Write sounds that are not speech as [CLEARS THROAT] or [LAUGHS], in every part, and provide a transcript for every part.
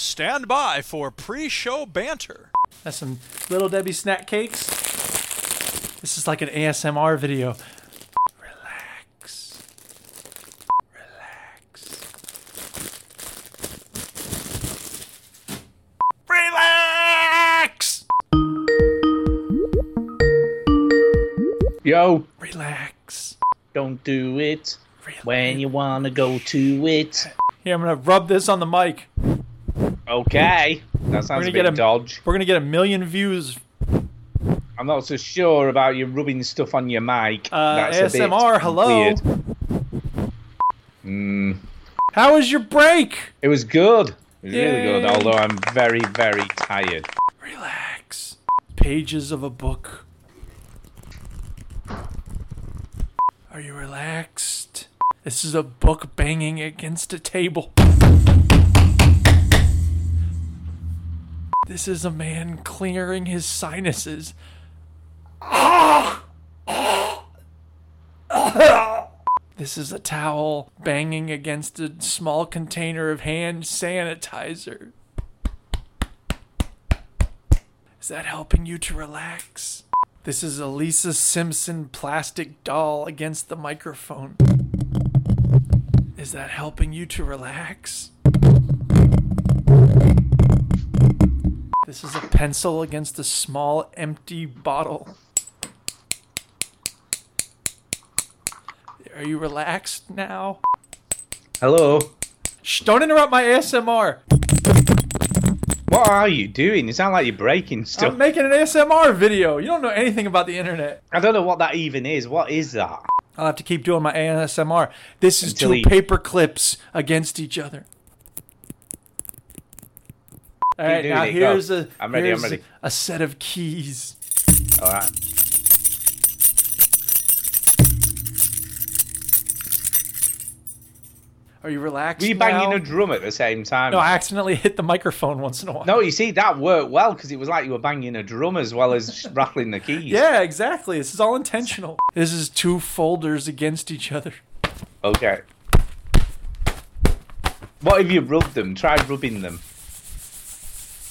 Stand by for pre-show banter. That's some little Debbie snack cakes. This is like an ASMR video. Relax. Relax. Relax. Yo, Relax. don't do it Relax. when you wanna go to it. Here, I'm gonna rub this on the mic. Okay, that sounds gonna a get bit a- dodge. We're gonna get a million views. I'm not so sure about you rubbing stuff on your mic. Uh, That's a bit ASMR. Hello. weird. Mm, How was your break? it was good. It was really Yay. good, although I'm very, very tired. Relax. Pages of a book. Are you relaxed? This is a book banging against a table. This is a man clearing his sinuses. This is a towel banging against a small container of hand sanitizer. Is that helping you to relax? This is a Lisa Simpson plastic doll against the microphone. Is that helping you to relax? This is a pencil against a small empty bottle. Are you relaxed now? Hello. Shh, don't interrupt my ASMR. What are you doing? You sound like you're breaking stuff. I'm making an ASMR video. You don't know anything about the internet. I don't know what that even is. What is that? I'll have to keep doing my ASMR. This is Until two he- paper clips against each other. All right, doing now it, go. here's a I'm ready, I'm here's ready. a set of keys. All right. Are you relaxed? Were you banging now? a drum at the same time? No, I accidentally hit the microphone once in a while. No, you see, that worked well because it was like you were banging a drum as well as [LAUGHS] rattling the keys. Yeah, exactly. This is all intentional. This is two folders against each other. Okay. What if you rubbed them? Try rubbing them.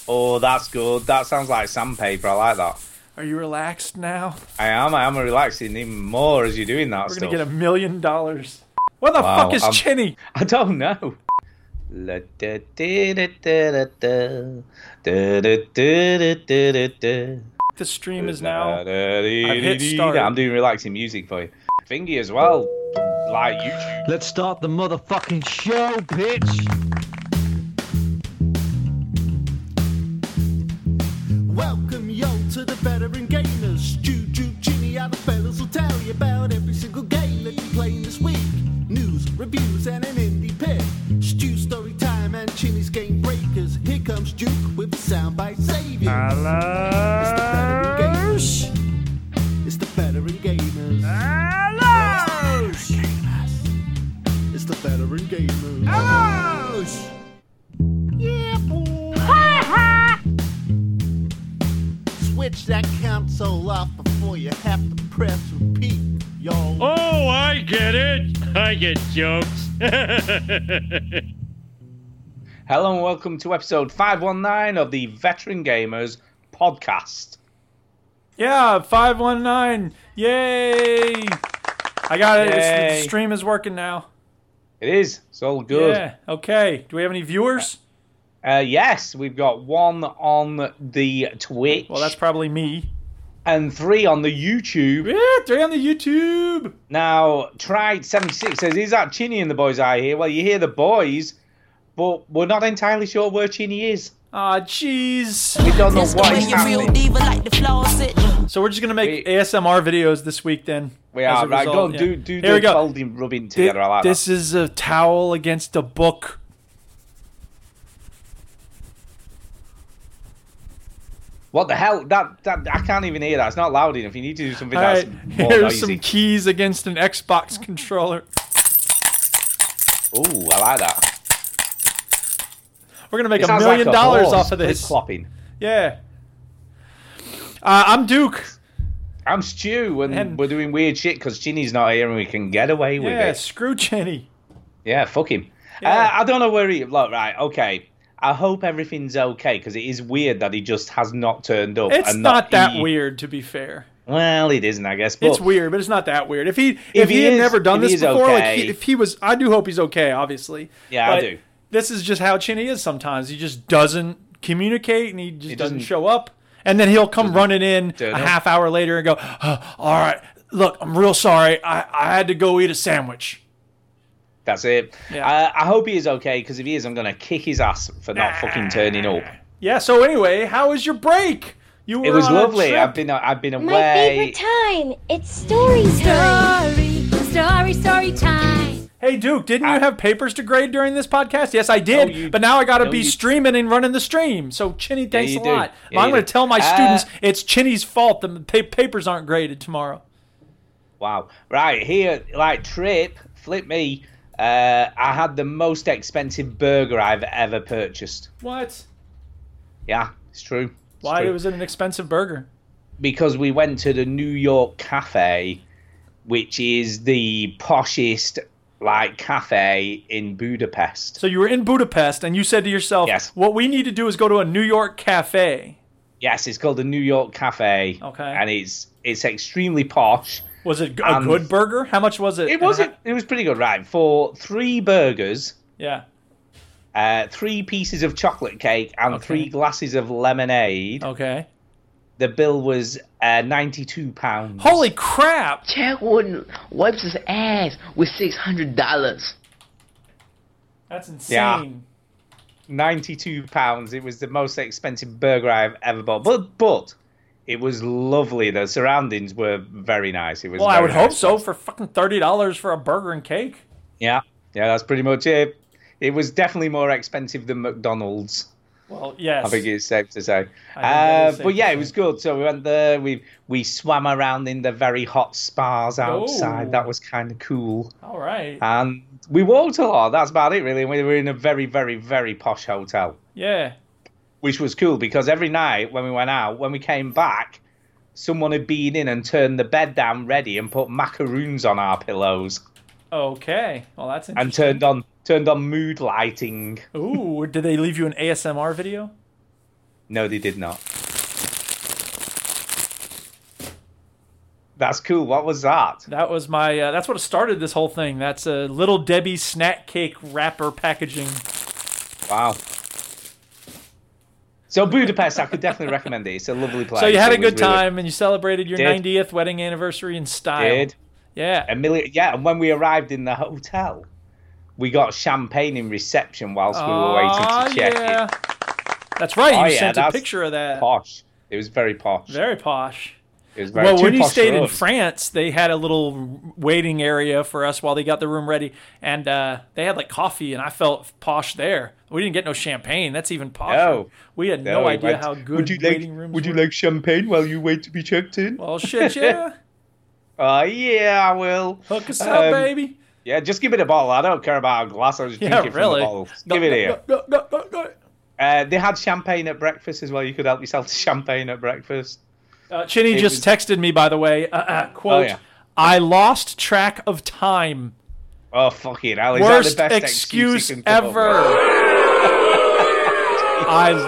Oh, that's good. That sounds like sandpaper. I like that. Are you relaxed now? I am. I am relaxing even more as you're doing that We're stuff. gonna get a million dollars. What the Wow, fuck is I'm- Chinny? [LAUGHS] I don't know. La da da da da da da. Da da da da da da da. The stream is now. I've hit start. I'm doing relaxing music for you. Thingy as well, like YouTube. Let's start the motherfucking show, bitch. Welcome y'all to the veteran gamers. Juju, Jimmy, and the fellas will tell you about every single game that you play this week. News, reviews, and an indie pick. Stu story time and Chinny's game breakers. Here comes Duke with the soundbite savior. Hello. It's the veteran gamers. Hello. It's the veteran gamers. Hello. Yeah, boy. Switch that console off before you have to press repeat, y'all. Oh, I get it. I get jokes. Hello and welcome to episode 519 of the Veteran Gamers podcast. Yeah, 519. Yay! I got it. It's, Yay. the stream is working now. It is. It's all good. Yeah. Okay. Do we have any viewers? Uh, yes, we've got one on the Twitch Well, that's probably me. and three on the YouTube. Yeah, three on the YouTube. Now, Tried76 says, Is that Chinny and the boys I hear? Well, you hear the boys, but we're not entirely sure where Chinny is. Aw, jeez. We don't know That's the what way is you real happening. diva like the flaws it. So we're just gonna make We- ASMR videos this week then. We as are a right. Go result, on, yeah. do do Here we the go. folding rubbing Thi- together. I like this that. is a towel against a book. What the hell? That that I can't even hear that. It's not loud enough. You need to do something All that's right. more Here's noisy. some keys against an Xbox controller. Ooh, I like that. We're gonna make It a sounds million like a dollars horse off of this. Clip-clopping. Yeah. Uh, I'm Duke. I'm Stu, and, And- we're doing weird shit because Ginny's not here, and we can get away with Yeah, it. screw Cheney. Yeah, fuck him. Yeah. Uh, I don't know where he. Look, right, okay. I hope everything's okay because it is weird that he just has not turned up. It's and not that he- weird, to be fair. Well, it isn't, I guess. But It's weird, but it's not that weird. If he if, he, he had is- never done if this he's before, like he, okay. if he was, I do hope he's okay. Obviously, Yeah, I But do. This is just how Chinny is. Sometimes he just doesn't communicate, and he just doesn't, doesn't- show up. And then he'll come running in turn a up. half hour later and go, "Uh, "All right, look, I'm real sorry. I, I had to go eat a sandwich." That's it. Uh, Yeah. I, I hope he is okay because if he is, I'm going to kick his ass for not fucking turning up. Yeah. So anyway, how was your break? You were It was on a lovely. trip. I've been I've been My away. favorite time. It's story time. Story, story, story time. Hey Duke, didn't you I- have papers to grade during this podcast? Yes, I did. No, you- but now I got to no, be you- streaming and running the stream. So Chinny, thanks you a do. lot. Yeah, I'm you going to do. tell my Uh, students it's Chinny's fault the pa- papers aren't graded tomorrow. Wow. Right here, like trip, flip me. Uh, I had the most expensive burger I've ever purchased. What? Yeah, it's true. It's Why true. was it an expensive burger? because we went to the New York Cafe, which is the poshest like cafe in Budapest. So you were in Budapest and you said to yourself, Yes. "What we need to do is go to a New York cafe." Yes, it's called the New York Cafe. Okay. And it's it's extremely posh. Was it a Um, good burger? How much was it? It was it, it was pretty good, right? For three burgers, Yeah. uh, three pieces of chocolate cake, and Okay. three glasses of lemonade, Okay. the bill was uh, ninety two pounds. Holy crap! Jack Warden wipes his ass with six hundred dollars. That's insane. Yeah. ninety two pounds. It was the most expensive burger I've ever bought, but but it was lovely. The surroundings were very nice. It was. Well, I very would hope nice. so for fucking $30 for a burger and cake. Yeah, yeah, that's pretty much it. It was definitely more expensive than McDonald's. Well, yes. I think it's safe to say. that Uh, is safe but yeah, to it say. was good. So we went there. We we swam around in the very hot spas outside. Oh. That was kind of cool. All right. And we walked a lot. That's about it, really. We were in a very, very, very posh hotel, Yeah. which was cool because every night when we went out, when we came back, someone had been in and turned the bed down ready and put macaroons on our pillows Okay. Well, that's and interesting. turned on turned on mood lighting. Ooh, did they leave you an ASMR video? No, they did not. That's cool. What was that? That was my. Uh, that's what started this whole thing. That's a little Debbie snack cake wrapper packaging. Wow. So Budapest, I could definitely recommend it. It's a lovely place. So you had a It was good really- time and you celebrated your Did. 90th wedding anniversary in style. Did Yeah. a million? Yeah, and when we arrived in the hotel, we got champagne in reception whilst we were Aw, waiting to check Ah, yeah. in. That's right. Oh, you yeah, sent a that's picture of that. Posh. It was very posh. Very posh. It was very Well, too when you posh stayed for in us. France, they had a little waiting area for us while they got the room ready, and uh, they had like coffee, and I felt posh there. We didn't get no champagne. That's even posh. No. we had no, we idea went- how good would you like, waiting rooms Would you were. like champagne while you wait to be checked in? Well, shit, [LAUGHS] yeah, Oh yeah, I will. hook us up, Um, baby. Yeah, just give me the bottle. I don't care about a glass. I'll just Yeah, drink it really. from the bottle. Go, give it go, here. go, go, go, go, Uh, they had champagne at breakfast as well. You could help yourself to [LAUGHS] champagne at breakfast. go. Uh, Chinny It Oh, just texted me, by the way. Uh, uh, quote: yeah. I lost track of time. Oh fucking hell! Is Worst that the best excuse excuse you can come up ever. [LAUGHS] I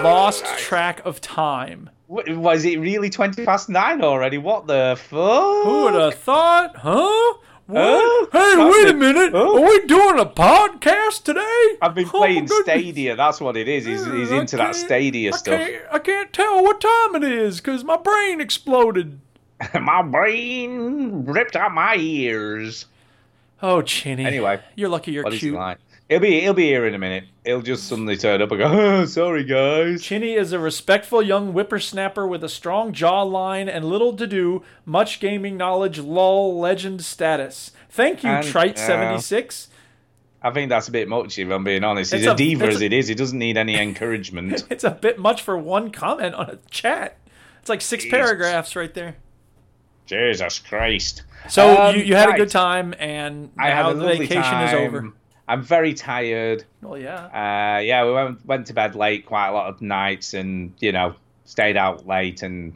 lost track of time. with? W- Was it really twenty past nine already? What the fuck? Who would have thought, huh? What? Huh? hey, That's wait a it. minute. Huh? Are we doing a podcast today? I've been Oh, playing my goodness. Stadia. That's what it is. He's, he's I into that can't- Stadia I stuff. Can't, I can't tell what time it is because my brain exploded. [LAUGHS] My brain ripped out my ears. Oh, Chinny. Anyway, You're lucky you're What is he cute. like? He'll be he'll be here in a minute. He'll just suddenly turn up and go, oh, "Sorry guys." Chinny is a respectful young whippersnapper with a strong jawline and little to do, much gaming knowledge, lol, legend status. Thank you, And- uh, Trite76. I think that's a bit much, if I'm being honest. He's It's a, a- diva it's as a- it is. He doesn't need [LAUGHS] any encouragement. It's a bit much for one comment on a chat. It's like six paragraphs right there. Jesus Christ. So Um, you, you had a right. good time, and now I had a the lovely vacation is time. over. I'm very tired. Well, yeah. Uh, yeah, we went, went to bed late quite a lot of nights and, you know, stayed out late and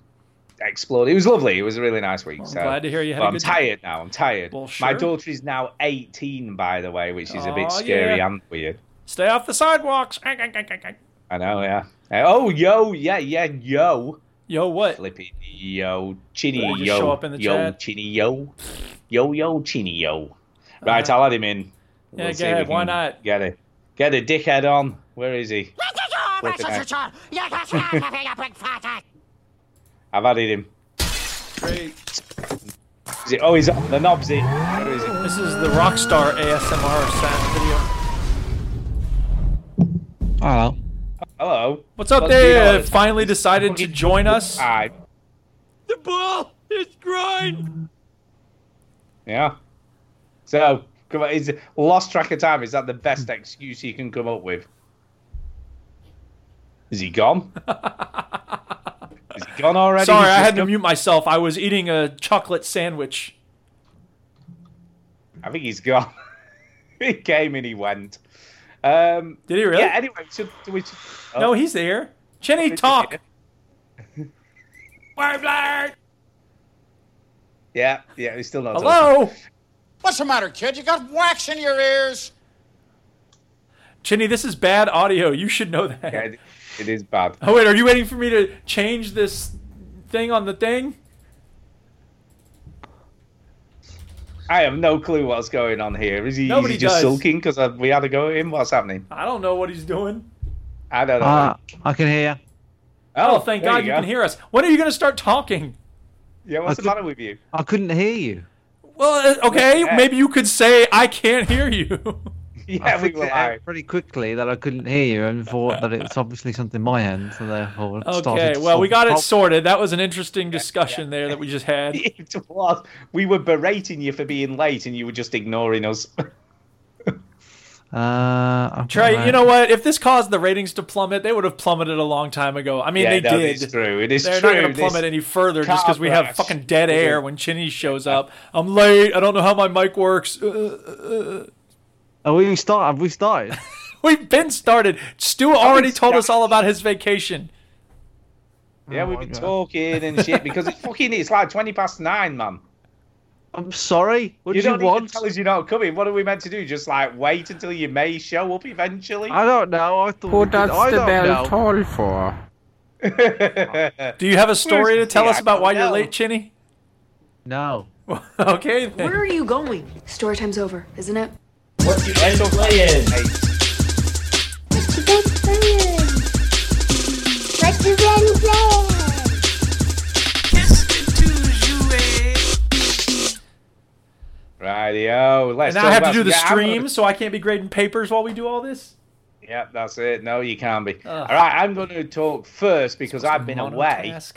explored. It was lovely. It was a really nice week. so. glad to hear you had but a I'm good time. tired now. I'm tired. Well, My sure. daughter is now 18, by the way, which is a Aw, bit scary yeah. and weird. Stay off the sidewalks. I know, yeah. Uh, Oh, yo, yeah, yeah, yo. Yo, what? Flippy, yo, chinny, Did it just yo, show up in the yo, chat? chinny, yo, yo, yo, chinny, yo. Right, I'll add him in. Uh-huh. Yeah, see go if we ahead, why can not? Get it, get the dickhead on. Where is he? Flipping out. [LAUGHS] I've added him. Great. Is it? Oh, he's on the knobs. It. Where is he? This is the Rockstar ASMR sound video. Hello. Hello. What's up Let's be there? honest. Finally decided to join us. Hi. The ball is grind. Yeah. So, come on, is lost track of time? Is that the best excuse you can come up with? Is he gone? is he gone already? Sorry, He's I just had to gone? mute myself. I was eating a chocolate sandwich. I think he's gone. [LAUGHS] he came and he went. Um, Did he really? Yeah. Anyway, so do we? Oh, No, he's there. Chinny, talk. yeah, yeah. He's still not. talking. Hello, What's the matter, kid? You got wax in your ears. Chinny. This is bad audio. You should know that. Yeah, it- it is bad. [LAUGHS] Oh wait, are you waiting for me to change this thing on the thing? I have no clue what's going on here. Is he, is Nobody he just does. sulking because we had a go at him? What's happening? I don't know what he's doing. I don't know. Ah, I can hear. you. Oh, thank there God you go. can hear us. When are you going to start talking? Yeah, what's the could- matter with you? [LAUGHS] I couldn't hear you. Well, uh, okay, Yeah. maybe you could say I can't hear you. [LAUGHS] Yeah, I we figured were it like, out pretty quickly that I couldn't hear you and thought that it was obviously something my end, so therefore I started okay, to well we sort got of it talk. sorted. That was an interesting discussion there that we just [LAUGHS] had. it was. We were berating you for being late, and you were just ignoring us. [LAUGHS] Uh, I've got Trey, that. you know what? If this caused the ratings to plummet, they would have plummeted a long time ago. I mean, yeah, they no, did. it's true. It is They're true. not going to This- plummet any further just because we have crash. fucking dead air when Chinny shows up. I'm late. I don't know how my mic works. Uh, Are Oh, we start? Have we started? [LAUGHS] we've been started. Stu already it's told got- us all about his vacation. Yeah, Oh we've my been God. talking and shit because [LAUGHS] it's fucking. It's like twenty past nine, man. I'm sorry. What You do you don't even want? tell us you're not coming. What are we meant to do? Just like wait until you may show up eventually. [LAUGHS] I don't know. I thought. Who does I don't know. toll for? Do you have a story to Where's tell the- us about why you're no. late, Chinny? [LAUGHS] no. okay. then. Where are you going? Story time's over, isn't it? What's the end playing? Hey, What's the best plan? What's the best plan? Rightio. Let's. And now talk I have to about- do the Yeah, I'm gonna- stream, so I can't be grading papers while we do all this. Yeah, that's it. No, you can't be. All right, I'm going to talk first because I've been away. Monotask.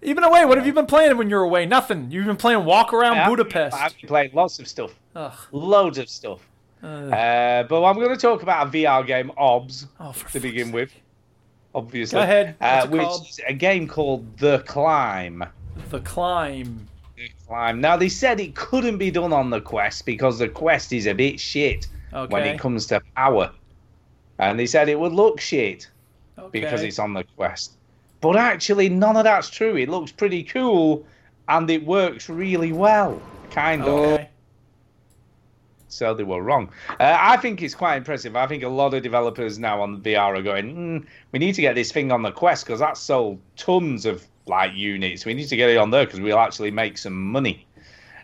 You've been away. What have you been playing when you're away? Nothing. You've been playing Walk Around I have- Budapest. I've been playing lots of stuff. Ugh. Loads of stuff. Uh, but I'm going to talk about a VR game, OBS, Oh, for to fuck's begin with. Obviously. Go ahead. What's Uh, it which called? is a game called The Climb. The climb. The Climb. Now, they said it couldn't be done on the Quest because the Quest is a bit shit when Okay. it comes to power. And they said it would look shit Okay. because it's on the Quest. But actually, none of that's true. It looks pretty cool and it works really well. Kind of. Okay. so they were wrong. Uh, I think it's quite impressive. I think a lot of developers now on VR are going, mm, we need to get this thing on the Quest because that sold tons of like units. We need to get it on there because we'll actually make some money.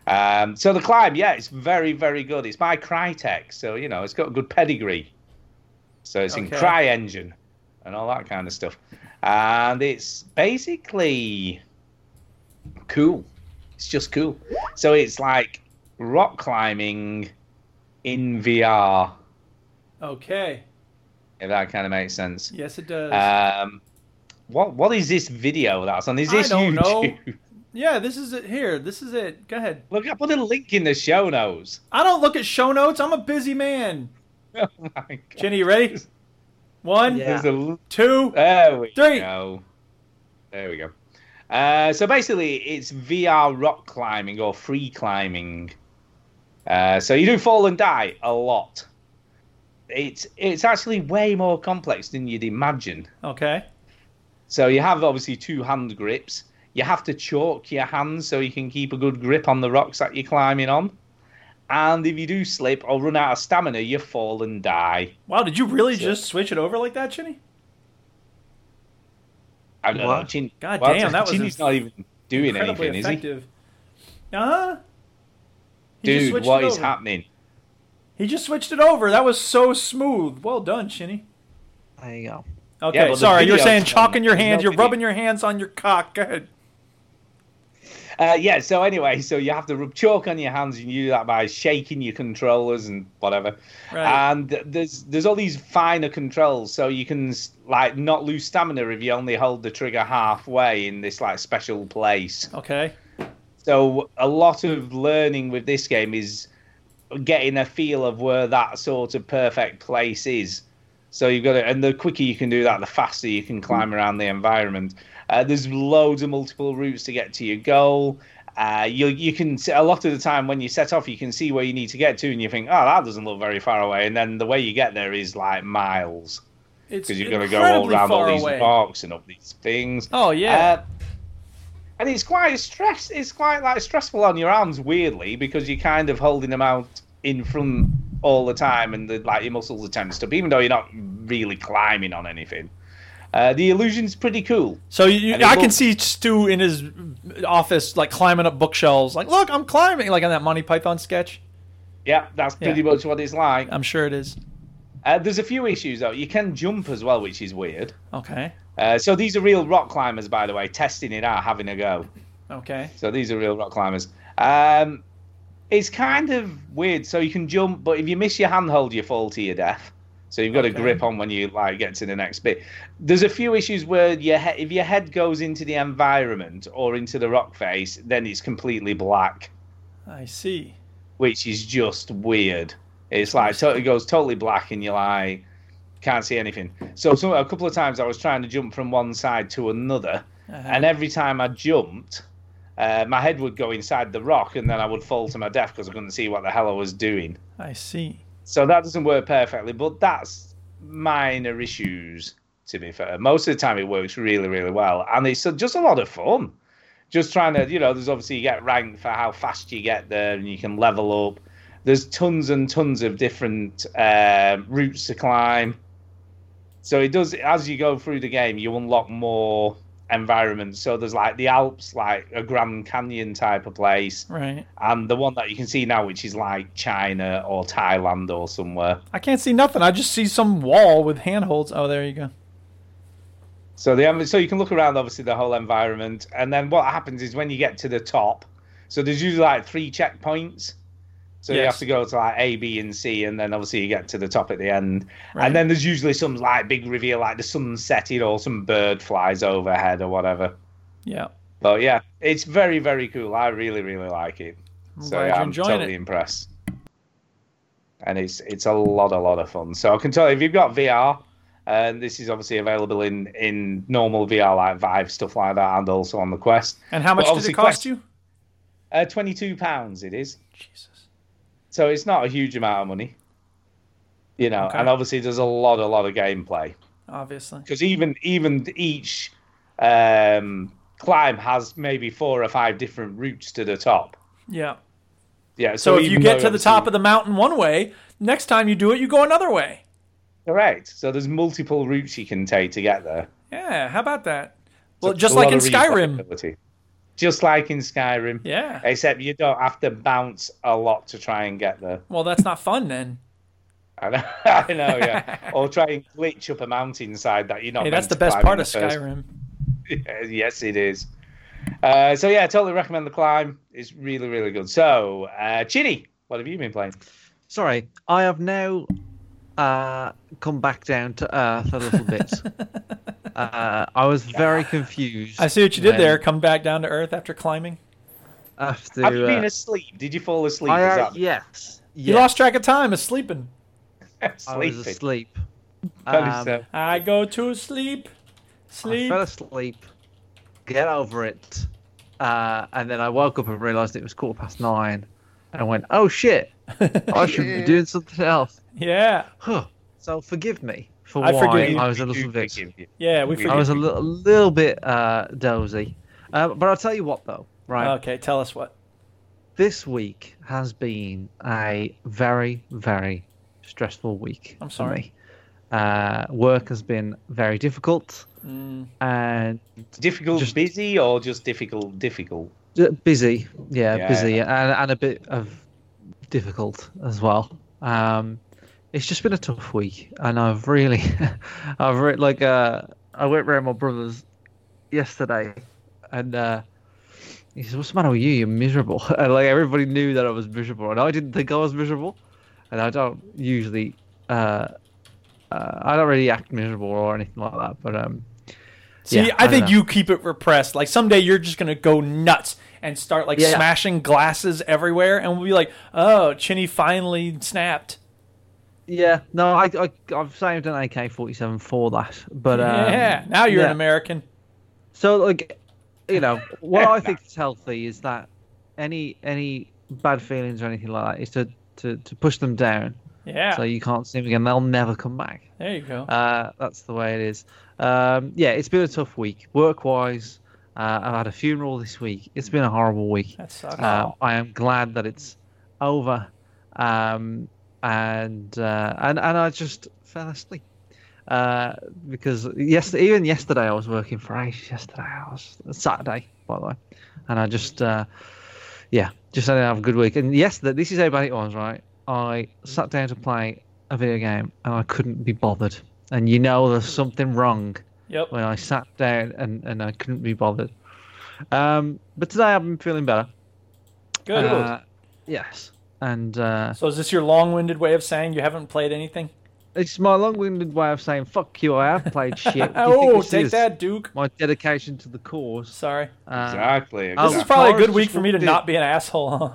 Um, so the climb, yeah, it's very, very good. It's by Crytek, so you know it's got a good pedigree. So it's in Okay. Cry Engine and all that kind of stuff, and it's basically cool. It's just cool. So it's like rock climbing in VR, Okay. if that kind of makes sense. Yes, it does. Um, what what is this video that's on? Is I this don't know. YouTube? [LAUGHS] yeah, this is it. Here, this is it. Go ahead. Look, I put a link in the show notes. [LAUGHS] I don't look at show notes. I'm a busy man. Oh my God. Jenny, you ready? One, Yeah. There's a two. There we Three. go. There we go. Uh, so basically, it's VR rock climbing or free climbing. Uh, so you do fall and die a lot. It's it's actually way more complex than you'd imagine. Okay. So you have obviously two hand grips. You have to chalk your hands so you can keep a good grip on the rocks that you're climbing on. And if you do slip or run out of stamina, you fall and die. Wow, did you really just switch it over like that, Chinny? I don't What? know. Chin, God well, damn, that was Chinny's not even doing Incredibly anything, effective. Uh-huh. He just is he? Dude, switched what it is over. happening? He just switched it over. That was so smooth. Well done, Shinny. There you go. Okay, but the sorry. You're video's saying on. chalk in your There's hands. no you're video. rubbing your hands on your cock. Go ahead. Uh, yeah, so anyway, so you have to rub chalk on your hands. You can do that by shaking your controllers and whatever. Right. And there's there's all these finer controls, so you can s- like not lose stamina if you only hold the trigger halfway in this like special place. Okay. So a lot of learning with this game is getting a feel of where that sort of perfect place is. So you've got to, and the quicker you can do that, the faster you can climb around the environment. Uh, there's loads of multiple routes to get to your goal. Uh, you you can s- a lot of the time when you set off, you can see where you need to get to, and you think, oh, that doesn't look very far away, and then the way you get there is like miles It's because you're going to go all incredibly around all far these away. parks and up these things. Oh, yeah. Uh, and it's quite stress. It's quite like stressful on your arms, weirdly, because you're kind of holding them out in front all the time, and the, like your muscles are tensed up, even though you're not really climbing on anything. Uh, the illusion's pretty cool. So you, you And it I can will- see Stu in his office, like climbing up bookshelves, like, "Look, I'm climbing!" Like on that Monty Python sketch. Yeah, that's pretty Yeah. much what it's like. I'm sure it is. Uh, there's a few issues though. You can jump as well, which is weird. Okay. Uh, so these are real rock climbers, by the way, testing it out, having a go. Okay. So these are real rock climbers. Um, it's kind of weird. So you can jump, but if you miss your handhold, you fall to your death. So you've got a Okay. grip on when you like get to the next bit. There's a few issues where your he- if your head goes into the environment or into the rock face, then it's completely black, I see. which is just weird. It's like to- it goes totally black, and you're like can't see anything. So, so a couple of times I was trying to jump from one side to another, and every time I jumped, uh, my head would go inside the rock, and then I would fall to my death because I couldn't see what the hell I was doing. I see. So that doesn't work perfectly, but that's minor issues. To be fair, most of the time it works really, really well, and it's just a lot of fun. Just trying to, you know, there's obviously you get ranked for how fast you get there, and you can level up. There's tons and tons of different uh, routes to climb. So it does as you go through the game, you unlock more environments. So there's like the Alps, like a Grand Canyon type of place, Right. and the one that you can see now, which is like China or Thailand or somewhere. I can't see nothing. I just see some wall with handholds. Oh, there you go. So the env- so you can look around, obviously, the whole environment, and then what happens is when you get to the top, so there's usually like three checkpoints. So you Yes. have to go to like A, B, and C, and then obviously you get to the top at the end. Right. And then there's usually some like big reveal, like the sun setting or some bird flies overhead or whatever. Yeah. But yeah, it's very very cool. I really really like it. I'm so glad yeah, you're I'm enjoying totally it. impressed. And it's it's a lot a lot of fun. So I can tell you, if you've got VR, and this is obviously available in in normal VR like Vive stuff like that, and also on the Quest. And how much But did obviously it cost Quest- you? Uh, Twenty two pounds it is. Jesus. So it's not a huge amount of money. You know, Okay. and obviously there's a lot a lot of gameplay Obviously. because even even each um, climb has maybe four or five different routes to the top. Yeah. Yeah. So, if you even get though to the top obviously- of the mountain one way, next time you do it, you go another way. correct. So there's multiple routes you can take to get there. Yeah. How about that? Well, It's just a like lot in of Skyrim. replayability. Just like in Skyrim. Yeah. Except you don't have to bounce a lot to try and get there. [LAUGHS] Well, that's not fun then. I know, I know [LAUGHS] yeah. or try and glitch up a mountainside that you're not. Hey, that's meant the to best climb part in of the first Skyrim. [LAUGHS] yes, it is. Uh, so yeah, I totally recommend the climb. It's really, really good. So, uh, Chini, what have you been playing? Sorry, I have now uh, come back down to earth a [LAUGHS] little bit. uh, I was very confused. I see what you did when- there. Come back down to earth after climbing. After have you uh, been asleep? Did you fall asleep? I, Is uh, that- yes, yes, You lost track of time. Is sleeping. I was Sleeping. asleep. [LAUGHS] That is, Um, uh, I go to sleep. I Sleep. fell asleep. Get over it. Uh, and then I woke up and realised it was quarter past nine, and I went, "Oh shit! [LAUGHS] I should be doing something else." Yeah. Huh. So forgive me for I forgive why you. I was a we little do bit. forgive you. Yeah. We I I forget. was a little, a little bit uh, dozy. Uh, but I'll tell you what, though, right? Okay. Tell us what. This week has been a very, very stressful week. I'm for sorry. me. Uh, work has been very difficult. Mm. and difficult, busy, or just difficult, difficult. Uh, busy yeah, Yeah. busy and, and a bit of difficult as well um it's just been a tough week and i've really [LAUGHS] i've re- like uh i went round my brother's yesterday and uh he said what's the matter with you you're miserable [LAUGHS] and like everybody knew that i was miserable and i didn't think i was miserable and i don't usually uh, uh i don't really act miserable or anything like that but um See, yeah, I, don't think know. you keep it repressed. Like someday you're just gonna go nuts and start like Yeah, yeah. smashing glasses everywhere, and we'll be like, "Oh, Chinny finally snapped." Yeah, no, I, I I've saved an AK forty seven for that, but um, yeah, now you're yeah. an American. So like, you know, what I think is healthy is that any any bad feelings or anything like that is to to, to push them down. Yeah. So you can't see them again; they'll never come back. There you go. Uh, that's the way it is. Um, yeah, it's been a tough week work wise. Uh, I've had a funeral this week. It's been a horrible week. That sucks. Uh, I am glad that it's over. Um, and uh, and and I just fell asleep uh, because yes, even yesterday I was working for ages. Yesterday I was Saturday, by the way, and I just uh, yeah, just I didn't have a good week. And yes, th- this is how bad it was, right? I sat down to play a video game and I couldn't be bothered. And you know there's something wrong Yep. when I sat down and, and I couldn't be bothered. Um, but today I've been feeling better. Good. Uh, yes. And uh, so is this your long-winded way of saying you haven't played anything? it's my long-winded way of saying fuck you. I have [LAUGHS] played shit. What do you think oh, this take is? that, Duke. My dedication to the cause. Sorry. Uh, Exactly. Oh, This is probably a Tara's good week just for me to walked in. not be an asshole. Huh?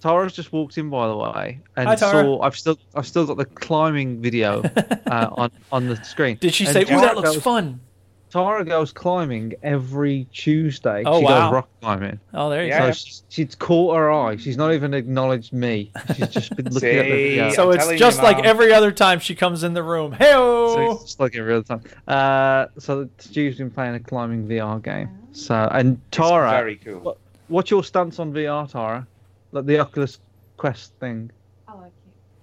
Tara's just walked in, by the way, and Hi, Tara. saw I've still I've still got the climbing [LAUGHS] video uh, on on the screen. Did she And say, "Ooh, that Tara looks goes- fun"? Tara goes climbing every Tuesday. Oh, she wow. goes rock climbing. Oh, there you Yeah. So she's, she's caught her eye. She's not even acknowledged me. She's just [LAUGHS] been looking at the See? video. go. I'm So telling it's you, just like Mom. every other time she comes in the room. So Oh. Hey, it's just like in real time. Uh, so Stu's been playing a climbing VR game. Oh. So and Tara, very cool. what- what's your stance on VR, Tara? Like the Oculus Quest thing? I like it.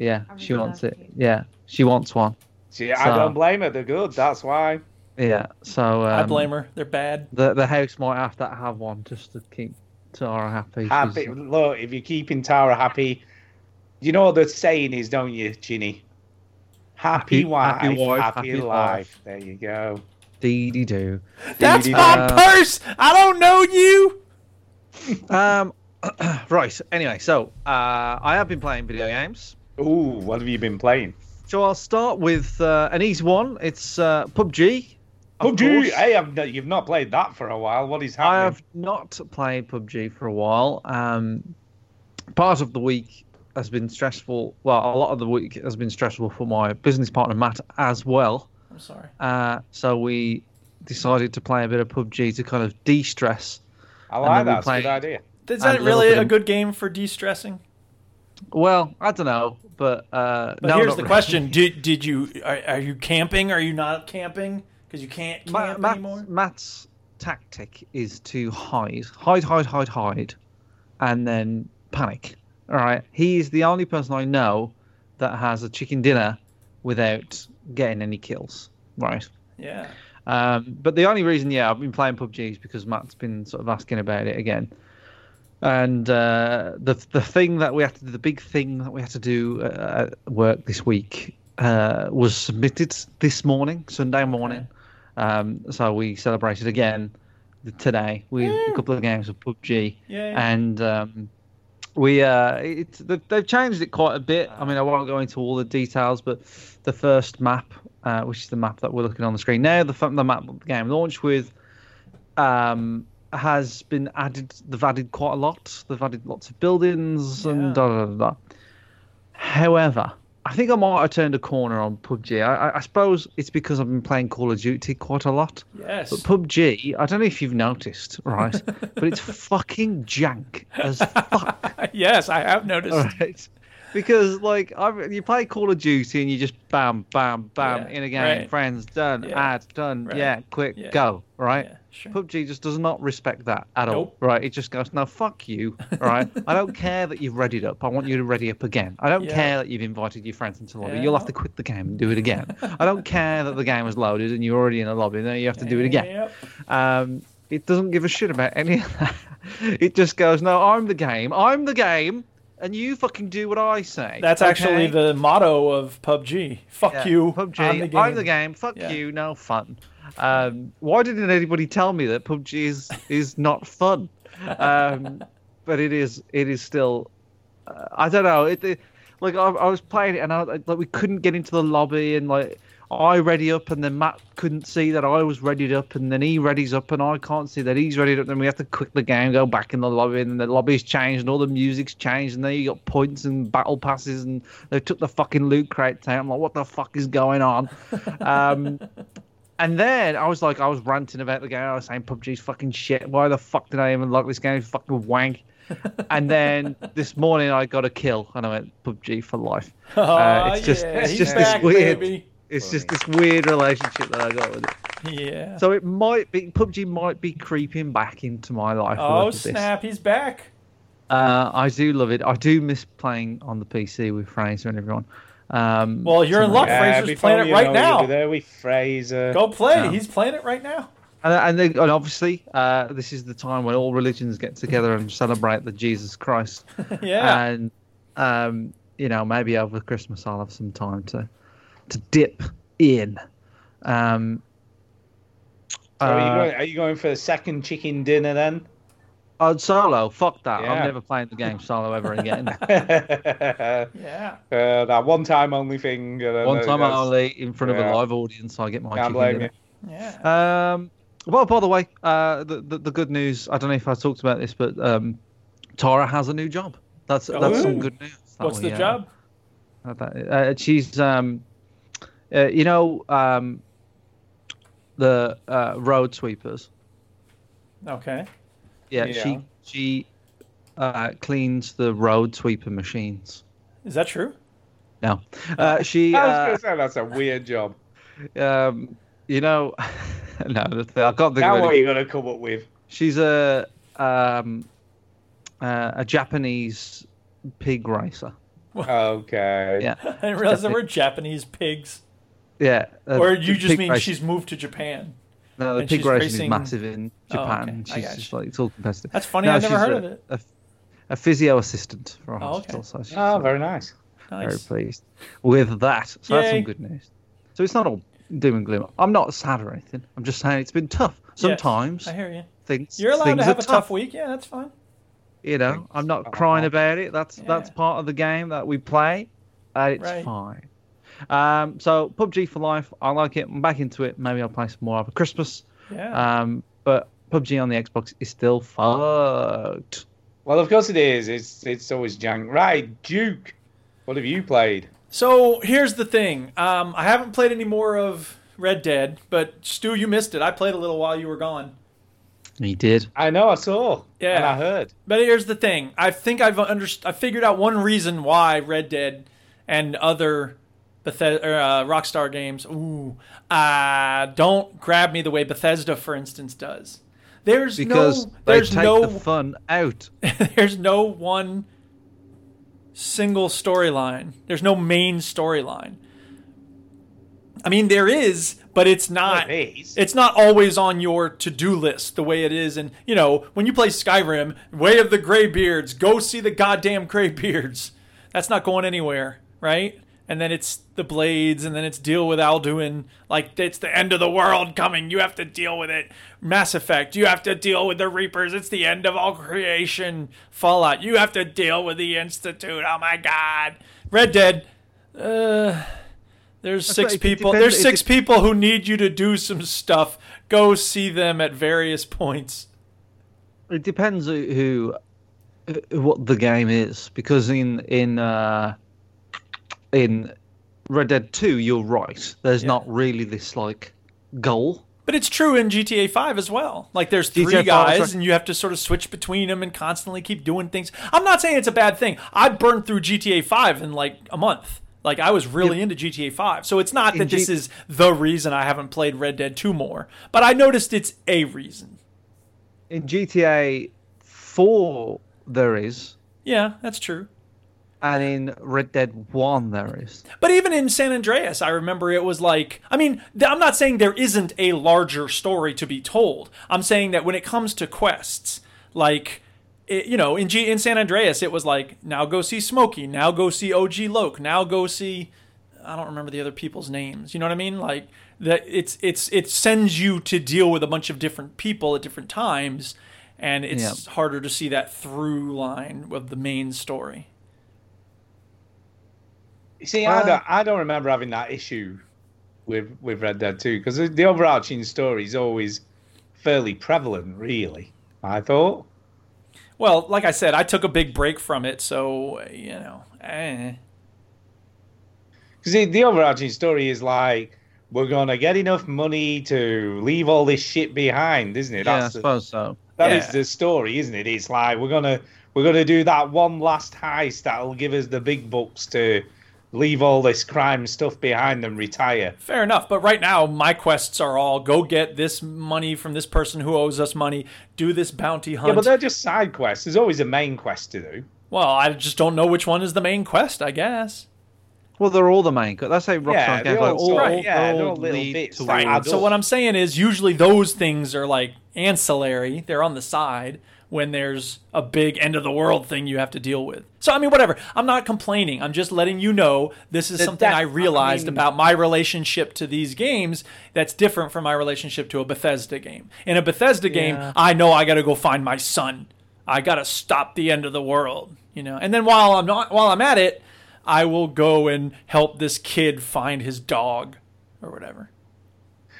Yeah, I she really wants like it. it. Yeah, she wants one. See, I So- don't blame her. They're good. That's why. Yeah. So um, I blame her. They're bad. The the house might have to have one just to keep Tara happy. Happy. She's- Look, if you're keeping Tara happy, you know what the saying is, don't you, Ginny? Happy, Happy- wife, happy happy wife, happy life. There you go. Deedy do. uh, That's Deedy my do. purse. I don't know you. Um, [CLEARS THROAT] right. Anyway, so uh, I have been playing video games. Ooh, what have you been playing? So I'll start with uh, an easy one. It's uh, PUBG. of Oh, do course. hey, I've, no- you've not played that for a while. What is happening? I have not played PUBG for a while. Um, part of the week has been stressful. Well, a lot of the week has been stressful for my business partner Matt as well. I'm sorry. Uh, so we decided to play a bit of PUBG to kind of de-stress. I and like then we that. It's a played- good idea. Is a that little really bit a of- good game for de-stressing? Well, I don't know, but uh, But no, here's not the really. question: Did did you are, are you camping? Are you not camping? Because you can't Ma- camp Matt- anymore. Matt's tactic is to hide, hide, hide, hide, hide, and then panic. All right, he is the only person I know that has a chicken dinner without getting any kills. Right. Yeah. Um, but the only reason, yeah, I've been playing PUBG is because Matt's been sort of asking about it again. And uh, the the thing that we had to do, the big thing that we had to do uh, at work this week uh, was submitted this morning, Sunday morning. Um, so we celebrated again today with a couple of games of PUBG. Yay. And um, we uh, it's they've, they've changed it quite a bit. I mean, I won't go into all the details, but the first map, uh, which is the map that we're looking on the screen now, the fa- the map that the game launched with, um, has been added. They've added quite a lot. They've added lots of buildings and da da da. da. However, I think I might have turned a corner on PUBG. I, I, I suppose it's because I've been playing Call of Duty quite a lot. Yes. But PUBG, I don't know if you've noticed, right? but it's fucking jank as fuck. [LAUGHS] yes, I have noticed. All right. because like I, you play Call of Duty and you just bam, bam, bam Yeah, in a game, right. friends done, Yeah. ad done, Right. yeah, quick Yeah. go, right? Yeah, sure. PUBG just does not respect that at Nope. all, right? It just goes, no, fuck you, all [LAUGHS] right? I don't care that you've readied up. I want you to ready up again. I don't Yeah. care that you've invited your friends into the lobby. Yeah. You'll have to quit the game and do it again. I don't care that the game was loaded and you're already in a lobby. Now you have to do it again. Yep. Um, it doesn't give a shit about any of that. [LAUGHS] It just goes, no, I'm the game. I'm the game, and you fucking do what I say. That's okay? actually the motto of PUBG. Fuck Yeah, you. PUBG. I'm the game. Fuck Yeah. you. No fun. Um, why didn't anybody tell me that PUBG is is not fun? Um, but it is. It is still. Uh, I don't know. It, it- like I, I was playing it, and I like we couldn't get into the lobby, and like I ready up, and then Matt couldn't see that I was readied up, and then he readies up, and I can't see that he's readied up. Then we have to quit the game, go back in the lobby, and the lobby's changed, and all the music's changed, and then you got points and battle passes, and they took the fucking loot crate out. I'm like, what the fuck is going on? Um, and then I was like, I was ranting about the game. I was saying PUBG's fucking shit. Why the fuck did I even like this game? It's Fucking wank. and then this morning I got a kill, and I went PUBG [LAUGHS] for life. Uh, Aw, it's just, Oh, yeah, it's he's just back, this weird, baby. it's just this weird relationship that I got with it. Yeah. So it might be PUBG might be creeping back into my life. a oh little bit. snap! He's back. Uh, I do love it. I do miss playing on the PC with Fraser and everyone. Um, Well, you're in somewhere. luck. Fraser's before playing it you right know now. You'll be there with Fraser. Go play. Um, he's playing it right now. And, and, they, and obviously, uh, this is the time when all religions get together and celebrate the Jesus Christ. Uh, Yeah. And um, you know, maybe over Christmas I'll have some time to to dip in. Um, So are, uh, you going, are you going for a second chicken dinner then? [LAUGHS] on oh, solo, fuck that. Yeah. I'm never playing the game solo [LAUGHS] ever again. yeah. Uh, that one time only thing. and then One time that's- only in front of yeah. a live audience, I get my Can't chicken blame dinner. you. Yeah. Um, well, by the way, uh, the, the the good news. I don't know if I talked about this, but um, Tara has a new job. That's that's Oh. Ooh. some good news. that What's we, the uh, job? had that. Uh, she's um, uh, you know um, the uh, road sweepers. Okay. Yeah, Yeah. she she uh, cleans the road sweeper machines. Is that true? No, [LAUGHS] uh, she. I was going Uh, to say that's a weird [LAUGHS] job. um, you know, [LAUGHS] no, I can't think Now of what any are you going to come up [LAUGHS] with? She's a um, uh, a Japanese pig racer. Okay. Yeah, I didn't realize there were Japanese pigs. yeah. uh, Or you pig just mean racing. she's moved to Japan? no, the and pig she's racing racing- is massive in Oh, okay, Japan. I She's gotcha. just like it's all competitive. That's funny, I never she's heard a, of it. A, a physio assistant for Oh, a okay. hospital, so she's Oh, uh, very nice. very Nice. pleased with that. So that's Yay. some good news. So it's not all doom and gloom. I'm not sad or anything. I'm just saying it's been tough. Yes, Sometimes I hear you. things You're allowed things to have are a tough week. Yeah, that's fine. You know, I'm not crying about it. That's that's Yeah. part of the game that we play. Uh, it's Right. fine. Um, so PUBG for life. I like it. I'm back into it. Maybe I'll play some more over Christmas. Yeah. Um, but PUBG on the Xbox is still fucked. Well, of course it is. It's it's always jank. Right, Duke. What have you played? So here's the thing. Um, I haven't played any more of Red Dead, but Stu, you missed it. I played a little while you were gone. He did. I know. I saw. Yeah. And I heard. But here's the thing. I think I've underst- I figured out one reason why Red Dead and other Bethesda or, uh, Rockstar games ooh uh, don't grab me the way Bethesda, for instance, does. There's Because no they there's take no [LAUGHS] the fun out. there's no one single storyline. There's no main storyline. I mean, there is, but it's not. It is. It's not always on your to-do list the way it is. And you know, when you play Skyrim, Way of the Greybeards, go see the goddamn Greybeards. That's not going anywhere, right? And then it's the blades, and then it's deal with Alduin. Like it's the end of the world coming. You have to deal with it. Mass Effect, you have to deal with the Reapers. It's the end of all creation. Fallout, you have to deal with the Institute. Oh my God. Red Dead. Uh, there's six right, it people. depends- There's it six dep- people who need you to do some stuff. Go see them at various points. It depends who, who what the game is because in in uh, in Red Dead Two, you're right. There's not really this like goal. But it's true in GTA 5 as well. Like there's three GTA five, guys that's right. and you have to sort of switch between them and constantly keep doing things. I'm not saying it's a bad thing. I burned through GTA 5 in like a month. Like I was really into GTA 5. So it's not In that G- this is the reason I haven't played Red Dead 2 more, but I noticed it's a reason. In GTA 4, there is, Yeah, that's true. and in Red Dead 1, there is. But even in San Andreas, I remember it was like, I mean, th- I'm not saying there isn't a larger story to be told. I'm saying that when it comes to quests, like, it, you know, in, G- in San Andreas, it was like, now go see Smokey, now go see OG Loke, now go see, I don't remember the other people's names. You know what I mean? Like, that it's it's it sends you to deal with a bunch of different people at different times, and it's harder to see that through line of the main story. You See, I don't, I don't remember having that issue with with Red Dead 2 because the overarching story is always fairly prevalent, really. I thought. Well, like I said, I took a big break from it, so uh, you know. Eh. Because the, the overarching story is like, we're going to get enough money to leave all this shit behind, isn't it? Yeah, I That's the- suppose so. That Yeah. is the story, isn't it? It's like we're gonna we're gonna do that one last heist that'll give us the big bucks to leave all this crime stuff behind and retire. Fair enough, but right now my quests are all go get this money from this person who owes us money, do this bounty hunt. Yeah, but they're just side quests. There's always a main quest to do. well, I just don't know which one is the main quest, I guess. Well, they're all the main. co- That's how Rockstar Yeah, games they're like, all all, sort of- all, yeah, all they're all little lead bits that towards- add So what I'm saying is usually those things are like ancillary, they're on the side when there's a big end of the world thing you have to deal with. So I mean whatever, I'm not complaining. I'm just letting you know this is That- something that- I I realized mean- about my relationship to these games that's different from my relationship to a Bethesda game. In a Bethesda game, I know I got to go find my son. I got to stop the end of the world, you know. And then while I'm not while I'm at it, I will go and help this kid find his dog or whatever.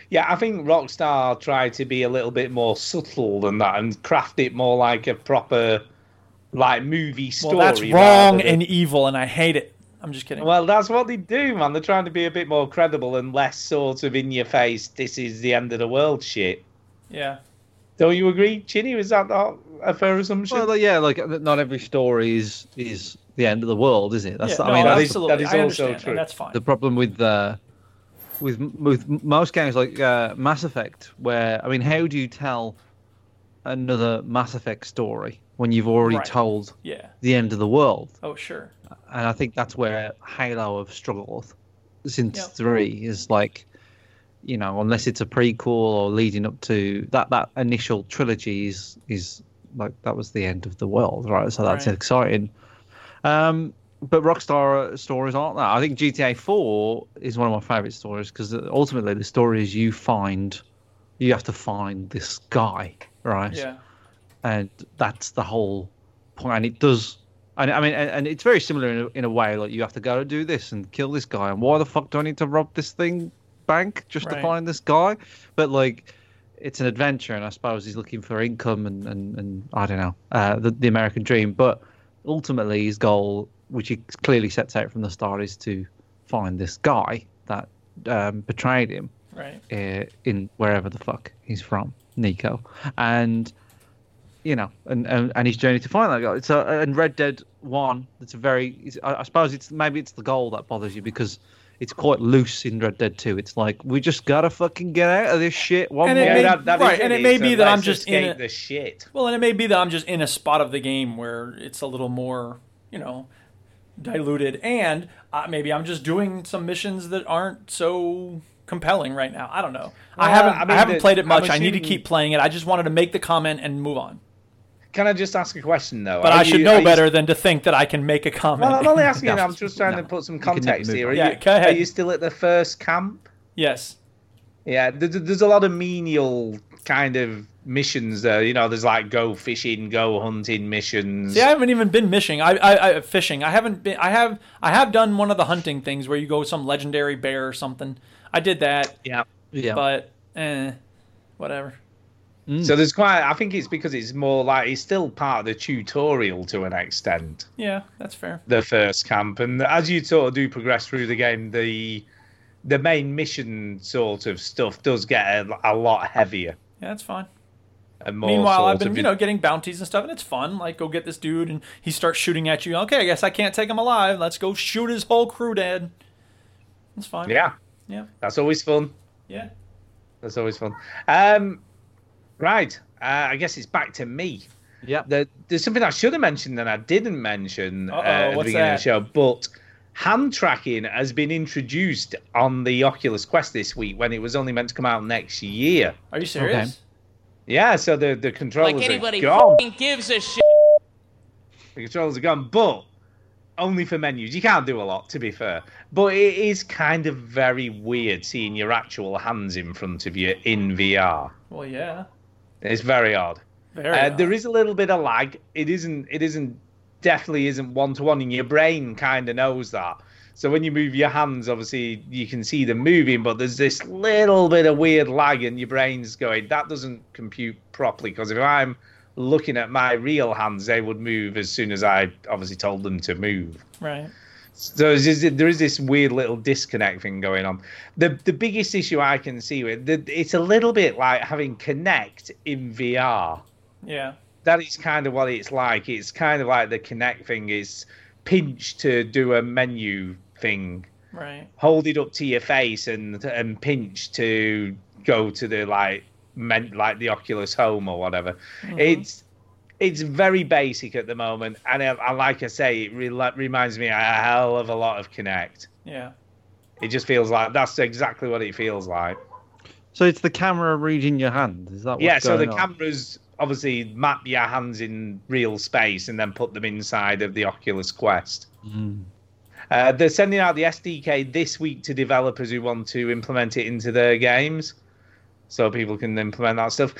Yeah, I think Rockstar tried to be a little bit more subtle than that and craft it more like a proper like movie story. Well, that's rather wrong than- and evil, and I hate it. I'm just kidding. Well, that's what they do, man. They're trying to be a bit more credible and less sort of in your face. This is the end of the world shit. yeah. Don't you agree, Chinny? Was that not a fair assumption? Well, yeah, like not every story is is the end of the world, is it? That's yeah, I mean, no, that that's is- absolutely. that is I also understand, true. And that's fine. the problem with uh, with with most games like uh, Mass Effect, where I mean, how do you tell another Mass Effect story when you've already Right. told yeah. the end of the world? Oh, sure. And I think that's where Halo have struggled since Yep. three is like, you know, unless it's a prequel or leading up to that that initial trilogy is is like that was the end of the world, right? So that's Right. exciting. Um, but Rockstar stories aren't that. I think GTA Four is one of my favorite stories because ultimately the story is you find, you have to find this guy, right? Yeah. and that's the whole point. And it does, and I mean, and, and it's very similar in a, in a way. Like you have to go do this and kill this guy, and why the fuck do I need to rob this thing bank just to Right. find this guy? But like, it's an adventure, and I suppose he's looking for income and and, and I don't know uh, the the American dream. But ultimately, his goal, which he clearly sets out from the start, is to find this guy that um, betrayed him Right. uh, in wherever the fuck he's from, Nico, and you know, and and, and his journey to find that guy. So and Red Dead One, it's a very, it's, I, I suppose it's maybe it's the goal that bothers you because it's quite loose in Red Dead Two. It's like we just gotta fucking get out of this shit one And it way. yeah, may- that, that is right, and it may It's be a that I'm let's just in escape it- the shit. Well, and it may be that I'm just in a spot of the game where it's a little more, you know, diluted, and uh, maybe I'm just doing some missions that aren't so compelling right now. I don't know. I Well, haven't. I I, mean, haven't the- played it I'm much. I need to assuming- keep playing it. I just wanted to make the comment and move on. Can I just ask a question though? But Are I should you- are know you- better than to think that I can make a comment. Well, I'm only asking. No. I'm just trying to No. put some You can never context move here. Are, on. Yeah, you, go ahead. are you still at the first camp? [LAUGHS] yes. Yeah, th- th- there's a lot of menial kind of missions there. You know, there's like go fishing, go hunting missions. See, I haven't even been fishing. I, I, I fishing. I haven't been. I have. I have done one of the hunting things where you go some legendary bear or something. I did that, yeah. yeah, but eh, whatever. So there's quite. I think it's because it's more like it's still part of the tutorial to an extent. Yeah, that's fair. The first camp, and as you sort of do progress through the game, the the main mission sort of stuff does get a, a lot heavier. Yeah, that's fine. And more Meanwhile, I've sort been, of- you know, getting bounties and stuff, and it's fun. Like, go get this dude, and he starts shooting at you. Okay, I guess I can't take him alive. Let's go shoot his whole crew dead. That's fine. yeah, Yeah. that's always fun. Yeah. That's always fun. Um, right, uh, I guess it's back to me. Yeah. There, there's something I should have mentioned that I didn't mention uh, Uh-oh, at the what's beginning of that? the show, but hand tracking has been introduced on the Oculus Quest this week when it was only meant to come out next year. Are you serious? Yeah, so the the controllers Like are anybody gone. f***ing gives a shit. The controllers are gone, but only for menus. You can't do a lot, to be fair. But it is kind of very weird seeing your actual hands in front of you in VR. Well, yeah. It's very odd. Very Uh, odd. There is a little bit of lag. It isn't. It isn't. Definitely isn't one to one, and your brain kind of knows that. So when you move your hands, obviously you can see them moving, but there's this little bit of weird lag, and your brain's going, "That doesn't compute properly." Because if I'm looking at my real hands, they would move as soon as I obviously told them to move. Right. So it's just- there is this weird little disconnect thing going on. The the biggest issue I can see with the, it's a little bit like having Connect in VR. Yeah. That is kind of what it's like. It's kind of like the Connect thing is pinch to do a menu thing, Right. hold it up to your face and and pinch to go to the like men, like the Oculus Home or whatever. Mhm. It's it's very basic at the moment, and I, I, like I say, it re- reminds me a hell of a lot of Connect. Yeah. It just feels like that's exactly what it feels like. So it's the camera reading your hand. Is that what's yeah, so the going on? cameras obviously map your hands in real space and then put them inside of the Oculus Quest. Mm. Uh, they're sending out the SDK this week to developers who want to implement it into their games so people can implement that stuff.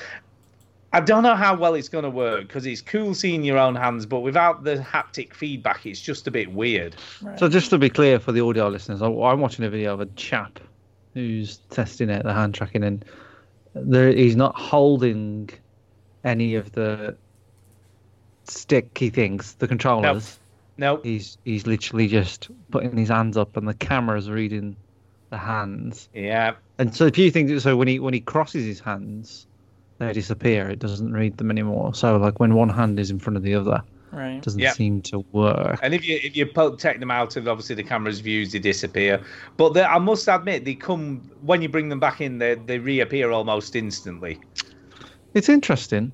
I don't know how well it's going to work because it's cool seeing your own hands, but without the haptic feedback, it's just a bit weird. So just to be clear for the audio listeners, I- I'm watching a video of a chap who's testing out the hand tracking, and there he's not holding any of the sticky things, the controllers. No. He's he's literally just putting his hands up, and the camera's reading the hands. Yeah. And so if you think so, when he when he crosses his hands, they disappear. It doesn't read them anymore. So like when one hand is in front of the other, Right. it doesn't Yeah. seem to work. And if you if you po- take them out of obviously the camera's views, they disappear. But they, I must admit, they come when you bring them back in, they they reappear almost instantly. It's interesting.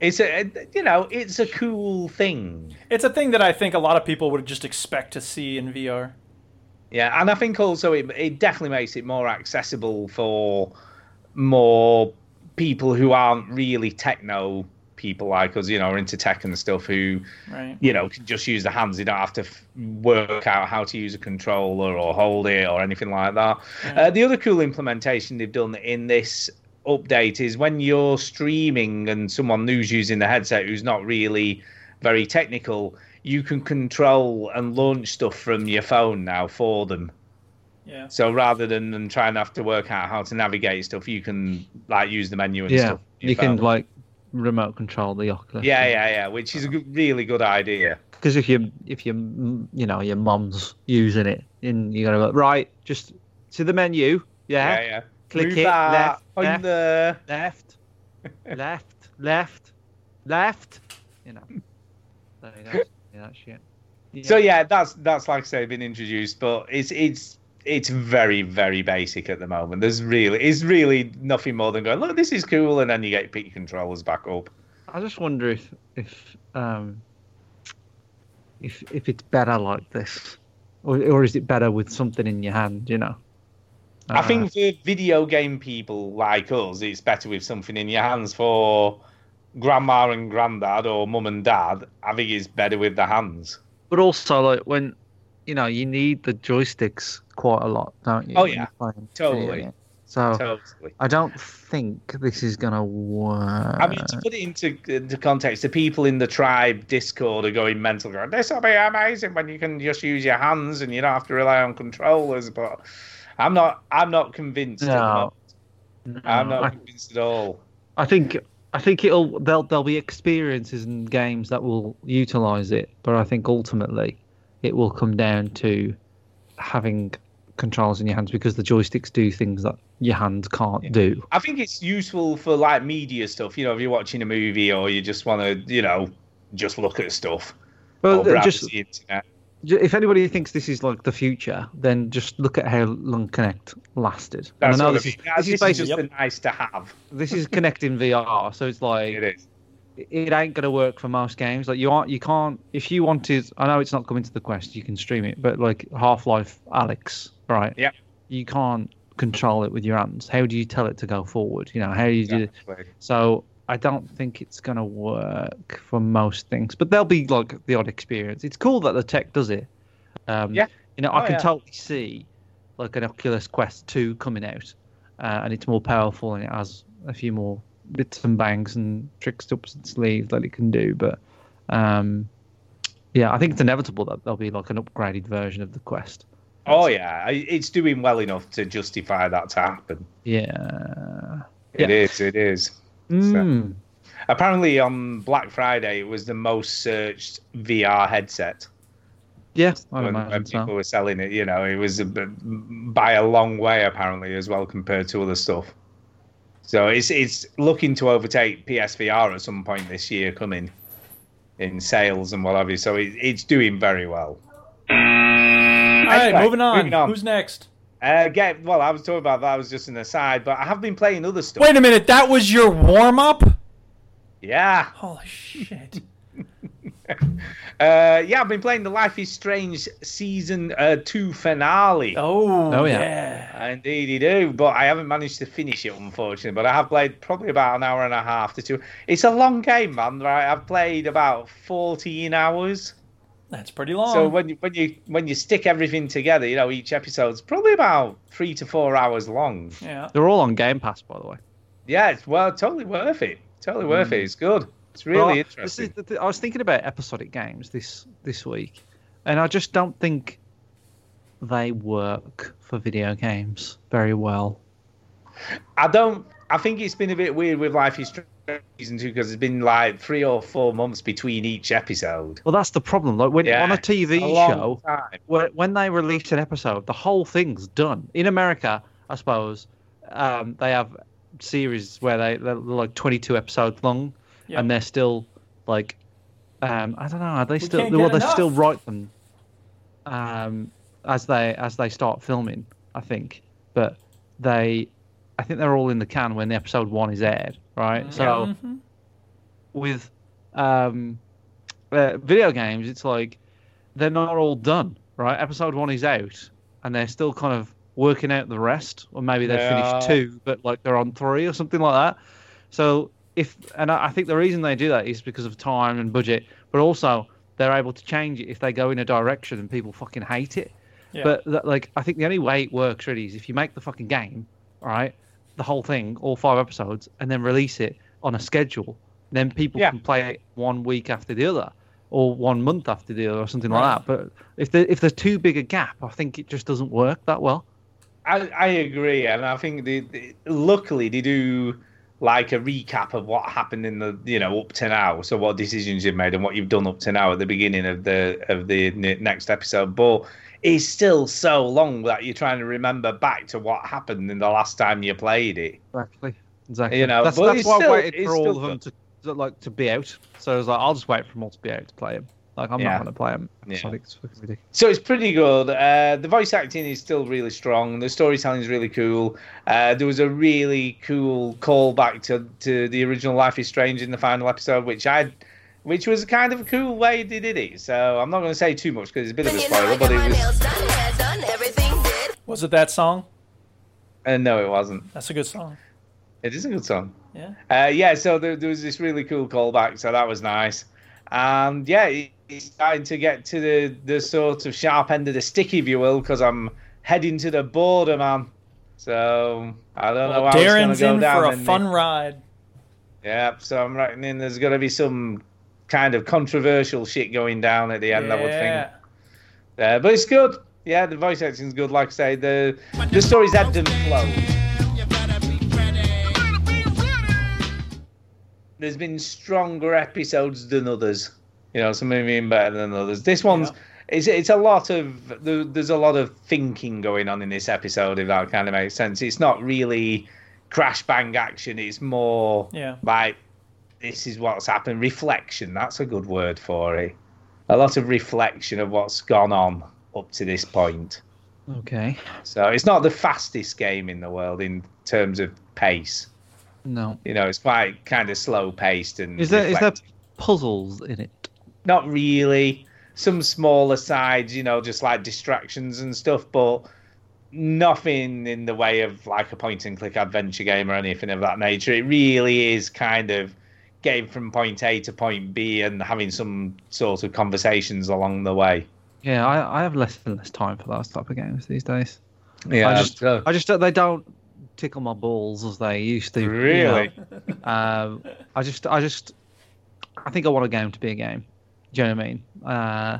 It's a you know it's a cool thing. It's a thing that I think a lot of people would just expect to see in VR. Yeah, and I think also it, it definitely makes it more accessible for more people who aren't really techno people like us, you know, are into tech and stuff who, Right. you know, can just use the hands. They don't have to f- work out how to use a controller or hold it or anything like that. Uh, the other cool implementation they've done in this update is when you're streaming and someone who's using the headset who's not really very technical, you can control and launch stuff from your phone now for them. Yeah. So rather than them trying to have to work out how to navigate stuff, you can like use the menu and yeah, stuff. on your you can phone. like remote control the Oculus. Yeah, yeah, yeah. Which is a good, really good idea. Because if you if you you know your mum's using it, and you're gonna go right, just to the menu. Yeah, Yeah, yeah. Click Move it that, left, point left, there. left, left, left, left. You know. So [LAUGHS] that's, yeah, that's shit. So yeah, that's that's like I say, been introduced, but it's it's it's very very basic at the moment. There's really it's really nothing more than going look, this is cool, and then you get pick your controllers back up. I just wonder if if um if if it's better like this, or or is it better with something in your hand? You know. I Uh, think for video game people like us, it's better with something in your hands. For grandma and granddad or mum and dad, I think it's better with the hands. But also, like when you know, you need the joysticks quite a lot, don't you? Oh, when yeah. you're playing Totally. video? Oh. So Totally. I don't think this is gonna work. I mean, to put it into, into context, the people in the tribe Discord are going mental. Going, this will be amazing when you can just use your hands and you don't have to rely on controllers. But I'm not. I'm not convinced. at the No. moment. I'm No, not I- convinced at all. I think I think it'll there'll there'll be experiences and games that will utilize it, but I think ultimately it will come down to having controls in your hands because the joysticks do things that your hand can't do. I think it's useful for like media stuff. You know, if you're watching a movie or you just want to, you know, just look at stuff. Well, uh, or browse just- the internet. J- If anybody thinks this is like the future, then just look at how long Connect lasted. That's and I know what this I mean. is this is just basically a nice to have. this is connecting VR, so it's like it is. It ain't gonna work for most games. Like you aren't, you can't. If you wanted, I know it's not coming to the Quest. You can stream it, but like Half Life Alex, right? Yeah. You can't control it with your hands. How do you tell it to go forward? You know how you do. Exactly. So I don't think it's gonna work for most things, but there'll be like the odd experience. It's cool that the tech does it. Um, Yeah. You know, Oh, I can yeah. totally see like an Oculus Quest 2 coming out, uh, and it's more powerful and it has a few more bits and bangs and tricks up its sleeve that it can do. But um, yeah, I think it's inevitable that there'll be like an upgraded version of the Quest. Oh yeah, I- it's doing well enough to justify that to happen. Yeah. It is. It is. Mm. Apparently, on Black Friday, it was the most searched VR headset Yeah, I when, imagine when people so. were selling it. You know, it was a, b- by a long way apparently as well compared to other stuff. So it's it's looking to overtake PSVR at some point this year, coming in sales and what have you. So it, it's doing very well. All right, Anyway, moving on. moving on. Who's next? Uh, get, well, I was talking about that. I was just an aside, but I have been playing other stuff. Wait a minute, that was your warm up? Yeah. Oh. Holy [LAUGHS] shit. Uh, yeah, I've been playing the Life is Strange season uh, two finale. Oh, Oh, yeah. yeah. Indeed, you do. But I haven't managed to finish it, unfortunately. But I have played probably about an hour and a half to two. It's a long game, man. Right? I've played about 14 hours. That's pretty long. Oh. So when you when you when you stick everything together, you know each episode's probably about three to four hours long. yeah. They're all on Game Pass, by the way. Yeah, it's well totally worth it. Totally worth it. It's good. It's really Well, I- interesting. Mm. This is the, th- I was thinking about episodic games this this week, and I just don't think they work for video games very well. I don't. I think it's been a bit weird with Life is Strange season two because it's been like three or four months between each episode. Well, that's the problem. Like when Yeah, on a it's a TV long show, time. when, when they release an episode, the whole thing's done. In America, I suppose um, they have series where they they're like twenty two episodes long, Yeah. and they're still like, um, I don't know, are they still? can't Well, get they still enough. write them um, as they as they start filming, I think. But they, I think they're all in the can when the episode one is aired, right? So Mhm. with um, uh, video games, it's like they're not all done, right? Episode one is out, and they're still kind of working out the rest, or maybe they've Yeah. finished two, but like they're on three or something like that. So if and I I think the reason they do that is because of time and budget, but also they're able to change it if they go in a direction and people fucking hate it. Yeah. But that, like, I think the only way it works really is if you make the fucking game, all right, the whole thing, all five episodes, and then release it on a schedule. Then people Yeah. can play it one week after the other, or one month after the other, or something Right. like that. But if there, if there's too big a gap, I think it just doesn't work that well. I, I agree, and I think they, they, luckily they do like a recap of what happened in the you know up to now. So what decisions you've made and what you've done up to now at the beginning of the of the ne- next episode. But it's still so long that you're trying to remember back to what happened in the last time you played it. Exactly. Exactly. You know, that's, but that's it's why still- I waited it's for all still of them to to, like to be out. So I was like, I'll just wait for them all to be out to play them. Like I'm Yeah. not going to play them. Yeah. it's fucking ridiculous. So it's pretty good. Uh, the voice acting is still really strong. The storytelling is really cool. Uh, there was a really cool callback to, to the original Life is Strange in the final episode, which I, which was kind of a cool way they did it. So I'm not going to say too much because it's a bit of a spoiler, but it was. Was it that song? Uh, no, it wasn't. That's a good song. It is a good song. Yeah. Uh, yeah, so there, there was this really cool callback, so that was nice. And yeah, it- it's starting to get to the, the sort of sharp end of the stick, if you will, because I'm heading to the border, man. So I don't know Well, how Darren's it's going to in go down. for a in fun the- ride. yeah, so I'm reckoning there's going to be some kind of controversial shit going down at the end, I would think. Uh, but it's good. Yeah, the voice acting's good. Like I say, the the story's ebbed and flowed. There's been stronger episodes than others. You know, some have been better than others. This one's it's it's a lot of there- there's a lot of thinking going on in this episode. If that kind of makes sense, it's not really crash bang action. It's more Yeah. like this is what's happened. Reflection. That's a good word for it. A lot of reflection of what's gone on up to this point. Okay. So it's not the fastest game in the world in terms of pace. No. You know, it's quite kind of slow paced and. Is there is there reflective. puzzles in it? Not really. Some smaller sides, you know, just like distractions and stuff, but nothing in the way of like a point and click adventure game or anything of that nature. It really is kind of game from point A to point B and having some sort of conversations along the way. Yeah, I, I have less and less time for those type of games these days. I Yeah, just uh, I just don't- they don't tickle my balls as they used to. you know. Really? um, I just I just I think I want a game to be a game. Do you know what I mean? Uh,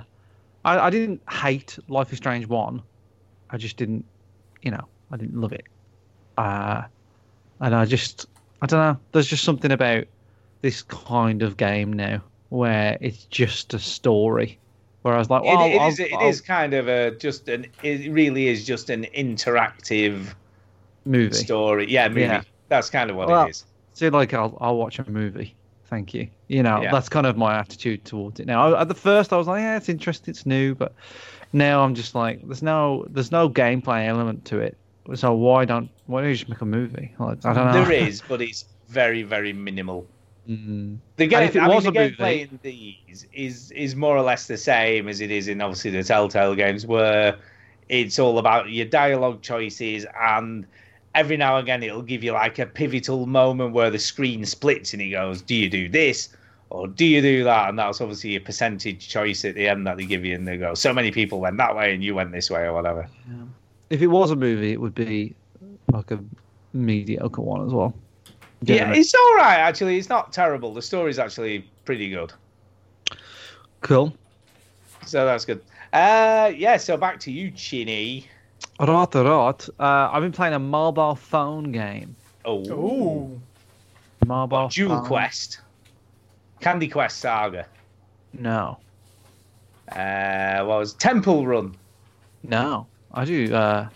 I I didn't hate Life is Strange one. I just didn't, you know, I didn't love it. Uh, and I just I don't know. There's just something about this kind of game now where it's just a story. Whereas like, well, it, it I'll- is- it I'll- is kind of a just an it really is just an interactive movie. story. Yeah, movie. Yeah. That's kind of what Well, it is. So like I'll I'll watch a movie. Thank you. You know Yeah. that's kind of my attitude towards it now. I, at the first I was like, yeah, it's interesting, it's new, but now I'm just like, there's no there's no gameplay element to it. So why don't why don't you just make a movie? Like I don't know. There is, but it's very very minimal. [LAUGHS] Mm. The And game, if it I mean, was the a movie- gameplay in these is is more or less the same as it is in obviously the Telltale games, where it's all about your dialogue choices, and every now and again it'll give you like a pivotal moment where the screen splits and it goes, "Do you do this?" Or do you do that? And that's obviously a percentage choice at the end that they give you, and they go, "So many people went that way, and you went this way, or whatever." If it was a movie, it would be like a mediocre one as well. Do you know Yeah, what I mean? it's all right actually. It's not terrible. The story's actually pretty good. cool. So that's good. Uh, yeah, so back to you, Chinny. Right, right. Uh, I've been playing a mobile phone game. Oh. Ooh. Mobile Dual phone- Quest. Candy Quest Saga. No, Uh, what was Temple Run? no. I do. Uh,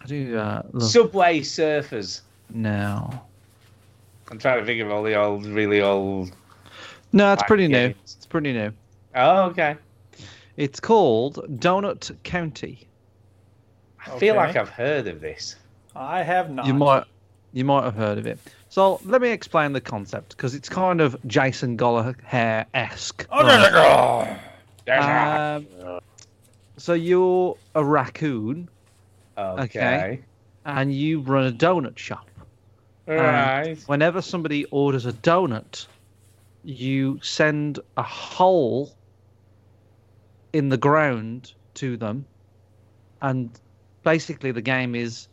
I do. Uh, love... Subway Surfers. No. I'm trying to think of all the old, really old. No, it's Right, pretty yeah, new. It's pretty new. Oh, okay. It's called Donut County. I feel Okay. like I've heard of this. I have not. You might, you might have heard of it. So let me explain the concept because it's kind of Jason Gollaher esque. There's Um, so you're a raccoon, a- Okay. okay. and you run a donut shop. All And right. Um, Whenever somebody orders a donut, you send a hole in the ground to them, and basically the game is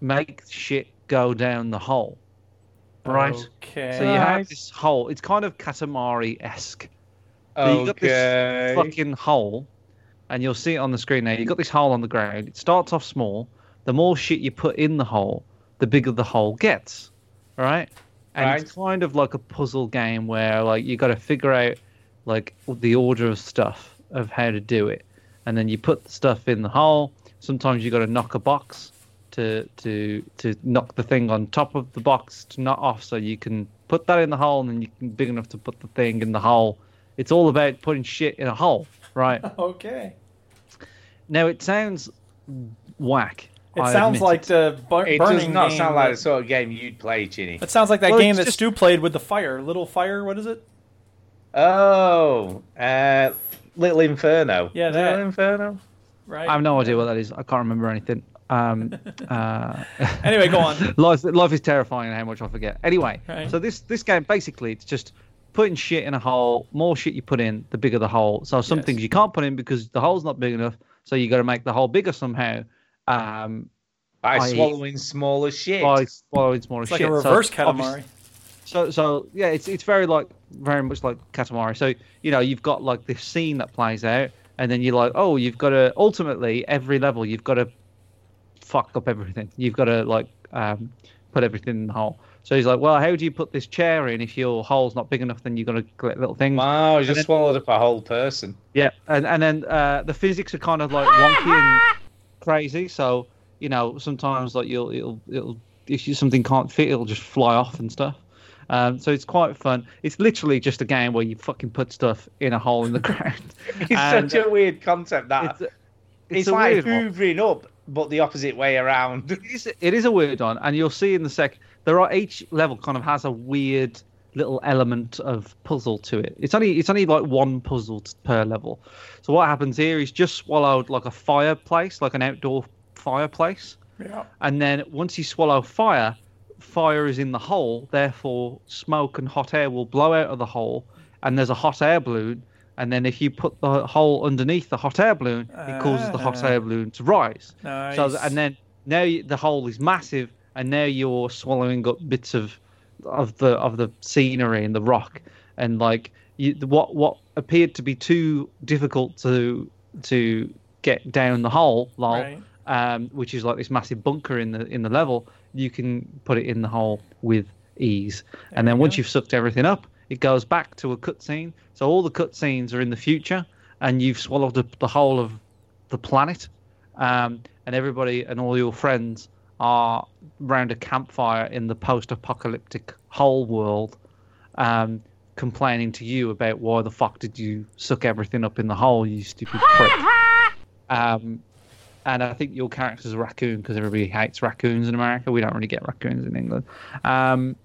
make shit go down the hole. Right? Okay. So you have this hole. It's kind of Katamari esque. You've got Okay. this fucking hole, and you'll see it on the screen now. You've got this hole on the ground. It starts off small. The more shit you put in the hole, the bigger the hole gets. Right? And it's kind of like a puzzle game where like you got to figure out like the order of stuff of how to do it, and then you put the stuff in the hole. Sometimes you got to knock a box to to to knock the thing on top of the box to knock off, so you can put that in the hole, and then you can big enough to put the thing in the hole. It's all about putting shit in a hole, [LAUGHS] right? Okay. now it sounds whack. It I sounds admit like the bu- It burning does not game sound like that- the sort of game you'd play, Chinny. It sounds like that Well, game it's that just- Stu played with the fire, little fire. What is it? Oh, uh, Little Inferno. Yeah, Is it Little that. Inferno. Right. I have no idea what that is. I can't remember anything. Um, [LAUGHS] uh, [LAUGHS] Anyway, go [LAUGHS] on. life, life is terrifying how much I forget. Anyway, Right. so this this game basically it's just putting shit in a hole. More shit you put in, the bigger the hole. So some Yes. things you can't put in because the hole's not big enough. So you got to make the hole bigger somehow. Um, By I- swallowing smaller shit. by swallowing smaller It's like shit. a So reverse obviously- Katamari. so so yeah, it's it's very like very much like Katamari. So you know you've got like this scene that plays out, and then you're like, oh, you've got to ultimately every level you've got to fuck up everything. You've got to like um, put everything in the hole. So he's like, well, how do you put this chair in? If your hole's not big enough, then you're going to get little things. Wow, you And just [LAUGHS] then- swallowed up a whole person. yeah, and and then uh, the physics are kind of like wonky and crazy. So you know, sometimes like you'll it'll it'll if you, something can't fit, it'll just fly off and stuff. Um, so it's quite fun. It's literally just a game where you fucking put stuff in a hole in the [LAUGHS] ground. It's And- such a weird concept that it's, a like weird one. hoovering up, but the opposite way around. [LAUGHS] It is, it is a weird one, and you'll see in the sec. There are each level kind of has a weird little element of puzzle to it. It's only it's only like one puzzle t- per level. So what happens here is just swallowed like a fireplace, like an outdoor fireplace, Yeah. and then once you swallow fire, fire is in the hole. Therefore, smoke and hot air will blow out of the hole, and there's a hot air balloon. And then if you put the hole underneath the hot air balloon, it causes the hot Ah. air balloon to rise. So th- Nice. and then now you, the hole is massive, and now you're swallowing up bits of of the of the scenery and the rock, and like you, what what appeared to be too difficult to to get down the hole, lol, Right. um, which is like this massive bunker in the in the level. You can put it in the hole with ease, and then once you've sucked everything up, it goes back to a cutscene. So all the cutscenes are in the future, and you've swallowed up the whole of the planet, um, and everybody and all your friends are round a campfire in the post-apocalyptic whole world, um, complaining to you about why the fuck did you suck everything up in the hole, you stupid prick. Um, and I think your character's a raccoon because everybody hates raccoons in America. We don't really get raccoons in England. Um,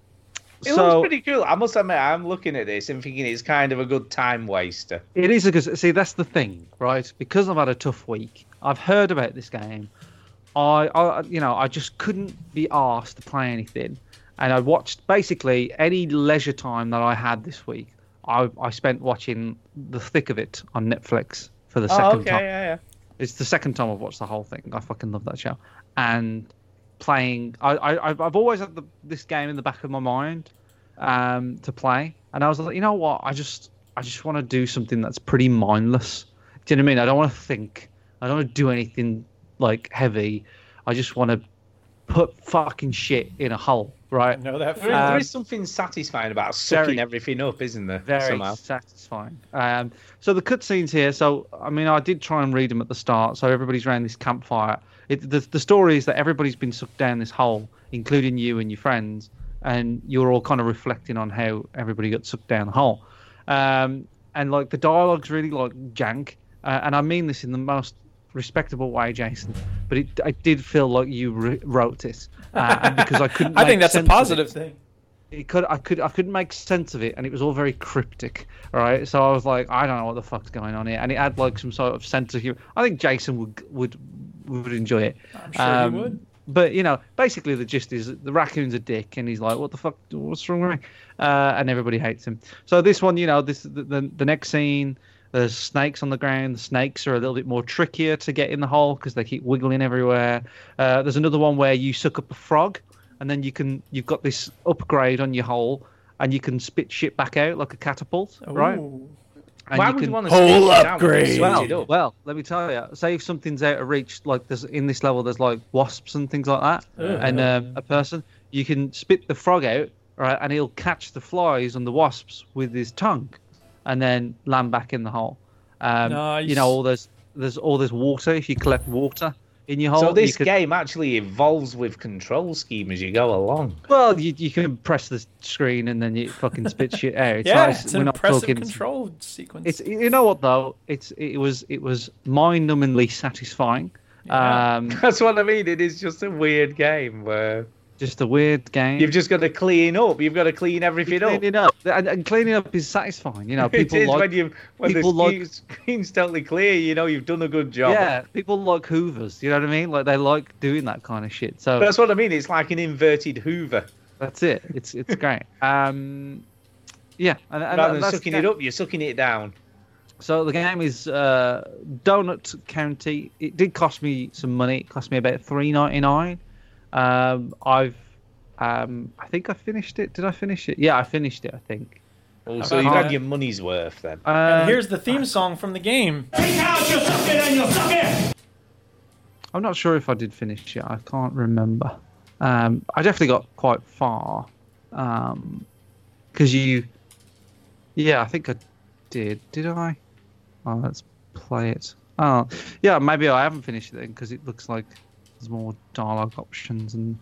so looks pretty cool. I must admit, I'm looking at this and thinking it's kind of a good time waster. It is because see that's the thing, right? Because I've had a tough week. I've heard about this game. I, I you know, I just couldn't be asked to play anything, and I watched basically any leisure time that I had this week. I, I spent watching the thick of it on Netflix for the oh, second okay, time. yeah, yeah. It's the second time I've watched the whole thing. I fucking love that show. And playing, I, I I've- I've always had the, this game in the back of my mind um, to play, and I was like, you know what? I just I just want to do something that's pretty mindless. Do you know what I mean? I don't want to think. I don't want to do anything like heavy. I just want to put fucking shit in a hole, right? No, that There is- Um, there is something satisfying about sucking everything up, isn't there? very somehow. satisfying. Um, so the cutscenes here. So I mean, I did try and read them at the start. So everybody's around this campfire. It, the the story is that everybody's been sucked down this hole, including you and your friends, and you're all kind of reflecting on how everybody got sucked down the hole. Um, and like the dialogue's really like jank, uh, and I mean this in the most respectable way, Jason. But it, I did feel like you re- wrote it, uh, and because I [LAUGHS] couldn't. I make think that's a sense of it positive thing. it could I could I couldn't make sense of it and it was all very cryptic. All right. So I was like, I don't know what the fuck's going on here. And it had like some sort of sense of humor. I think Jason would would would enjoy it. Um, I'm sure he would. But you know, basically the gist is the raccoon's a dick and he's like, What the fuck what's wrong with me? Uh, and everybody hates him. So this one, you know, this the, the, the next scene there's snakes on the ground. The snakes are a little bit more trickier to get in the hole because they keep wiggling everywhere. Uh, there's another one where you suck up a frog, and then you can you've got this upgrade on your hole, and you can spit shit back out like a catapult, right? Ooh. And Why would you wanna spit Hole shit out when you upgrade. switch it Well, up? well, let me tell you. Say if something's out of reach, like there's in this level, there's like wasps and things like that, Ugh. and um, a person you can spit the frog out, right? And he'll catch the flies and the wasps with his tongue, and then land back in the hole. Um, You Nice. know, all there's there's all this water. If you collect water in your hole, so you this could- game actually evolves with control scheme as you go along. [LAUGHS] Well, you, you can press the screen and then you fucking spit shit out. It's yeah, nice. it's an We're not impressive talking- control sequence. It's you know what though? It's it was it was mind-numbingly satisfying. Um, That's what I mean. It is just a weird game where just a weird game. you've just got to clean up. You've got to clean everything up. cleaning up and, and cleaning up is [LAUGHS] satisfying. You know, people it is like when you when the people like- screen- screen's [LAUGHS] totally clear. You know you've done a good job. yeah, people like Hoovers. You know what I mean? Like they like doing that kind of shit. So That's what I mean. It's like an inverted Hoover. that's it. It's [LAUGHS] it's great. Um, yeah, and, and Rather than that's- sucking it up, you're sucking it down. So the game is uh, Donut County. It did cost me some money. It cost me about three ninety nine. Um, I've, um, I think I finished it. Did I finish it? Yeah, I finished it. I think. Oh, I so you've had can't- your money's worth then. Um, and here's the theme song from the game. I'm not sure if I did finish it. I can't remember. Um, I definitely got quite far. Um, because you, yeah, I think I did. Did I? Oh, let's play it. Oh, yeah, maybe I haven't finished it then because it looks like there's more dialogue options and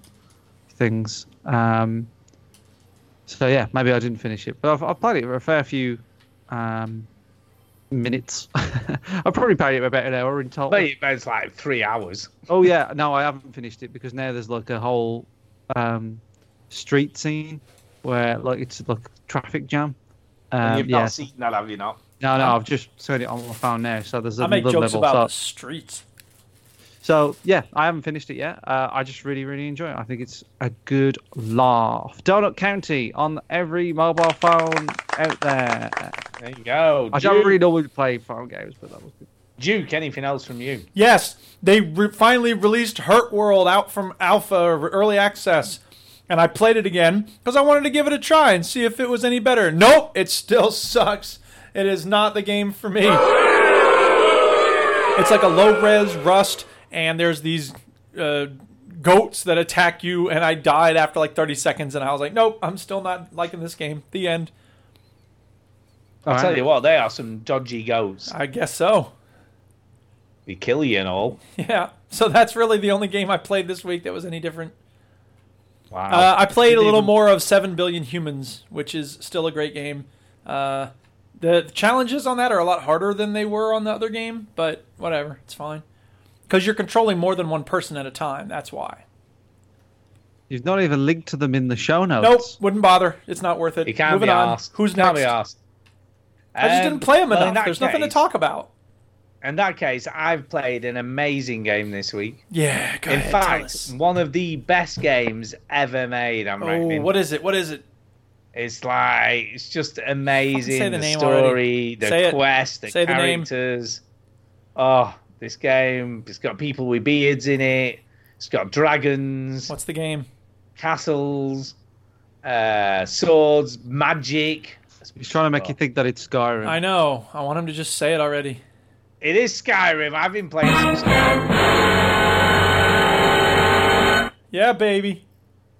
things. Um, so yeah, maybe I didn't finish it, but I've, I've played it for a fair few um, minutes. [LAUGHS] I've probably played it for about an hour in total. But it's like three hours. Oh yeah, no, I haven't finished it because now there's like a whole um, street scene where like it's like traffic jam. And Um, you've yeah. not seen that, have you not? No, no, I've just turned it on my phone now, so there's I make another jokes level. about the so, streets. so yeah, I haven't finished it yet. Uh, I just really, really enjoy it. I think it's a good laugh. Donut County on every mobile phone out there. There you go. I don't Duke. really normally play phone games, but that was good. Duke, anything else from you? Yes, they re- finally released Hurt World out from alpha or early access, and I played it again because I wanted to give it a try and see if it was any better. Nope, it still [LAUGHS] sucks. It is not the game for me. It's like a low res Rust, and there's these uh, goats that attack you, and I died after like 30 seconds, and I was like, nope, I'm still not liking this game. The end. I'll Alright. tell you what, they are some dodgy Uh, goats. I guess so. They kill you and all. [LAUGHS] Yeah. So that's really the only game I played this week that was any different. Wow. Uh, I played a Didn't little even- more of Seven Billion Humans, which is still a great game. Uh, the challenges on that are a lot harder than they were on the other game, but whatever, it's fine. Because you're controlling more than one person at a time. That's why. You've not even linked to them in the show notes. Nope, wouldn't bother. It's not worth it. You can't Moving be on. asked. Who's You can't next? be asked. I just Um, didn't play them well, in enough. that There's nothing to case- talk about. In that case, I've played an amazing game this week. Yeah, go In ahead, tell fact, one of the best games ever made. I'm Oh, reckoning. what is it? What is it? It's like it's just Fucking amazing. say the, the name story, already. the Say it. quest, the Say the name. characters. Oh, this game! It's got people with beards in it. It's got dragons, What's the game? castles, uh, swords, magic. He's trying to make Oh. you think that it's Skyrim. I know. I want him to just say it already. It is Skyrim. I've been playing some Skyrim. Yeah, baby.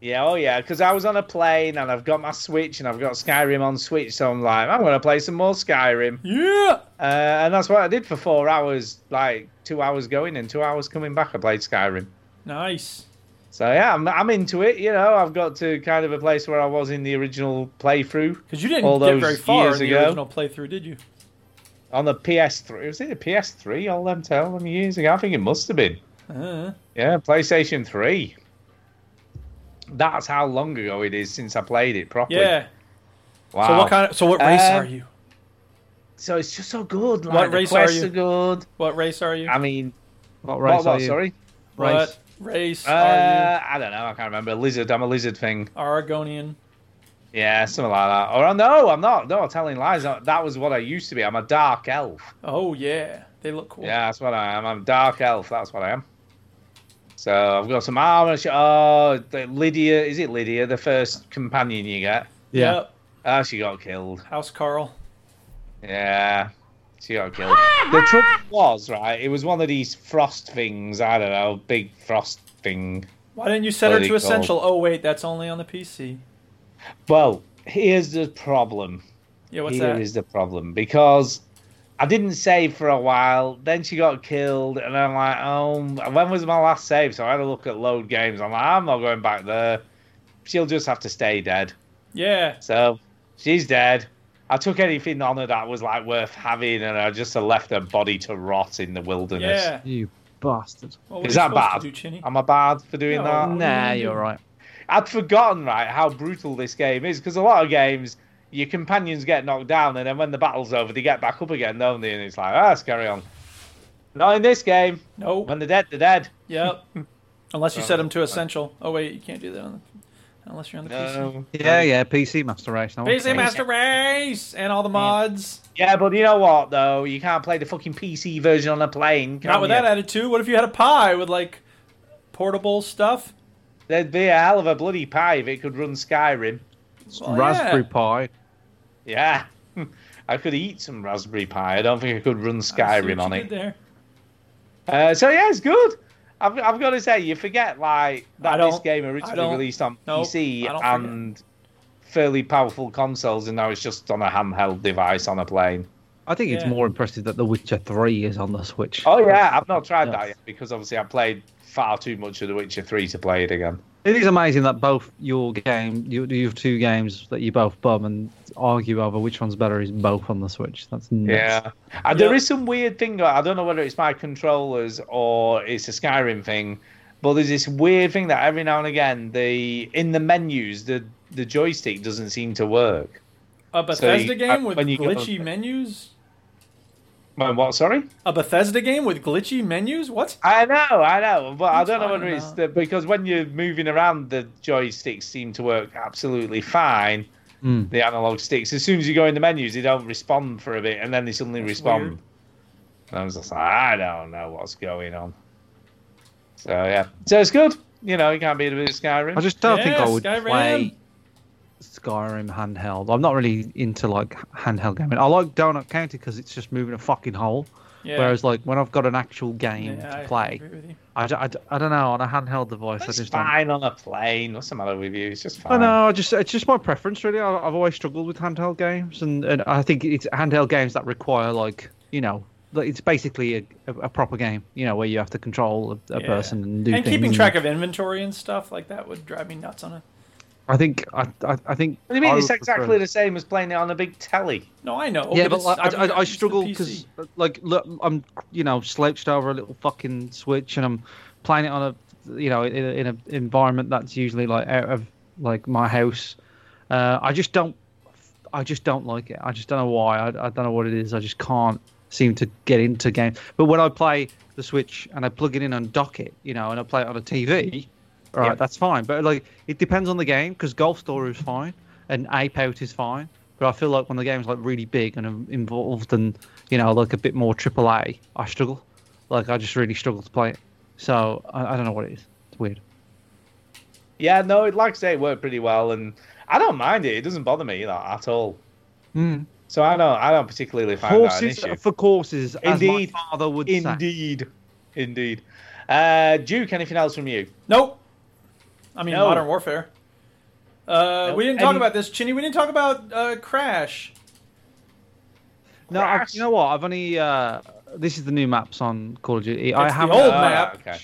Yeah, oh yeah, because I was on a plane and I've got my Switch and I've got Skyrim on Switch, so I'm like, I'm gonna play some more Skyrim. Yeah. Uh, and that's what I did for four hours, like two hours going and two hours coming back. I played Skyrim. Nice. So yeah, I'm, I'm into it. You know, I've got to kind of a place where I was in the original playthrough. Because you didn't all get those very far years in the ago original playthrough, did you? on the PS3. Was it the PS3? All them tell them years ago. I think it must have been. Uh, Yeah, PlayStation 3. That's how long ago it is since I played it properly. yeah. Wow. So what kind of? So what race Um, are you? So it's just so good. Like, What the race are quests you? good. What race are you? I mean, What what, race what, are you? sorry? What race Uh, are I don't know. I can't remember. Lizard. I'm a lizard you? thing. Oregonian. Yeah, something like that. Or no, I'm not. No, I'm telling lies. Uh, That was what I used to be. I'm a dark elf. Oh yeah, they look cool. Yeah, that's what I am. I'm a dark elf. That's what I am. So I've got some armor. sh- Oh, the Lydia. Is it Lydia, the first companion you get? Yeah. Yep. Oh, she got killed. House Carl. Yeah, she got killed. the trouble was, right? It was one of these frost things. I don't know, big frost thing. Why didn't you set What her are to they essential? Oh wait, that's only on the PC. Well, here's the problem. Yeah, what's Here that? is the problem because I didn't save for a while. Then she got killed, and I'm like, oh, when was my last save? So I had a look at load games. I'm like, I'm not going back there. She'll just have to stay dead. Yeah. So she's dead. I took anything on her that was like worth having, and I just left her body to rot in the wilderness. Yeah. You bastard. What were Is you that Um, supposed to bad? do, Chinny? Am I bad for doing No. that? Nah, you're right. I'd forgotten right how brutal this game is because a lot of games your companions get knocked down and then when the battle's over they get back up again, don't they? And it's like, ah, let's carry on. Not in this game. No. When they're dead, they're dead. [LAUGHS] Yep. Unless you So, set them to uh, essential. Oh wait, you can't do that on the, unless you're on the No. Yeah, yeah, PC Master Race. no one PC. PC cares. Master Race and all the mods. Yeah, but you know what though? You can't play the fucking PC version on a plane. Can Not with you? that eh? attitude. What if you had a pie with like portable stuff? There'd be a hell of a bloody pie if it could run Skyrim. Well, Raspberry yeah. Pi. Yeah. [LAUGHS] I could eat some raspberry pie. I don't think I could run I see Skyrim what on you it. did there. Uh, so yeah, it's good. I've, I've got to say, you forget like I that don't- this game I originally don't- released on nope, PC I don't forget. and fairly powerful consoles, and now it's just on a handheld device on a plane. I think it's Yeah. more impressive that The Witcher 3 is on the Switch. Oh yeah, I've not tried that yet because obviously I played far too much of The Witcher Three to play it again. It is amazing that both your game, your, your two games that you both bum and argue over which one's better is both on the Switch. That's nuts. Yeah. And there is some weird thing. I don't know whether it's my controllers or it's a Skyrim thing, but there's this weird thing that every now and again the in the menus the the joystick doesn't seem to work. A Bethesda you- game with uh, when you go- glitchy menus? Well, what? Sorry. A Bethesda game with glitchy menus? What? I know, I know, but I What's don't know fine whether it's the, because when you're moving around, the joysticks seem to work absolutely fine. Mm. The analog sticks. As soon as you go in the menus, they don't respond for a bit, and then they suddenly respond. weird. And I was just like, I don't know what's going on. So yeah, so it's good. You know, it can't be a bit of Skyrim. I just don't think I Yeah, would Skyrim. play Skyrim handheld. I'm not really into like handheld gaming. I like Donut County because it's just moving a fucking hole. Yeah. Whereas like when I've got an actual game Yeah, I to play, agree with you. I, d- I d- I don't know on a handheld device. I It's just don't. fine on a plane. What's the matter with you? It's just I fine. know. I just it's just my preference really. I, I've always struggled with handheld games, and, and I think it's handheld games that require like you know. like, It's basically a, a, a proper game, you know, where you have to control a, a Yeah. person and do and things. keeping track of inventory and stuff like that would drive me nuts on it. I think I, I, I think. What do you mean? I It's would exactly prefer- the same as playing it on a big telly. No, I know. yeah, but it's- like, I, I'm- I, I it's the struggle PC. because like look, I'm you know slouched over a little fucking switch and I'm playing it on a you know in a, in a environment that's usually like out of like my house. Uh, I just don't, I just don't like it. I just don't know why. I, I don't know what it is. I just can't seem to get into games. But when I play the Switch and I plug it in and dock it, you know, and I play it on a TV, all right, Yeah. that's fine. But like, it depends on the game because Golf Story is fine and Ape Out is fine. But I feel like when the game's like really big and um, involved and you know like a bit more AAA, I struggle. Like I just really struggle to play it. So I, I don't know what it is. It's weird. Yeah, no, it like I say, it worked pretty well, and I don't mind it. It doesn't bother me that at all. Mm. So I don't, I don't particularly find Horses that an issue. for courses, Indeed, as my father would say. indeed, indeed. Uh, Duke, anything else from you? Nope. I mean, No. Modern Warfare. Uh, we didn't talk Any- about this, Chinny. We didn't talk about uh, Crash. No, I, you know what? I've only uh, this is the new maps on Call of Duty. I It's the haven't. old uh, map. Okay.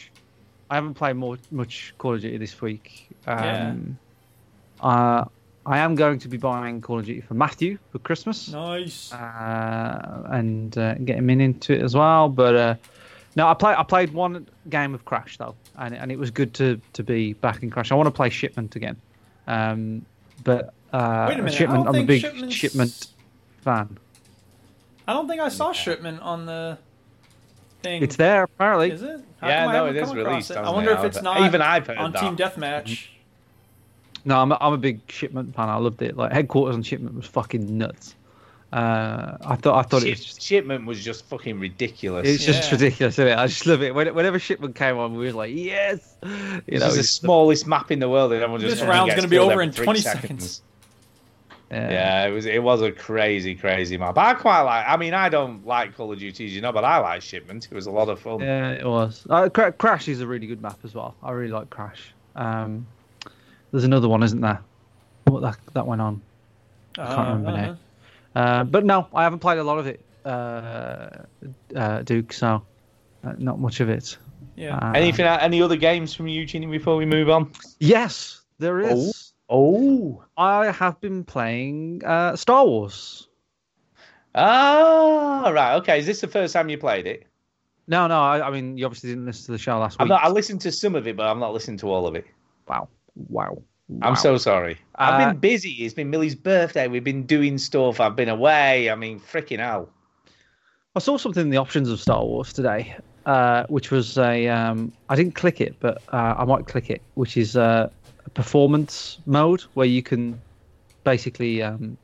I haven't played more, much Call of Duty this week. Yeah. Um, uh, I am going to be buying Call of Duty for Matthew for Christmas. Nice. uh, and uh, get him in into it as well. But uh, no, I play I played one game of Crash though, and and it was good to to be back in Crash. I want to play Shipment again, um, but uh, Wait a minute, I Shipment. don't I'm think a big Shipment's- Shipment fan. I don't think I saw shipment on the thing. It's there apparently. Is it? Yeah, come I no, haven't it is come across released, it? I hasn't wonder it? if it's I've- not even I've heard on that. Team Deathmatch. No, I'm a, I'm a big Shipment fan. I loved it. Like headquarters on Shipment was fucking nuts. Uh, I thought I thought it was Ship- Shipment was just fucking ridiculous. It's just Yeah. ridiculous, isn't it? I just love it. When- Whenever Shipment came on, we were like, yes. You This know, is the it's- smallest map in the world, and everyone just This fucking round's gets gonna be killed over every in three 20 seconds. Yeah, it was it was a crazy, crazy map. I quite like. I mean, I don't like Call of Duty, you know, but I like Shipment. It was a lot of fun. Yeah, it was. Uh, Cra- Crash is a really good map as well. I really like Crash. Um, there's another one, isn't there? What that that went on? I can't Uh, remember uh-huh. now. Uh, but no, I haven't played a lot of it, uh, uh, Duke. So uh, not much of it. Yeah. Uh, Anything? Any other games from you, Genie, before we move on? Yes, there is. Oh, I have been playing uh, Star Wars. ah, right. Okay, is this the first time you played it? No, no. I, I mean, you obviously didn't listen to the show last week. I'm not, I listened to some of it, but I'm not listening to all of it. Wow. Wow. I'm Wow. so sorry. I've Uh, been busy. It's been Millie's birthday. We've been doing stuff. I've been away. I mean, freaking hell. I saw something in the options of Star Wars today, uh, which was a. Um, I didn't click it, but uh, I might click it, which is uh, a performance mode where you can basically. Um,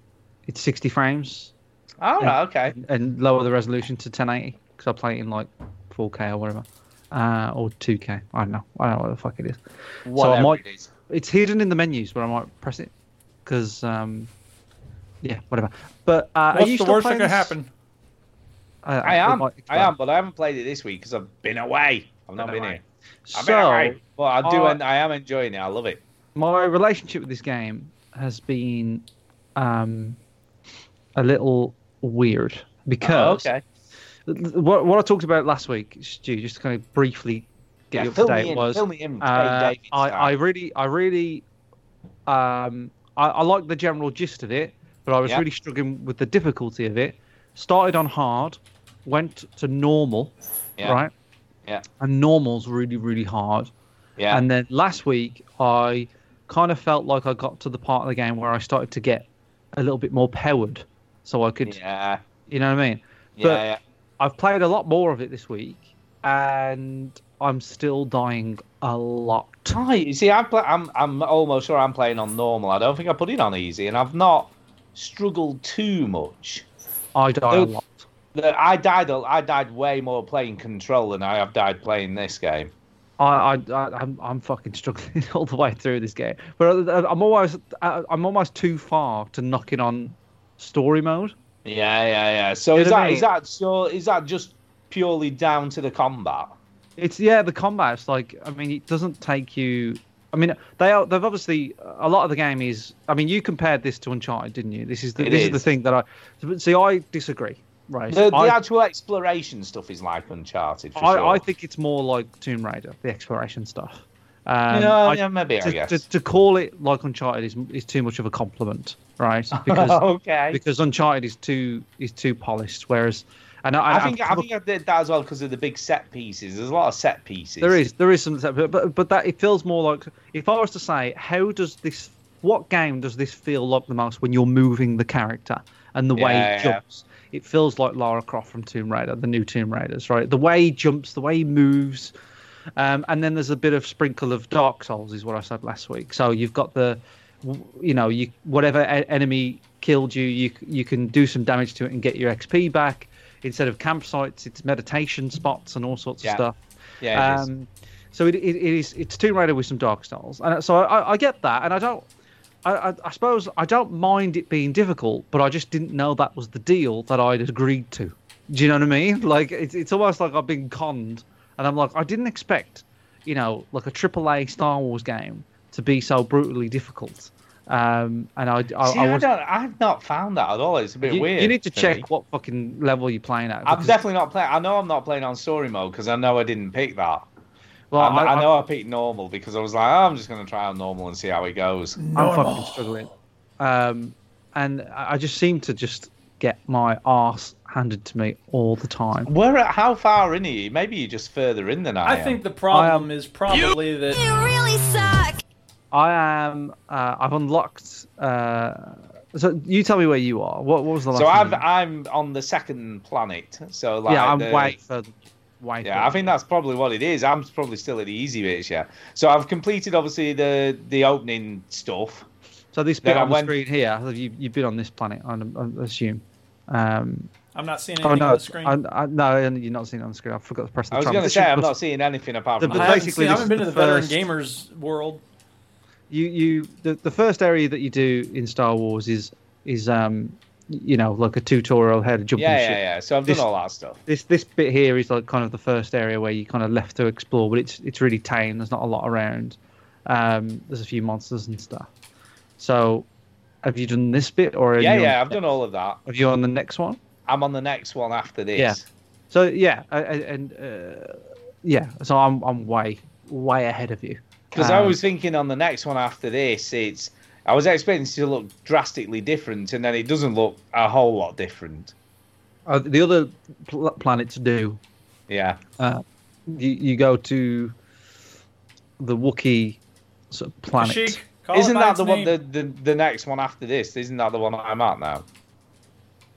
it's 60 frames All Yeah. right, okay. and lower the resolution to 1080 because I play it in like 4K or whatever. Uh, or 2K. I don't know. I don't know what the fuck it is. Whatever I might, it is. It's hidden in the menus, but I might press it because. Um, yeah, whatever. But uh, are you What's the still worst that playing could this? Uh, happen? I am. might I am, but I haven't played it this week because I've been away. uh, I've not Been been away. here. I've been So, away. But I do. I- and I am enjoying it. I love it. my relationship with this game has been um, a little weird because Oh, okay. what, what I talked about last week, Stu, just to kind of briefly get Yeah, you up fill to me date in, was fill me in, uh, Dave Davies I, style. I really, I really, um, I, I like the general gist of it, but I was Yeah. really struggling with the difficulty of it. Started on hard, went to normal, Yeah. right? Yeah. And normal's really, really hard. Yeah. And then last week, I kind of felt like I got to the part of the game where I started to get a little bit more powered, so I could, yeah. you know what I mean? Yeah, but yeah. I've played a lot more of it this week, and I'm still dying a lot. Hi, you see, I've play, I'm I'm almost sure I'm playing on normal. I don't think I put it on easy, and I've not struggled too much. I die a The- lot. the- I died a- I died way more playing Control than I have died playing this game. I, I, I I'm, I'm fucking struggling [LAUGHS] all the way through this game, but I- I'm almost, uh, I'm almost too far to knock it on story mode. Yeah, yeah, yeah. So You is know what that I is mean? that so is that just purely down to the combat? It's yeah, the combat's like I mean, it doesn't take you. I mean, they are they've obviously a lot of the game is. I mean, you compared this to Uncharted, didn't you? This is the, It this is. the is. thing that I see. I disagree. Right. The, the I, actual exploration stuff is like Uncharted. For I, sure. I think it's more like Tomb Raider, the exploration stuff. Um, Yeah, yeah, maybe, I to, guess. To, to call it like Uncharted is, is too much of a compliment, [LAUGHS] right? Because Okay. because Uncharted is too is too polished, whereas and I, I, think I think I did that as well because of the big set pieces. There's a lot of set pieces. There is, there is some, but but, but that it feels more like if I was to say, how does this, what game does this feel like the most when you're moving the character and the way Yeah, it yeah. jumps? It feels like Lara Croft from Tomb Raider, the new Tomb Raiders, right? The way he jumps, the way he moves, um, and then there's a bit of sprinkle of Dark Souls, is what I said last week. So you've got the, w- you know, you whatever e- enemy killed you, you c- you can do some damage to it and get your XP back. Instead of campsites, it's meditation spots and all sorts Yeah. of stuff. Yeah, it is. um, so it, it, it is it's Tomb Raider with some Dark Souls, and uh, so I, I get that, and I don't. I, I, I suppose I don't mind it being difficult, but I just didn't know that was the deal that I'd agreed to. Do you know what I mean? [LAUGHS] Like it's it's almost like I've been conned, and I'm like I didn't expect, you know, like a AAA Star Wars game to be so brutally difficult. Um, and I I, See, I I, was don't, I've not found that at all. It's a bit you, weird. you need to for check me. what fucking level you're playing at. I'm because- definitely not playing. I know I'm not playing on story mode because I know I didn't pick that. Well, Well, I, I- I know I picked normal because I was like, oh, I'm just going to try on normal and see how it goes. I'm fucking struggling. Um, and I I just seem to just get my arse handed to me all the time. Where? at- How far in are you? Maybe you're just further in than I, I am. think the problem is probably that I am. Uh, I've unlocked. Uh, so you tell me where you are. What, what was the last? So one I've, you- I'm on the second planet. So like, yeah, I'm the- way further. Way Yeah, I think that's probably what it is. I'm probably still at the easy bits, yeah. So I've completed obviously the the opening stuff. So this Then bit I on the went- screen here. You, you've been on this planet, I I assume. Um, I'm not seeing oh anything no, on the screen. I, I, no, you're not seeing it on the screen. I forgot to press the. I was tram. going to This say is I'm what's- not seeing anything apart The- from but that. I haven't, basically seen, I this haven't been is to the the veteran first- gamers world. you you the, the first area that you do in Star Wars is is um you know like a tutorial how to jump. Yeah, and yeah, shit. yeah. So I've This- done all that stuff. This this bit here is like kind of the first area where you kind of left to explore, but it's it's really tame. There's not a lot around. Um, there's a few monsters and stuff. So, have you done this bit or are Yeah, you yeah, On, I've done all of that. have you on the next one? I'm on the next one after this. Yeah. So yeah, I- I- and uh, yeah, so I'm I'm way way ahead of you Because I Um, was thinking on the next one after this, it's I was expecting it to look drastically different, and then it doesn't look a whole lot different. Uh, the other pl- planets do. Yeah. Uh, you, you go to the Wookiee sort of planet. Kashyyyk, call it Isn't by that its the one name. the, the the next one after this? Isn't that the one I'm at now?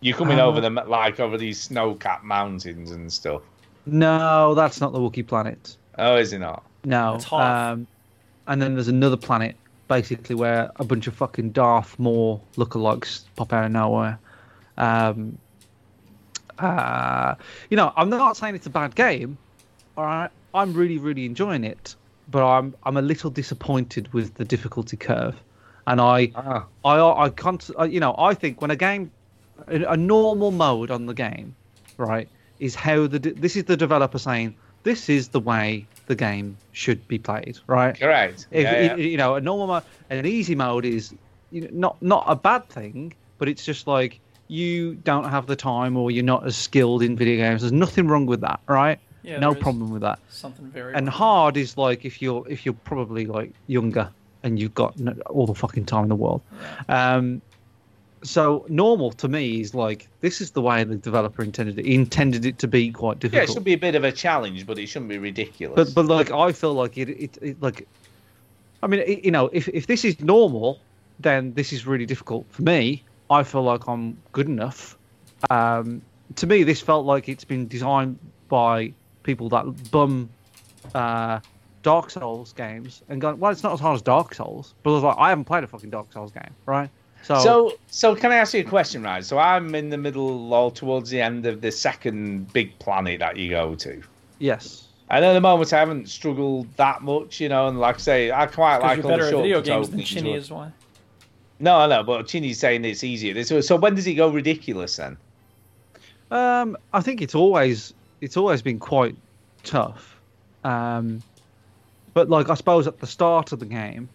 You're coming Uh, over them like over these snow-capped mountains and stuff. No, that's not the Wookiee planet. Oh, is it not? No. That's Hoth. Um, and then there's another planet, basically, where a bunch of fucking Darth Maul lookalikes pop out of nowhere. Um, uh, you know, I'm not saying it's a bad game. All right, I'm really, really enjoying it, but I'm I'm a little disappointed with the difficulty curve, and I Ah. I I, I can't. I, you know, I think when a game, a, a normal mode on the game, right, is how the de- this is the developer saying this is the way the game should be played, right? Correct. If, Yeah, yeah. You know, a normal mode, an easy mode is you know, not not a bad thing, but it's just like you don't have the time or you're not as skilled in video games. There's nothing wrong with that, right? Yeah, no there is problem with that. Something very. And hard is like if you're if you're probably like younger and you've got no, all the fucking time in the world. Um, so normal to me is like this is the way the developer intended it. He intended it to be quite Yeah, difficult. it should be a bit of a challenge, but it shouldn't be ridiculous. But but like I feel like it it, it like, I mean it, you know if if this is normal, then this is really difficult for me. I feel like I'm good enough. Um, to me, this felt like it's been designed by people that bum uh, Dark Souls games and gone. Well, it's not as hard as Dark Souls, but I was like, I haven't played a fucking Dark Souls game, right? So, Oh. So, so can I ask you a question, right? So I'm in the middle or towards the end of the second big planet that you go to. yes, And at the moment, I haven't struggled that much, you know. And like I say, I quite Because you're like all the better at short video games than tutorials. Chinny is why. No, I know, but Chini's saying it's easier. This- So when does it go ridiculous then? Um, I think it's always it's always been quite tough. Um, but like I suppose at the start of the game,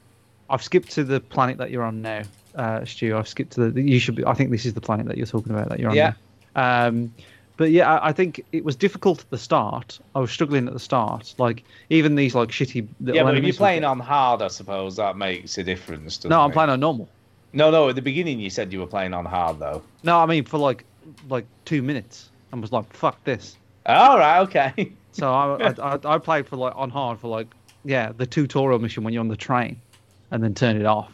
I've skipped to the planet that you're on now, uh, Stu. I've skipped to the you should be. I think this is the planet that you're talking about that you're on. Yeah. now. Um, but yeah, I, I think it was difficult at the start. I was struggling at the start. Like even these like shitty. little yeah, but if you're enemies- playing on hard, I suppose that makes a difference. doesn't No, I'm it? playing on normal. No, no. At the beginning, you said you were playing on hard, though. No, I mean for like like two minutes, and was like, "Fuck this." All right, okay. [LAUGHS] So I, I, I I played for like on hard for like yeah the tutorial mission when you're on the train, and then turn it off.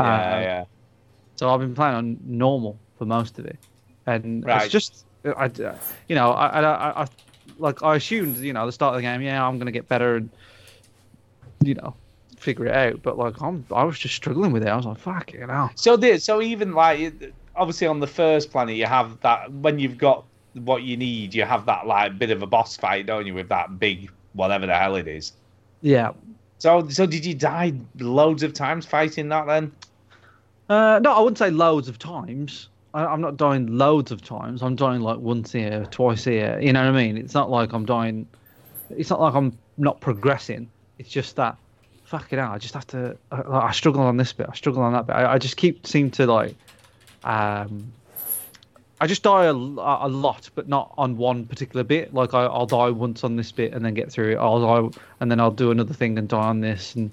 Uh, Yeah, yeah. So I've been playing on normal for most of it, and Right. it's just I you know I, I I I like I assumed you know at the start of the game yeah I'm gonna get better and you know figure it out, but like I'm I was just struggling with it. I was like fuck it out. So there, so even like it- obviously on the first planet, you have that when you've got what you need, you have that like bit of a boss fight, don't you, with that big whatever the hell it is. Yeah. So, so did you die loads of times fighting that then? Uh, no, I wouldn't say loads of times. I, I'm not dying loads of times. I'm dying like once here, twice here. You know what I mean? It's not like I'm dying. It's not like I'm not progressing. It's just that fucking hell. I just have to. I, I struggle on this bit. I struggle on that bit. I, I just keep seem to like. Um, I just die a, l- a lot, but not on one particular bit. Like I, I'll die once on this bit and then get through it. I'll die and then I'll do another thing and die on this, and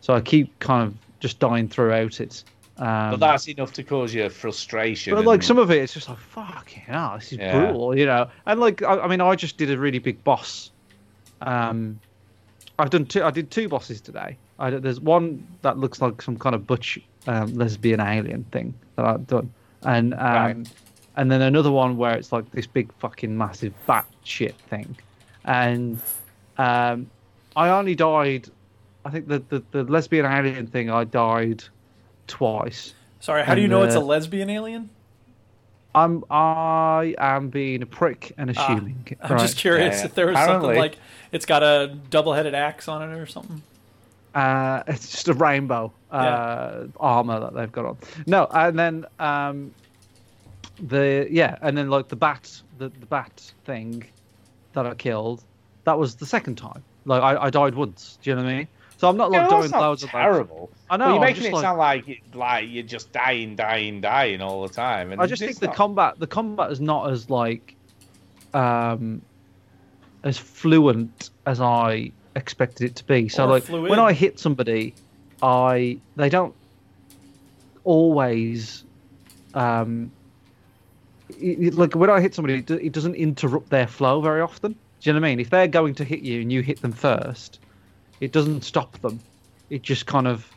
so I keep kind of just dying throughout it. Um, but that's enough to cause you frustration. but like and- some of it, it's just like fucking hell, this is Yeah. brutal, you know. And like, I, I mean, I just did a really big boss. Um, I've done two. I did two bosses today. I, did- there's one that looks like some kind of butch um, lesbian alien thing that I've done, and um, and then another one where it's like this big fucking massive bat shit thing, and um, I only died. I think the, the the lesbian alien thing I died twice. Sorry, how do you And uh, know it's a the- lesbian alien? [LAUGHS] I'm I am being a prick and Ah, assuming. I'm just right? curious if there was something Apparently. like it's got a double-headed axe on it or something. Uh, [LAUGHS] it's just a rainbow uh, armor that they've got on. No, and then um, the yeah, and then like the bat, the, the bat thing that I killed, that was the second time. Like I, I died once. Do you know what I mean? So I'm not like Yeah, well, dying that's not loads of loads. terrible. I know. But I'm you're making just it like- sound like it- like you're just dying, dying, dying all the time. And I just think it's the not. combat the combat is not as like um as fluent as I expected it to be. So Or like fluid. when I hit somebody, I they don't always um it, it- like when I hit somebody, it, do- it doesn't interrupt their flow very often. Do you know what I mean? If they're going to hit you and you hit them first, it doesn't stop them. It just kind of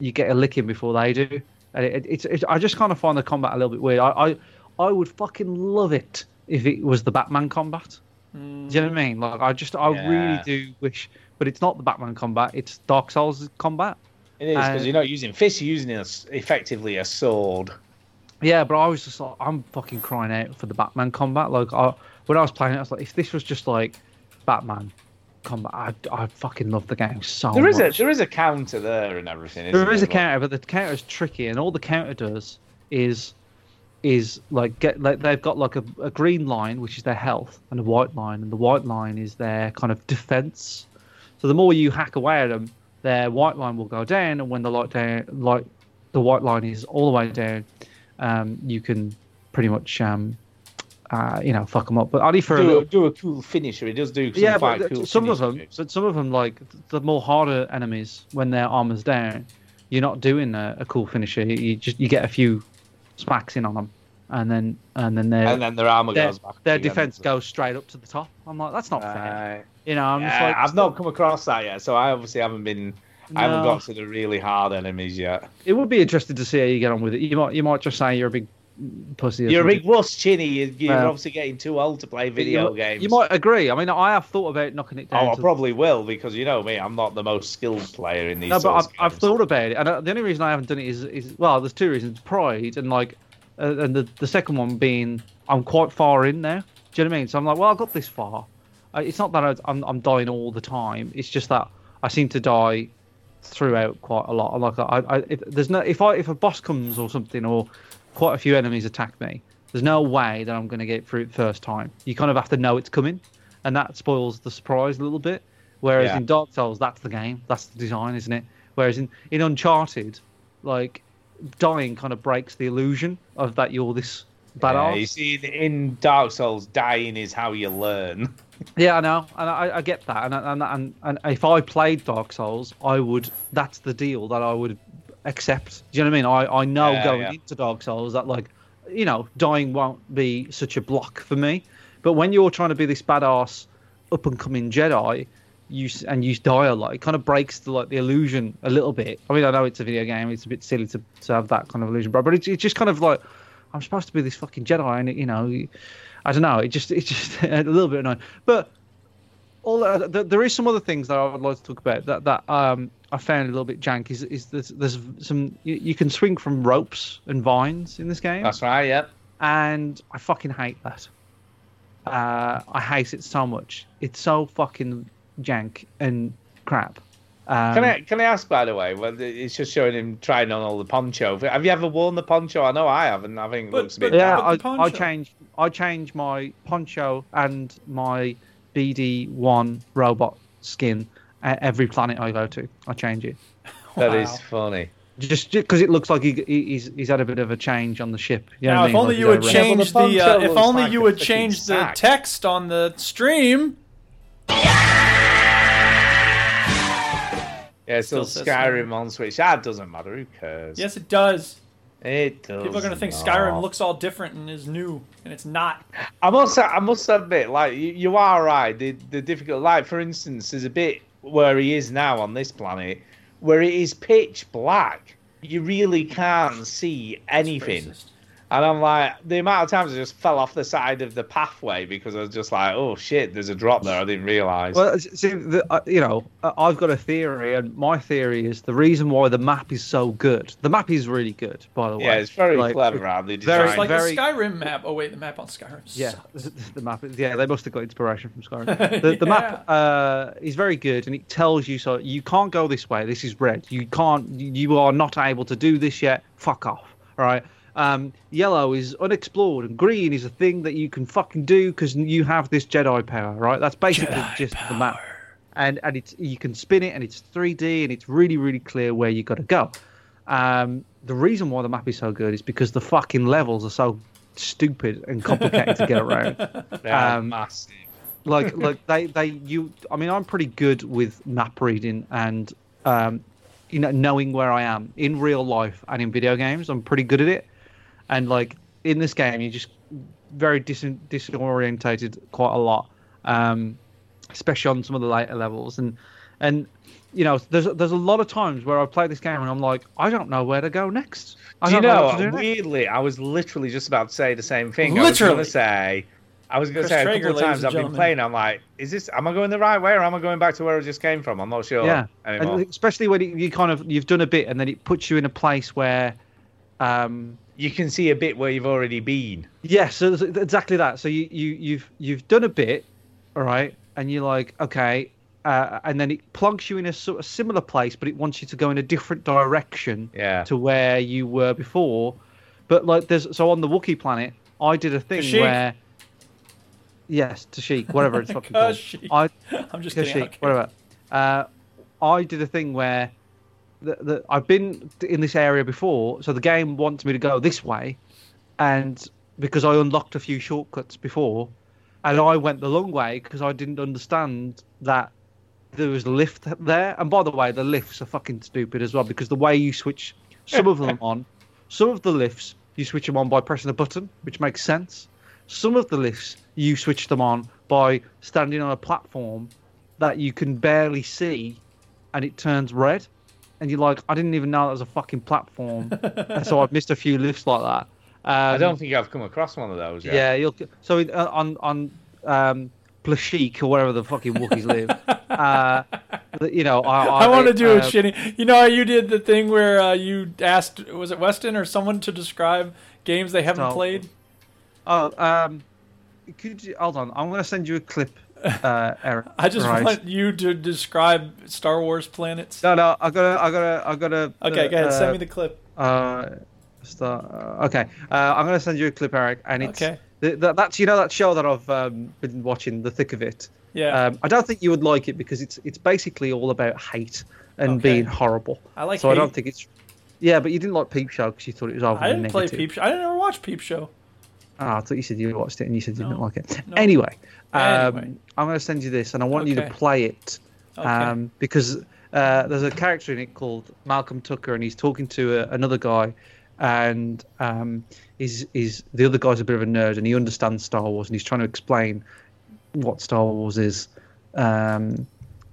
you get a licking before they do, and it, it's, it's I just kind of find the combat a little bit weird. I, I I would fucking love it if it was the Batman combat. Do you know what I mean? Like I just I Yeah. really do wish, but it's not the Batman combat. It's Dark Souls combat. It is because And- you're not using fists; you're using a s effectively a sword. Yeah, but I was just like, I'm fucking crying out for the Batman combat. Like, I, when I was playing it, I was like, if this was just like Batman combat, I, I fucking love the game so There much. is a there is a counter there and everything. Isn't Oh There is a there? counter, but the counter is tricky, and all the counter does is is like get like they've got like a, a green line which is their health and a white line and the white line is their kind of defense so the more you hack away at them their white line will go down and when the light down light the white line is all the way down, um, you can pretty much um, uh, you know fuck them up. But only for a do, little a, do a cool finisher. He does do some yeah, quite but cool some of finishes. them, but some of them, like the more harder enemies, when their armor's down, you're not doing a, a cool finisher. You, you just you get a few smacks in on them, and then and then their And then their armor goes back Their again. defense goes straight up to the top. I'm like, that's not fair. You know, I'm just Uh, Yeah, like, I've not come across that yet, so I obviously haven't been. I haven't No. got to the really hard enemies yet. it would be interesting to see how you get on with it. You might you might just say you're a big pussy. or You're a something. big wuss, Chinny. You're, you're Well- obviously getting too old to play video you, games. You might agree. I mean, I have thought about knocking it down. Oh, I to- probably will because you know me. I'm not the most skilled player in these. No, but sorts I've, I've thought about it, and uh, the only reason I haven't done it is, is well, there's two reasons: pride, and like, uh, and the, the second one being I'm quite far in now. Do you know what I mean? So I'm like, well, I got this far. Uh, it's not that I- I'm I'm dying all the time. It's just that I seem to die throughout quite a lot. I'm Like, I, I if, there's no if I if a boss comes or something or quite a few enemies attack me, there's no way that I'm going to get through it first time. You kind of have to know it's coming, and that spoils the surprise a little bit. Whereas Yeah. in Dark Souls, that's the game, that's the design, isn't it? Whereas in, in Uncharted, like dying kind of breaks the illusion of that you're this Yeah, badass. you see, in Dark Souls, dying is how you learn. Yeah, I know, and I, I get that, and, and and and if I played Dark Souls, I would. That's the deal that I would accept. Do you know what I mean? I I know Yeah, going yeah. into Dark Souls that like, you know, dying won't be such a block for me. But when you're trying to be this badass up and coming Jedi, you s- and you die a lot, it kind of breaks the like the illusion a little bit. I mean, I know it's a video game; it's a bit silly to, to have that kind of illusion, but but it's, it's just kind of like I'm supposed to be this fucking Jedi, and it, you know, I don't know. It just it's just [LAUGHS] a little bit annoying, but all uh, th- there is some other things that I would like to talk about that that um I found a little bit jank is is there's, there's some you, you can swing from ropes and vines in this game. That's right. Yep. And I fucking hate that. Uh, I hate it so much. It's so fucking jank and crap. Um, Can I can I ask by the way? Well, it's just showing him trying on all the poncho. Have you ever worn the poncho? I know I haven't. I think it looks a bit. yeah, bad. I, I changed I changed my poncho and my BD one robot skin at every planet I go to. I change it. That is funny. Just because it looks like he, he- he's he's had a bit of a change on the ship. You know Now, what I if mean? only Like you would he's had a rest. change Well, the uh, poncho if looks only like you a would freaking change the sack. text on the stream. Yeah, still, Still says Skyrim on Switch. Ah, doesn't matter. Who cares? Yes, it does. it does. People are going to think not. Skyrim looks all different and is new, and it's not. I must I must admit, like you, you are right. The the difficult like for instance, there's a bit where he is now on this planet where it is pitch black. You really can't see anything. And I'm like, the amount of times I just fell off the side of the pathway because I was just like, oh shit, there's a drop there. I didn't realize. Well, s- see, the, uh, you know, I- I've got a theory, and my theory is the reason why the map is so good. The map is really good, by the way. yeah, it's very Like, clever. How they Very, It's like very, the Skyrim map. Oh wait, the map on Skyrim. Yeah, sucks. [LAUGHS] the map. Yeah, they must have got inspiration from Skyrim. The, the map uh, is very good, and it tells you so you can't go this way. This is red. You can't. You are not able to do this yet. Fuck off. All right. Um, yellow is unexplored, and green is a thing that you can fucking do because you have this Jedi power. Right. That's basically just the map, and and it's you can spin it, and it's 3D, and it's really really clear where you got to go. Um, the reason why the map is so good is because the fucking levels are so stupid and complicated to get around. They are um, massive. [LAUGHS] Like, like they, they, you. I mean, I'm pretty good with map reading and, um, you know, knowing where I am in real life and in video games. I'm pretty good at it. And like in this game, you just very dis- disorientated quite a lot, um, especially on some of the later levels. And and you know, there's there's a lot of times where I play this game and I'm like, I don't know where to go next. I Do you don't know? what to do next. weirdly, I was literally just about to say the same thing. I was going Literally. to say, I was going Chris to say a couple Traeger, of ladies times and I've been gentlemen. playing. I'm like, is this? Am I going the right way, or am I going back to where I just came from? I'm not sure. yeah anymore. And especially when you kind of you've done a bit and then it puts you in a place where um you can see a bit where you've already been yeah so it's exactly that so you, you you've you've done a bit all right and you're like okay uh, and then it plunks you in a sort of similar place but it wants you to go in a different direction yeah. to where you were before but like there's so on the Wookiee planet i did a thing Kashyyyk. where yes Tashik, whatever it's fucking called Kashyyyk. I, I'm just kidding, I don't Kashyyyk, whatever uh, i did a thing where that, that I've been in this area before, so the game wants me to go this way, and because I unlocked a few shortcuts before, and I went the long way because I didn't understand that there was a lift there. And by the way, the lifts are fucking stupid as well because the way you switch some of them on, some of the lifts you switch them on by pressing a button, which makes sense. Some of the lifts you switch them on by standing on a platform that you can barely see, and it turns red. And you're like, I didn't even know that was a fucking platform, and so I've missed a few lifts like that. Um, I don't think I've come across one of those yet. yeah, you'll so in, uh, on on um, Plashik or wherever the fucking [LAUGHS] Wookiees live. uh, you know, I, I, I want to do uh, a shitty. You know how you did the thing where uh, you asked, was it Weston or someone to describe games they haven't No. played? Oh, um, could you hold on? I'm going to send you a clip, uh, Eric. [LAUGHS] I just right? want you to describe Star Wars planets. No, no, I gotta, I gotta, I gotta. Okay, uh, go ahead. Send uh, me the clip. Uh, star, uh, okay, uh, I'm gonna send you a clip, Eric, and it's Okay. th- th- that's you know that show that I've um, been watching, The Thick of It. Yeah. Um, I don't think you would like it because it's it's basically all about hate and being horrible. I like So I don't hate. think it's. Yeah, but you didn't like Peep Show because you thought it was overly I didn't play negative. Peep Show. I didn't ever watch Peep Show. Ah, I thought you said you watched it and you said you didn't like it. no. Anyway, um, Anyway. I'm going to send you this and I want you to Okay. play it Okay. um, because uh, there's a character in it called Malcolm Tucker and he's talking to a, another guy and um, he's, he's, the other guy's a bit of a nerd and he understands Star Wars and he's trying to explain what Star Wars is. Um,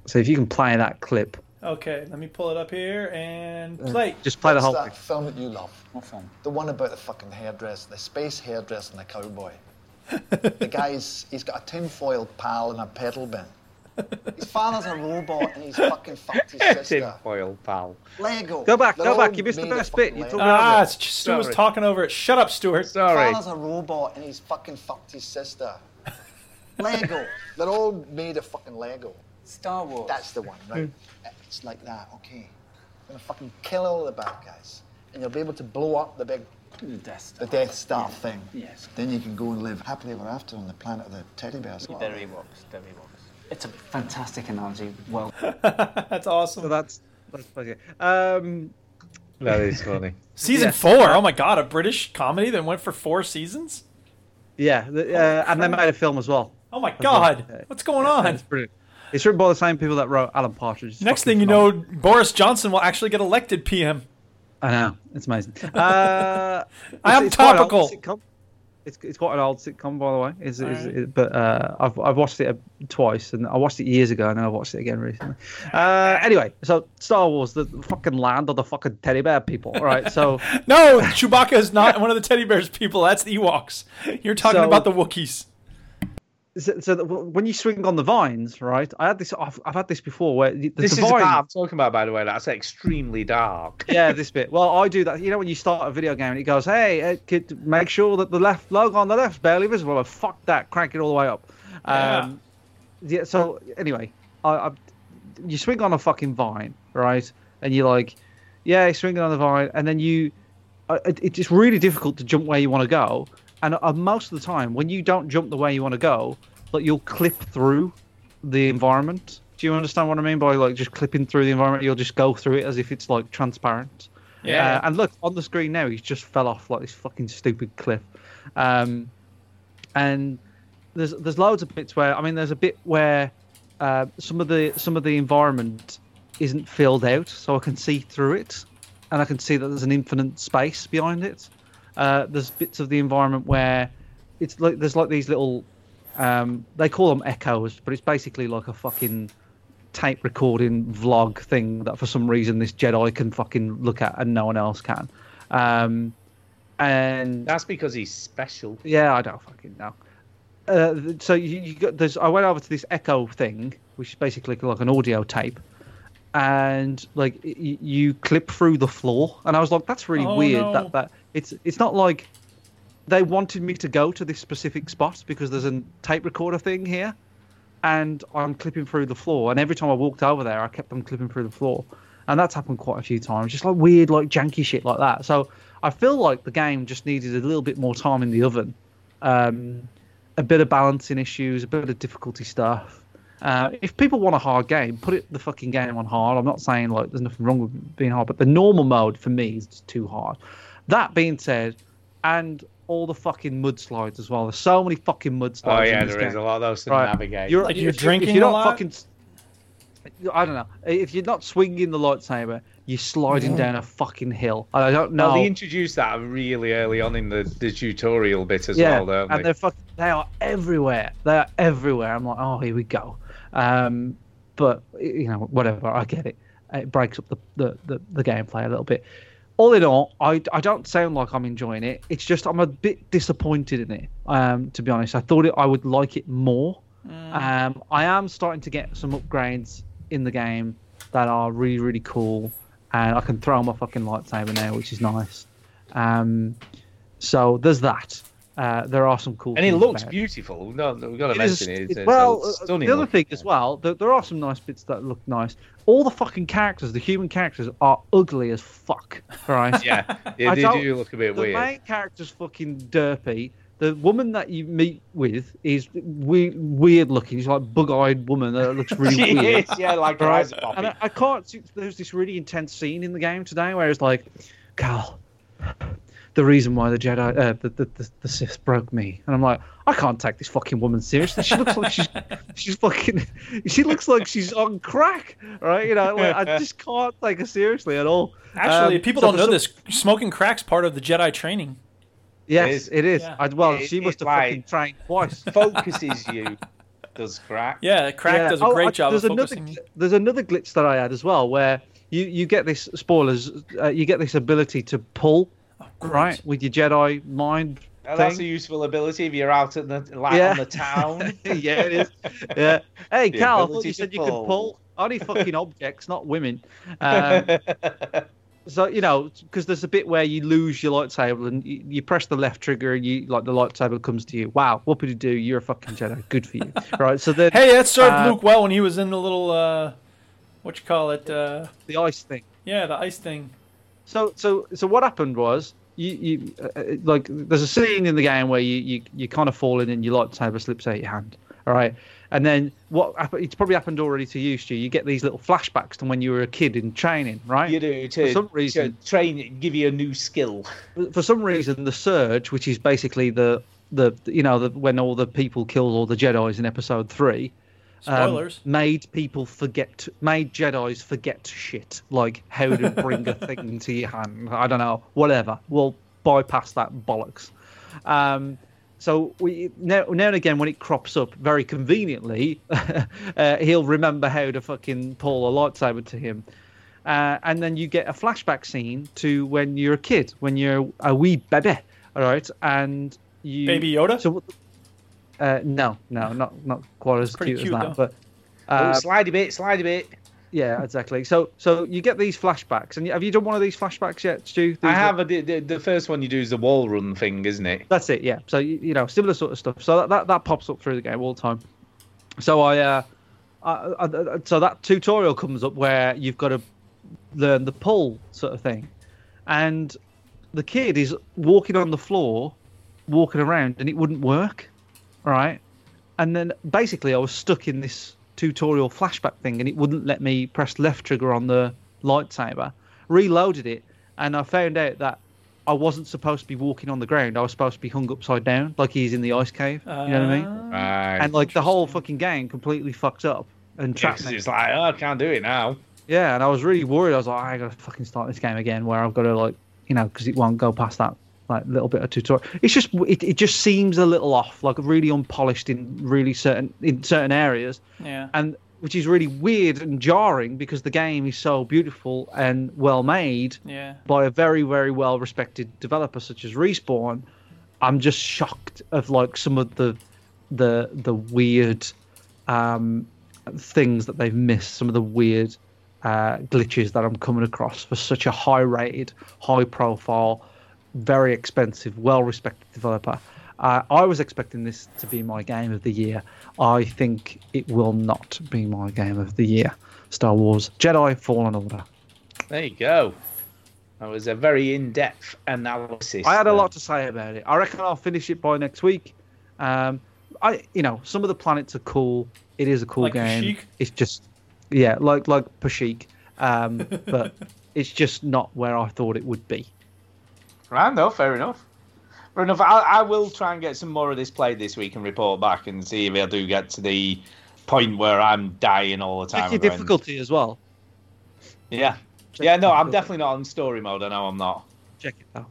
so if you can play that clip, Okay, let me pull it up here and play. Uh, just play the What's whole that thing. film that you love? What film? The one about the fucking hairdresser, the space hairdresser and the [LAUGHS] cowboy. the guy's he's got a tinfoil pal and a pedal bin. His father's a robot and he's fucking fucked [LAUGHS] his sister. Tinfoil pal. Lego. Go back, They're go back. all You missed the made of best bit. fucking You Lego. talked Ah, over it's- it. Stu was Sorry. talking over it. Shut up, Stuart. Father's a robot and he's fucking fucked his sister. [LAUGHS] Lego. They're all made of fucking Lego. Star Wars. Hmm. That's the one, right? It's like that, okay. I'm gonna fucking kill all the bad guys. And you'll be able to blow up the big Death Star. The Death Star thing. Yes. Then you can go and live happily ever after on the planet of the teddy bears. The Reeboks, the Reeboks. It's a fantastic analogy. Well, That's awesome. So that's that's okay. Um, That is funny. Season Yeah. four. Oh my god, a British comedy that went for four seasons. Yeah, the, uh, and they made a film as well. Oh my As well. God, Yeah. what's going Yeah, on? It's brilliant. It's written by the same people that wrote Alan Partridge. It's Next thing fucking you know, phenomenal. Boris Johnson will actually get elected PM. I know it's amazing. [LAUGHS] Uh, I am it's- it's quite an old topical. sitcom. It's, it's quite an old sitcom, by the way. Is, is, Alright. is, but uh, I've I've watched it uh, twice, and I watched it years ago, and I watched it again recently. Uh, anyway, so Star Wars, the fucking land of the fucking teddy bear people. All [LAUGHS] right, so No, Chewbacca is [LAUGHS] not one of the teddy bears people. That's the Ewoks. You're talking So- about the Wookiees. so, so that w- when you swing on the vines, right? I had this. I've, I've had this before. Where the, the this is the vine- part I'm talking about, by the way. That's extremely dark. yeah, this bit. Well, I do that. You know, when you start a video game and it goes, "Hey, uh, kid, make sure that the left logo on the left's barely visible." Well, fuck that. Crank it all the way up. Um, yeah. So anyway, I, I, you swing on a fucking vine, right? And you're like, "Yeah, swinging on the vine," and then you, uh, it, it's just really difficult to jump where you want to go. And uh, most of the time, when you don't jump the way you want to go, like you'll clip through the environment. Do you understand what I mean by like just clipping through the environment? You'll just go through it as if it's like transparent. Yeah. Uh, and look on the screen now, he's just fell off like this fucking stupid cliff. Um, and there's there's loads of bits where I mean there's a bit where uh, some of the some of the environment isn't filled out, so I can see through it, and I can see that there's an infinite space behind it. Uh, there's bits of the environment where it's like there's like these little um, they call them echoes, but it's basically like a fucking tape recording vlog thing that for some reason this Jedi can fucking look at and no one else can. Um, and That's because he's special. yeah, I don't fucking know. Uh, th- so you, you got there's I went over to this Echo thing, which is basically like an audio tape, and like y- you clip through the floor, and I was like, that's really Oh, weird. no. That that it's it's not like they wanted me to go to this specific spot because there's a tape recorder thing here, and I'm clipping through the floor, and every time I walked over there, I kept on clipping through the floor, and that's happened quite a few times, just like weird, like janky shit like that. So I feel like the game just needed a little bit more time in the oven um, a bit of balancing issues, a bit of difficulty stuff, Uh, if people want a hard game, put it the fucking game on hard. I'm not saying like there's nothing wrong with being hard, but the normal mode for me is just too hard. That being said, and all the fucking mudslides as well. There's so many fucking mudslides. Oh yeah, in this there is game. a lot of those to Right. navigate. You're, Like, if you're you- drinking If you're a not lot? fucking, I don't know. If you're not swinging the lightsaber, you're sliding down a fucking hill. And I don't know. Well, they introduced that really early on in the, the tutorial bit as well, don't and they? they're fucking, they are everywhere. They are everywhere. I'm like, oh, here we go. Um, but you know, whatever. I get it. It breaks up the the, the, the gameplay a little bit. All in all, I, I don't sound like I'm enjoying it. It's just I'm a bit disappointed in it. Um, to be honest, I thought it, I would like it more. Um, I am starting to get some upgrades in the game that are really really cool, and I can throw my fucking lightsaber now, which is nice. Um, so there's that. Uh, there are some cool. And it things looks about beautiful. No, we've got to It is- mention it. It's, it- it's well, a uh, stunning. the other look. thing as well, there, there are some nice bits that look nice. All the fucking characters, the human characters, are ugly as fuck. Right? [LAUGHS] [LAUGHS] [LAUGHS] yeah, yeah, I they don't- do look a bit the weird. main character's fucking derpy. The woman that you meet with is we- weird looking. She's like bug-eyed woman that looks [LAUGHS] [LAUGHS] really She weird. is, yeah, like her eyes are popping. And I, I can't. See, there's this really intense scene in the game today where it's like, Cal, the reason why the Jedi, uh, the, the, the the Sith broke me, and I'm like, I can't take this fucking woman seriously. She looks [LAUGHS] like she's she's fucking. She looks like she's on crack, right? You know, [LAUGHS] like, I just can't take her seriously at all. Actually, Um, people so don't for know some- this. Smoking crack's part of the Jedi training. Yes, It it is. is. Yeah. I, well, It- she must it, have like, fucking trained [LAUGHS] twice. [LAUGHS] Focuses you, does crack. Yeah, crack Yeah. does a Oh, great I- job of There's another, focusing. gl- there's another glitch that I had as well, where you, you get this spoilers. Uh, you get this ability to pull, Oh, right, with your Jedi mind. And thing. that's a useful ability if you're out at the like Yeah. on the town. [LAUGHS] [LAUGHS] yeah, it is. Yeah. Hey, The Cal, I thought ability you to said you could pull. pull [LAUGHS] only fucking objects, not women. Um, so you know, because there's a bit where you lose your lightsaber and you, you press the left trigger and you like the lightsaber comes to you. Wow, what did you do? You're a fucking Jedi. [LAUGHS] Good for you. right. So then, Hey, that served uh, Luke well when he was in the little uh, what you call it? Uh, the ice thing. Yeah, the ice thing. So so so what happened was you you uh, uh, like there's a scene in the game where you you you kind of fall in and your lightsaber slips out your hand. All right, and then what? happen- It's probably happened already to you, Stu. You get these little flashbacks to when you were a kid in training, right? You do to, For some reason, to train, give you a new skill. for some reason, the surge, which is basically the the you know the, when all the people killed all the Jedi's in Episode Three, um, Spoilers. made people forget, made Jedi's forget shit like how to bring a thing to your hand. I don't know, whatever. We'll bypass that bollocks. Um, so we now, now and again when it crops up very conveniently, [LAUGHS] uh, he'll remember how to fucking pull a lightsaber to him. Uh, and then you get a flashback scene to when you're a kid, when you're a wee baby, all right? And you Baby Yoda? So, what- uh, no, no, not not quite as pretty cute, cute, as that, though. but uh, oh, slide a bit, slide a bit. yeah, exactly. So so you get these flashbacks, and you- have you done one of these flashbacks yet, Stu? These I are- have a, the- the, the first one you do is the wall run thing, isn't it? That's it, yeah. So you, you know, similar sort of stuff. So that, that that pops up through the game all the time. So I, uh, I, I, I- so that tutorial comes up where you've got to learn the pull sort of thing, and the kid is walking on the floor, walking around, and it wouldn't work, right? And then basically I was stuck in this tutorial flashback thing, and it wouldn't let me press left trigger on the lightsaber. Reloaded it, and I found out that I wasn't supposed to be walking on the ground. I was supposed to be hung upside down, like he's in the ice cave. You know what I mean? Ah. Right. and like the whole fucking gang completely fucked up and Yeah, trapped 'cause me. it's like, oh, I can't do it now. Yeah, and I was really worried. I was like, I gotta fucking start this game again, where I've got to like, you know, because it won't go past that like little bit of tutorial. It's just it, it just seems a little off, like really unpolished in really certain in certain areas, Yeah. and which is really weird and jarring because the game is so beautiful and well made Yeah. by a very very well respected developer such as Respawn. I'm just shocked of like some of the the the weird um, things that they've missed, some of the weird uh, glitches that I'm coming across for such a high rated, high profile, very expensive, well respected developer. Uh, I was expecting this to be my game of the year. I think it will not be my game of the year. Star Wars Jedi Fallen Order. There you go. That was a very in-depth analysis. I had a there. lot to say about it. I reckon I'll finish it by next week. Um, I you know some of the planets are cool. It is a cool Like game. Kashyyyk? It's just yeah, like like Pashik, um, but [LAUGHS] it's just not where I thought it would be. Right, no, fair enough. Fair enough. I, I will try and get some more of this played this week and report back and see if I do get to the point where I'm dying all the time. Check your and going, difficulty as well. Yeah. Yeah, no, I'm definitely not on story mode. I know I'm not. Check it out.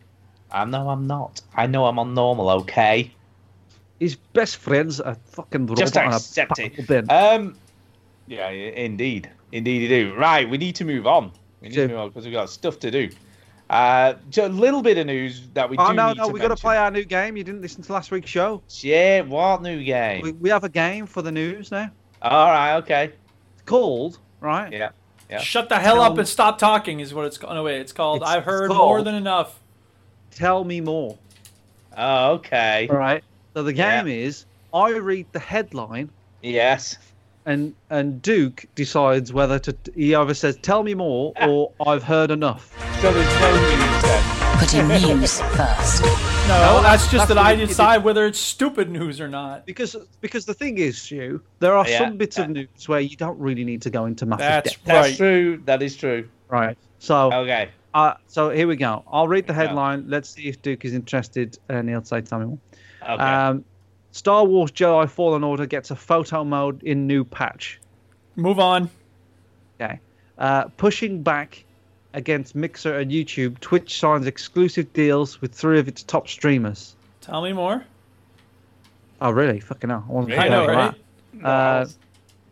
I know I'm not. I know I'm on normal, okay? His best friends are fucking robot Just and a accept packable it. bin. Um, yeah, i- indeed, indeed you do. Right, we need to move on. We need Sure. to move on because we've got stuff to do. Uh, just a little bit of news that we oh do no, need no, to we got to mention. play our new game. You didn't listen to last week's show. Yeah, what new game? We, we have a game for the news now. All right, okay. It's called right. Yeah, yeah. Shut the hell up Tell- and stop talking is what it's called. No, wait, it's called It's- I've heard it's more called- than enough. Tell me more. Oh, okay. All right. So the game is I read the headline Yes. and and Duke decides whether to he either says tell me more or I've heard enough. So there's no Putting [LAUGHS] news first. No, Uh, that's just that I what it is. decide whether it's stupid news or not. Because because the thing is, Stu, there are Yeah, some bits of news where you don't really need to go into massive That's depth. That's true. That is true. Right. So okay. Uh, so here we go. I'll read the Here we go. headline. Let's see if Duke is interested, and he'll say tell me more. Okay. Um, Star Wars Jedi Fallen Order gets a photo mode in new patch. Move on. Okay. Uh, pushing back against Mixer and YouTube, Twitch signs exclusive deals with three of its top streamers. Tell me more. Oh, really? Fucking hell. I, wasn't I know, prepared right? for that. Uh,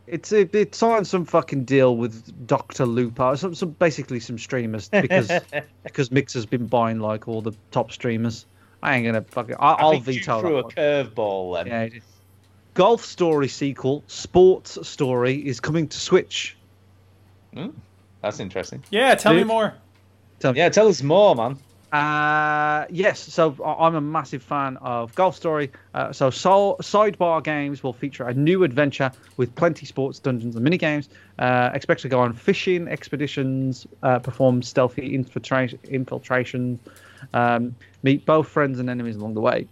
it's it, it signed some fucking deal with Doctor Lupo, some, some basically some streamers because because Mixer's been buying like all the top streamers. I ain't gonna fucking. I, I I'll think you veto that threw a one. curveball then. Yeah, it is. Golf Story sequel, Sports Story is coming to Switch. Hmm, that's interesting. Yeah, tell me Duke? more. yeah, tell us more, man. Uh, yes, so I- I'm a massive fan of Golf Story. Uh, so, sol- sidebar games will feature a new adventure with plenty sports, dungeons, and minigames. Uh, expect to go on fishing expeditions, uh, perform stealthy infiltration, infiltration um, meet both friends and enemies along the way.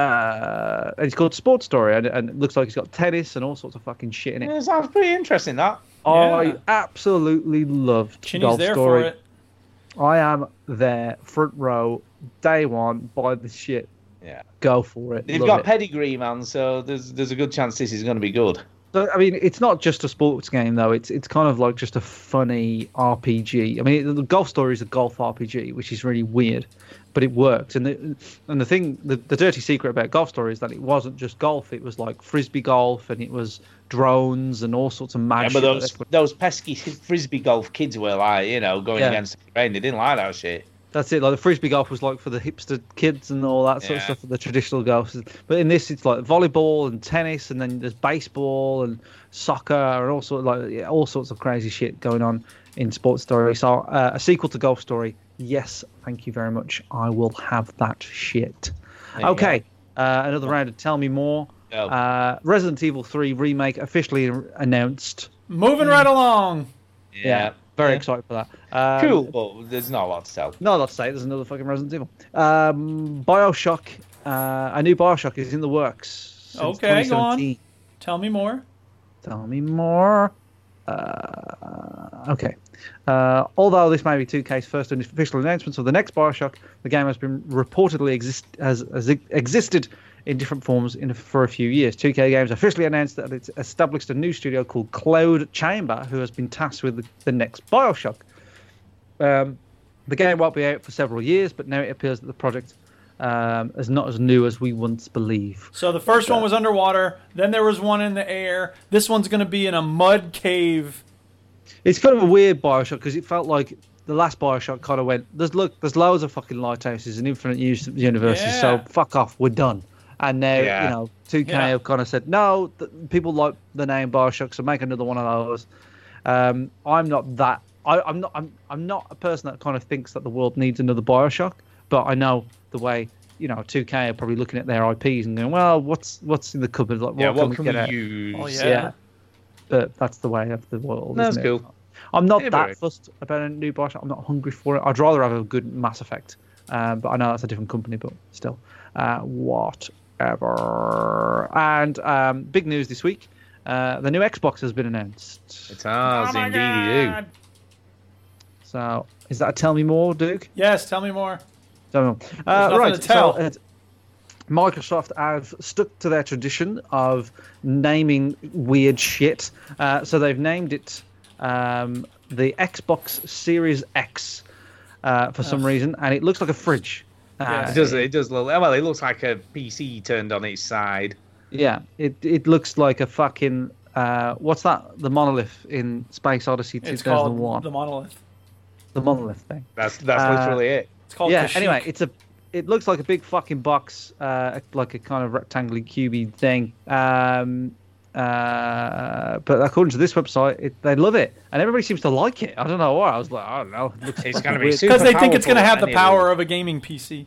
Uh, and it's called Sports Story, and, and it looks like it's got tennis and all sorts of fucking shit in it. Yeah, it sounds pretty interesting, that. I absolutely loved Chinny's Golf there Story. for it. I am there, front row, day one, buy the shit. Yeah. Go for it. They've love got it. pedigree, man, so there's there's a good chance this is going to be good. So, I mean, it's not just a sports game though. It's it's kind of like just a funny RPG. I mean, the golf story is a golf RPG, which is really weird, but it worked. And the and the thing, the, the dirty secret about golf story is that it wasn't just golf. It was like frisbee golf, and it was drones and all sorts of magic. Remember those those pesky frisbee golf kids were like, you know, going Yeah. against the grain. They didn't like that shit. That's it. Like the frisbee golf was like for the hipster kids and all that sort of Yeah. stuff. The traditional golf, but in this it's like volleyball and tennis, and then there's baseball and soccer and all sort like yeah, all sorts of crazy shit going on in Sports Story. So uh, a sequel to Golf Story. Yes, thank you very much. I will have that shit. There you okay, uh, another round of Tell Me More. Uh, Resident Evil 3 remake officially announced. Moving right Hmm. along. Yeah, very excited for that. Um, cool, but there's not a lot to tell. no, that's say there's another fucking Resident Evil. Um, Bioshock, uh, a new Bioshock is in the works. since Okay, go on. 2017. Tell me more. Tell me more. Uh, okay. Uh, although this may be 2K's first official announcements of the next Bioshock, the game has been reportedly exist has, has e- existed in different forms in for a few years. 2K Games officially announced that it's established a new studio called Cloud Chamber, who has been tasked with the, the next Bioshock. Um, the game won't be out for several years, but now it appears that the project um, is not as new as we once believe. So the first one was underwater. Then there was one in the air. This one's going to be in a mud cave. It's kind of a weird Bioshock because it felt like the last Bioshock kind of went. There's look, there's loads of fucking lighthouses and infinite use universes. So Yeah. fuck off, we're done. And now Yeah. you know, 2K Yeah. have kind of said no. Th- people like the name Bioshock, so make another one of those. Um, I'm not that. I, I'm not. I'm. I'm not a person that kind of thinks that the world needs another Bioshock. But I know the way you know 2K are probably looking at their IPs and going, well, what's what's in the cupboard? Like, Yeah, what, what can can, we we get out? use? Oh, yeah. But that's the way of the world. That's isn't it? cool. I'm not Yeah, very. that fussed about a new Bioshock. I'm not hungry for it. I'd rather have a good Mass Effect. Um, but I know that's a different company, but still. Uh, what ever. And um, big news this week uh, the new Xbox has been announced. It Oh has, indeed. You. So, is that a tell me more, Duke? Yes, tell me more. Tell me more. nothing Uh, right, to tell. so, uh, Microsoft have stuck to their tradition of naming weird shit. Uh, so they've named it um, the Xbox Series X uh, for some reason, and it looks like a fridge. Uh, it does. It does look well. It looks like a PC turned on its side. Yeah, it it looks like a fucking uh, what's that? The monolith in Space Odyssey two It's called thousand one. the monolith. The monolith thing. That's that's Uh, literally it. It's called yeah. Kashyyyk. Anyway, it's a it looks like a big fucking box, uh, like a kind of rectangular cubey thing. Um, uh, but according to this website, it, they love it, and everybody seems to like it. I don't know why. I was like, I don't know. [LAUGHS] It looks It's fucking gonna be weird. super Because they think it's going to have powerful the anyway. power of a gaming PC.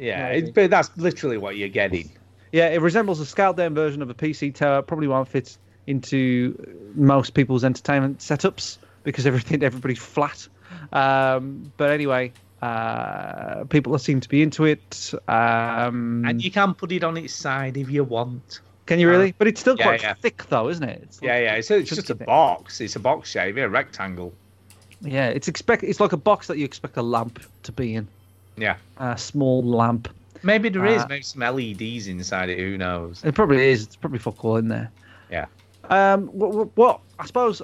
Yeah, it, but that's literally what you're getting. Yeah, it resembles a scaled down version of a PC tower. Probably won't fit into most people's entertainment setups because everything everybody's flat. Um, but anyway, uh, people seem to be into it. Um, And you can put it on its side if you want. can you really? But it's still Um, Yeah, quite yeah. thick, though, isn't it? It's Yeah, yeah. It's, it's just a box. It's a box shape. Yeah, a rectangle. yeah, it's expect. It's like a box that you expect a lamp to be in, Yeah. a small lamp. Maybe there is Uh, maybe some LEDs inside it. Who knows? It probably is. It's probably fuck all in there. Yeah. Um, what, what, what I suppose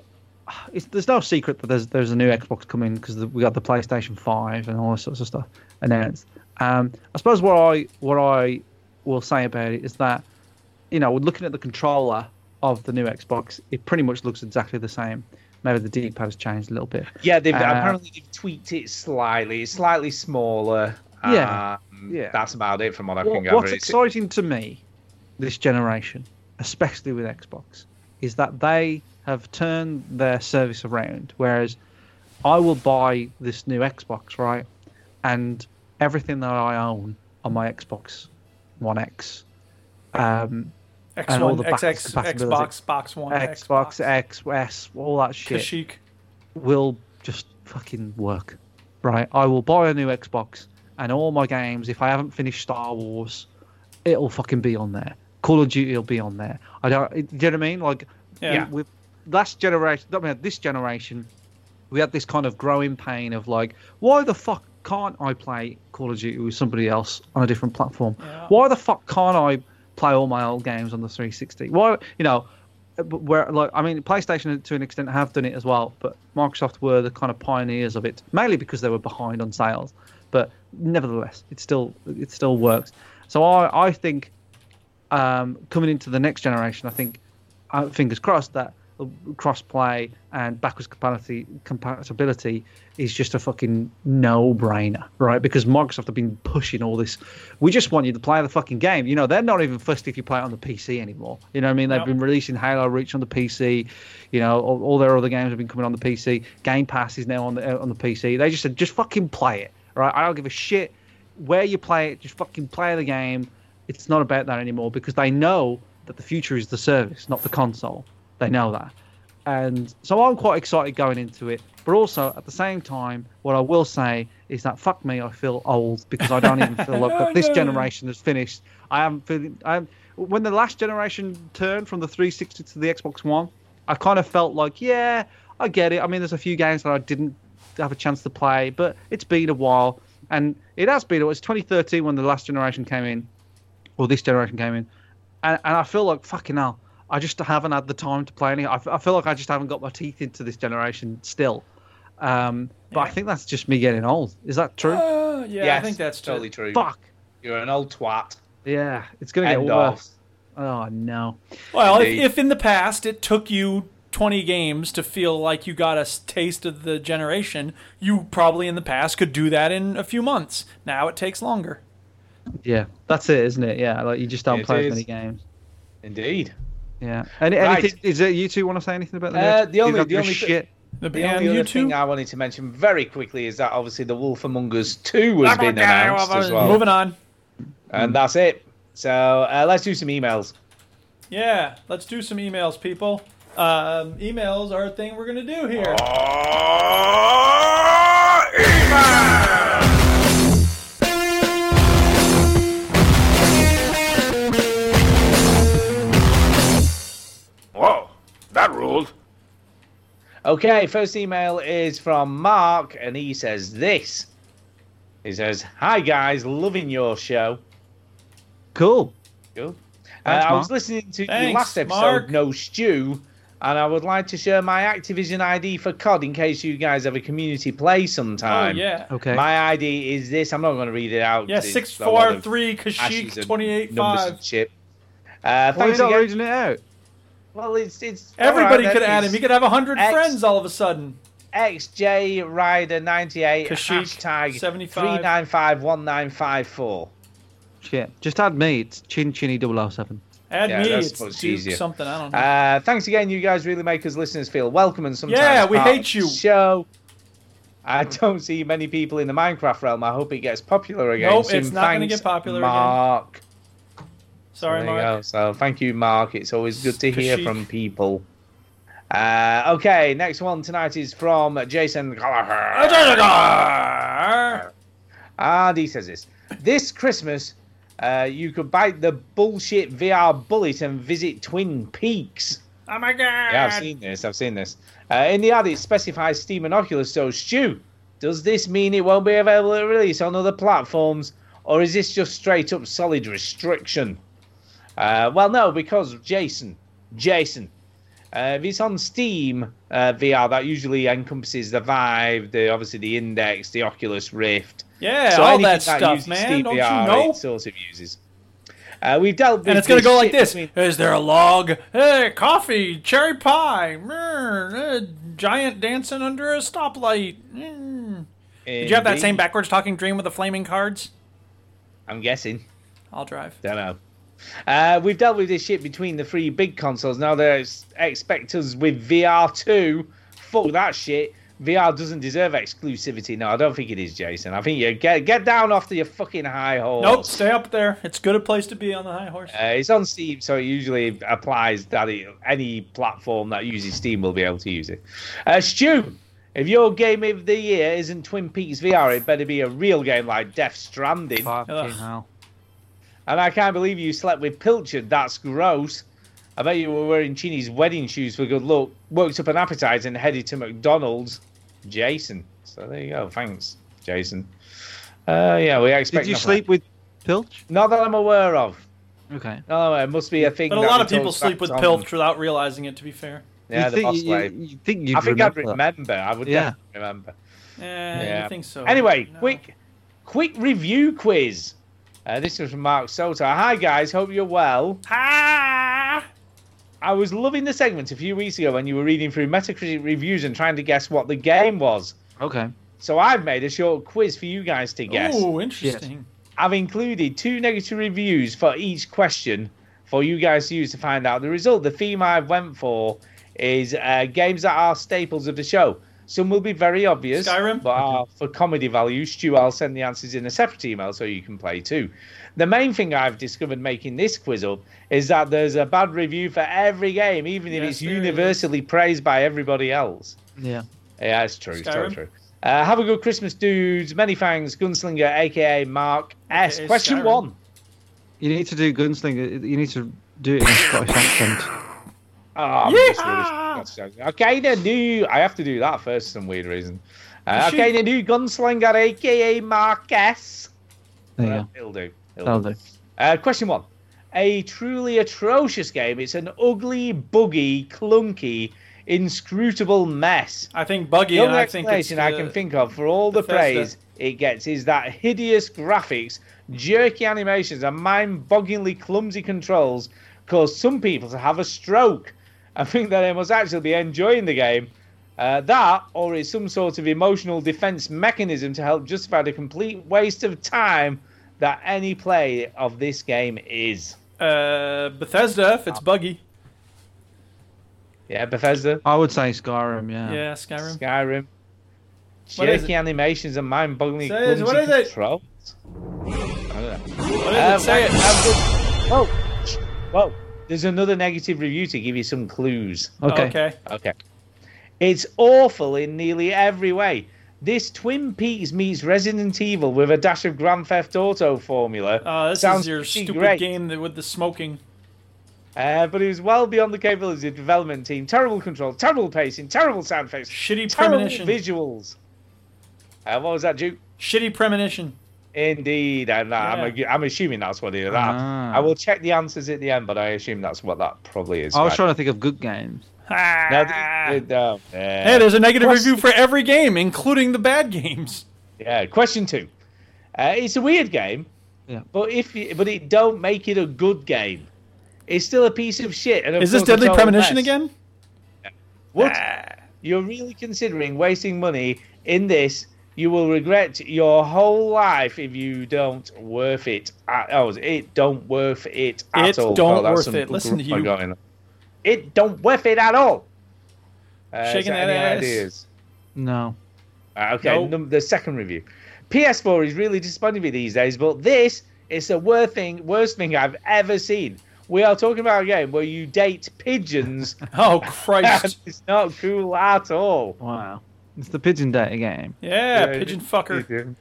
it's, there's no secret that there's there's a new Xbox coming because we got the PlayStation Five and all sorts of stuff announced. Um, I suppose what I what I will say about it is that you know looking at the controller of the new Xbox, it pretty much looks exactly the same. Maybe the D-pad has changed a little bit. Yeah, they've Uh, apparently they've tweaked it slightly. It's slightly smaller. Yeah, Um, yeah. That's about it from what I What- can gather. what's It's- exciting to me this generation especially with xbox is that they have turned their service around whereas i will buy this new xbox right and everything that i own on my xbox one x um X1, and all the backwards XX, compatibility, Xbox, Box One, X, xbox x s all that shit Kashyyyk. will just fucking work, right? I will buy a new Xbox, and all my games, if I haven't finished Star Wars, it'll fucking be on there. Call of Duty will be on there. I don't. Do you know what I mean? Like, Yeah. With last generation, I mean, this generation, we had this kind of growing pain of like, why the fuck can't I play Call of Duty with somebody else on a different platform? Why the fuck can't I play all my old games on the 360? Why, you know, but where like I mean, PlayStation to an extent have done it as well, but Microsoft were the kind of pioneers of it, mainly because they were behind on sales. But nevertheless, it still it still works. So I I think um, coming into the next generation, I think, uh, fingers crossed that cross-play and backwards compatibility, compatibility is just a fucking no-brainer, right? Because Microsoft have been pushing all this. We just want you to play the fucking game. You know, they're not even fussed if you play it on the PC anymore. You know what I mean? They've Yep. been releasing Halo Reach on the PC. You know, all, all their other games have been coming on the PC. Game Pass is now on the uh, on the PC. They just said, just fucking play it, right? I don't give a shit where you play it, just fucking play the game. It's not about that anymore because they know that the future is the service, not the console. They know that. And so I'm quite excited going into it. But also at the same time, what I will say is that fuck me, I feel old because I don't even feel like that this No. generation has finished. I am feeling. I am, when the last generation turned from the 360 to the Xbox One, I kind of felt like, yeah, I get it. I mean, there's a few games that I didn't have a chance to play, but it's been a while, and it has been. It was 2013 when the last generation came in, or this generation came in, and, and I feel like fucking hell. I just haven't had the time to play any. I, f- I feel like I just haven't got my teeth into this generation still. Um, but I think that's just me getting old. Is that true? Uh, yeah, I Yes, think that's totally true. Fuck. You're an old twat. uh, Yeah, it's gonna End get of. worse. Oh no. Well, if, Indeed. if in the past it took you 20 games to feel like you got a s- taste of the generation, you probably in the past could do that in a few months. Now it takes longer. Yeah, that's it, isn't it? Yeah, like you just don't It is. play as many games. Indeed. Yeah. Any, Right. anything, is it you two want to say anything about the Uh, next? the only, You've got the your only, thi- shit. The the band only other YouTube? thing I wanted to mention very quickly is that obviously the Wolf Among Us Two has Okay, been announced well, as well, Moving on. and that's it. So uh, let's do some emails. Yeah, let's do some emails, people. Um, emails are a thing we're going to do here. Oh, Okay, first email is from Mark, and he says this. He says, "Hi guys, loving your show. Cool, cool. Uh, Thanks, I was Mark. listening to the Thanks, last episode, Mark. No Stew, and I would like to share my Activision ID for COD in case you guys have a community play sometime. Oh, yeah. Okay. My ID is this. I'm not going to read it out. Yeah, It's six a lot four of three ashes Kashik and twenty eight numbers five. and shit. Uh, Why are you thanks not again. reading it out? Well, it's it's Everybody alright, could then. add him. It's He could have hundred X- friends all of a sudden. XJ Rider 98 Kashyyyk, hashtag 75. 3951954. Shit. Just add me. It's Chin Chinny 007. Add Yeah, me. that's It's much Duke easier. something. I don't know. Uh, thanks again, you guys really make us listeners feel welcome and sometimes Yeah, we part of hate the you. Show. I don't see many people in the Minecraft realm. I hope it gets popular again. Nope, soon. it's not gonna Thanks, get popular again. Mark. again. Sorry, Mark. So thank you, Mark. It's always good to hear Kashyyyk. from people. Uh, okay, next one tonight is from Jason Gallagher. And he Ah, says this This Christmas, uh, you could bite the bullshit VR bullet and visit Twin Peaks. Oh my god. Yeah, I've seen this. I've seen this. Uh, in the ad, it specifies Steam and Oculus. So, Stu, does this mean it won't be available at release on other platforms, or is this just straight up solid restriction? Uh, well, no, because Jason, Jason, uh, if it's on Steam uh, VR, that usually encompasses the Vive, the obviously the Index, the Oculus Rift. Yeah, So all anything that stuff, uses man. Steam Don't VR, you know? It sort of uses. Uh, we've dealt with and it's gonna go like shit this: between- Is there a log? Hey, coffee, cherry pie, mrr, uh, giant dancing under a stoplight. Mm. Did you have that Indeed. same backwards talking dream with the flaming cards? I'm guessing. I'll drive. Don't know. Uh, we've dealt with this shit between the three big consoles. Now they ex- expect us with VR two. Fuck that shit. VR doesn't deserve exclusivity. No, I don't think it is, Jason. I think you get get down off to your fucking high horse. Nope, stay up there. It's good a place to be on the high horse. Uh, it's on Steam, so it usually applies that it, any platform that uses Steam will be able to use it. Uh, Stu, if your game of the year isn't Twin Peaks VR, it better be a real game like Death Stranding. Fucking hell. And I can't believe you slept with Pilchard. That's gross. I bet you were wearing Chini's wedding shoes for good luck. Worked up an appetite and headed to McDonald's. Jason. So there you go. Thanks, Jason. Uh, yeah, we expect. Did you nothing. sleep with Pilch? Not that I'm aware of. Okay. No, it must be a thing. But a that lot we of people talked sleep about with on- pilch without realizing it. To be fair. Yeah, You the think- boss you- lady. you think you'd I think I'd remember that. remember. I would Yeah. definitely remember. Eh, you think so? Anyway, quick, quick review quiz. Uh, this was from Mark Soto. Hi guys, hope you're well. Hi. I was loving the segment a few weeks ago when you were reading through Metacritic reviews and trying to guess what the game was. Okay. So I've made a short quiz for you guys to guess. Ooh, interesting. I've included two negative reviews for each question for you guys to use to find out the result. The theme I went for is uh, games that are staples of the show. Some will be very obvious, Skyrim? but are for comedy value. Stu, I'll send the answers in a separate email so you can play too. The main thing I've discovered making this quiz up is that there's a bad review for every game, even if Yes, it's there is. universally praised by everybody else. Yeah. Yeah, it's true. It's totally Skyrim? true. Uh, have a good Christmas, dudes. Many thanks, Gunslinger, aka Mark S. AKA Question Skyrim. one. You need to do Gunslinger. You need to do it in a Scottish accent. Oh, I'm just nervous. That's- okay, the new. I have to do that first for some weird reason. Uh, Is she- okay, the new Gunslinger, aka Mark S. There you Well, go. It'll do. It'll That'll do. do. Uh, question one. A truly atrocious game. It's an ugly, buggy, clunky, inscrutable mess. I think buggy, The and only I think it's explanation I the- can think of for all the Bethesda. praise it gets is that hideous graphics, jerky animations, and mind-bogglingly clumsy controls cause some people to have a stroke. I think that they must actually be enjoying the game. Uh, that, or it's some sort of emotional defense mechanism to help justify the complete waste of time that any play of this game is. Uh, Bethesda, if it's buggy. Yeah, Bethesda, I would say Skyrim. Yeah. Yeah, Skyrim. Skyrim, What is jerky it? animations and mind-bogglingly Say it, clumsy what is it? controls. I don't know. What is Uh, it? Say it. Whoa, whoa! There's another negative review to give you some clues. Okay. Okay. Okay. It's awful in nearly every way. This Twin Peaks meets Resident Evil with a dash of Grand Theft Auto formula. Uh, this Sounds is your pretty stupid great. game that, with the smoking. Uh, but he was well beyond the capabilities of the development team. Terrible control, terrible pacing, terrible sound effects, shitty terrible premonition. visuals. Uh, what was that, Duke? Shitty premonition. Indeed, and uh, I'm, I'm assuming that's what he did. Ah. I will check the answers at the end, but I assume that's what that probably is. I was right. trying to think of good games. No, th- th- um, uh, Hey, there's a negative review for every game, including the bad games. Yeah. Question two. Uh, it's a weird game, Yeah. but if you, but it don't make it a good game. It's still a piece of shit. And of Is this course it's Deadly all Premonition mess. [LAUGHS] again? What? Uh, You're really considering wasting money in this? You will regret your whole life if you don't worth it. At, oh, is it don't worth it at It all. don't that's worth some it. Listen to grump I you. got in there. It don't worth it at all. Uh, is Shaking there that any ass. ideas? No. Uh, okay, Nope. num- the second review. PS4 is really disappointing me these days, but this is the worst thing, worst thing I've ever seen. We are talking about a game where you date [LAUGHS] pigeons. oh Christ! it's not cool at all. Wow. It's the pigeon data game. Yeah, Yeah, Pigeon Fucker.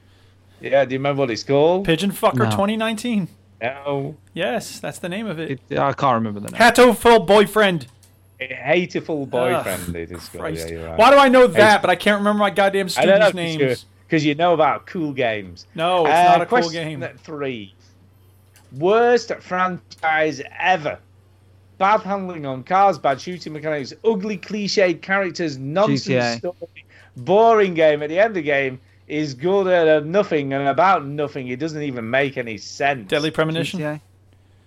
Yeah, do you remember what it's called? Pigeon Fucker No. 2019. No. Yes, that's the name of it. I can't remember the name. Hatoful boyfriend. Hateful boyfriend. it is called. Yeah, Christ. you're right. Why do I know that, but I can't remember my goddamn I don't students' know if it's names? Because you know about cool games. No, it's Uh, not a cool question game. Three. Worst franchise ever. Bad handling on cars, bad shooting mechanics, ugly cliched characters, nonsense GTA. story, boring game. At the end of the game is good at nothing and about nothing. It doesn't even make any sense. Deadly Premonition. GTA?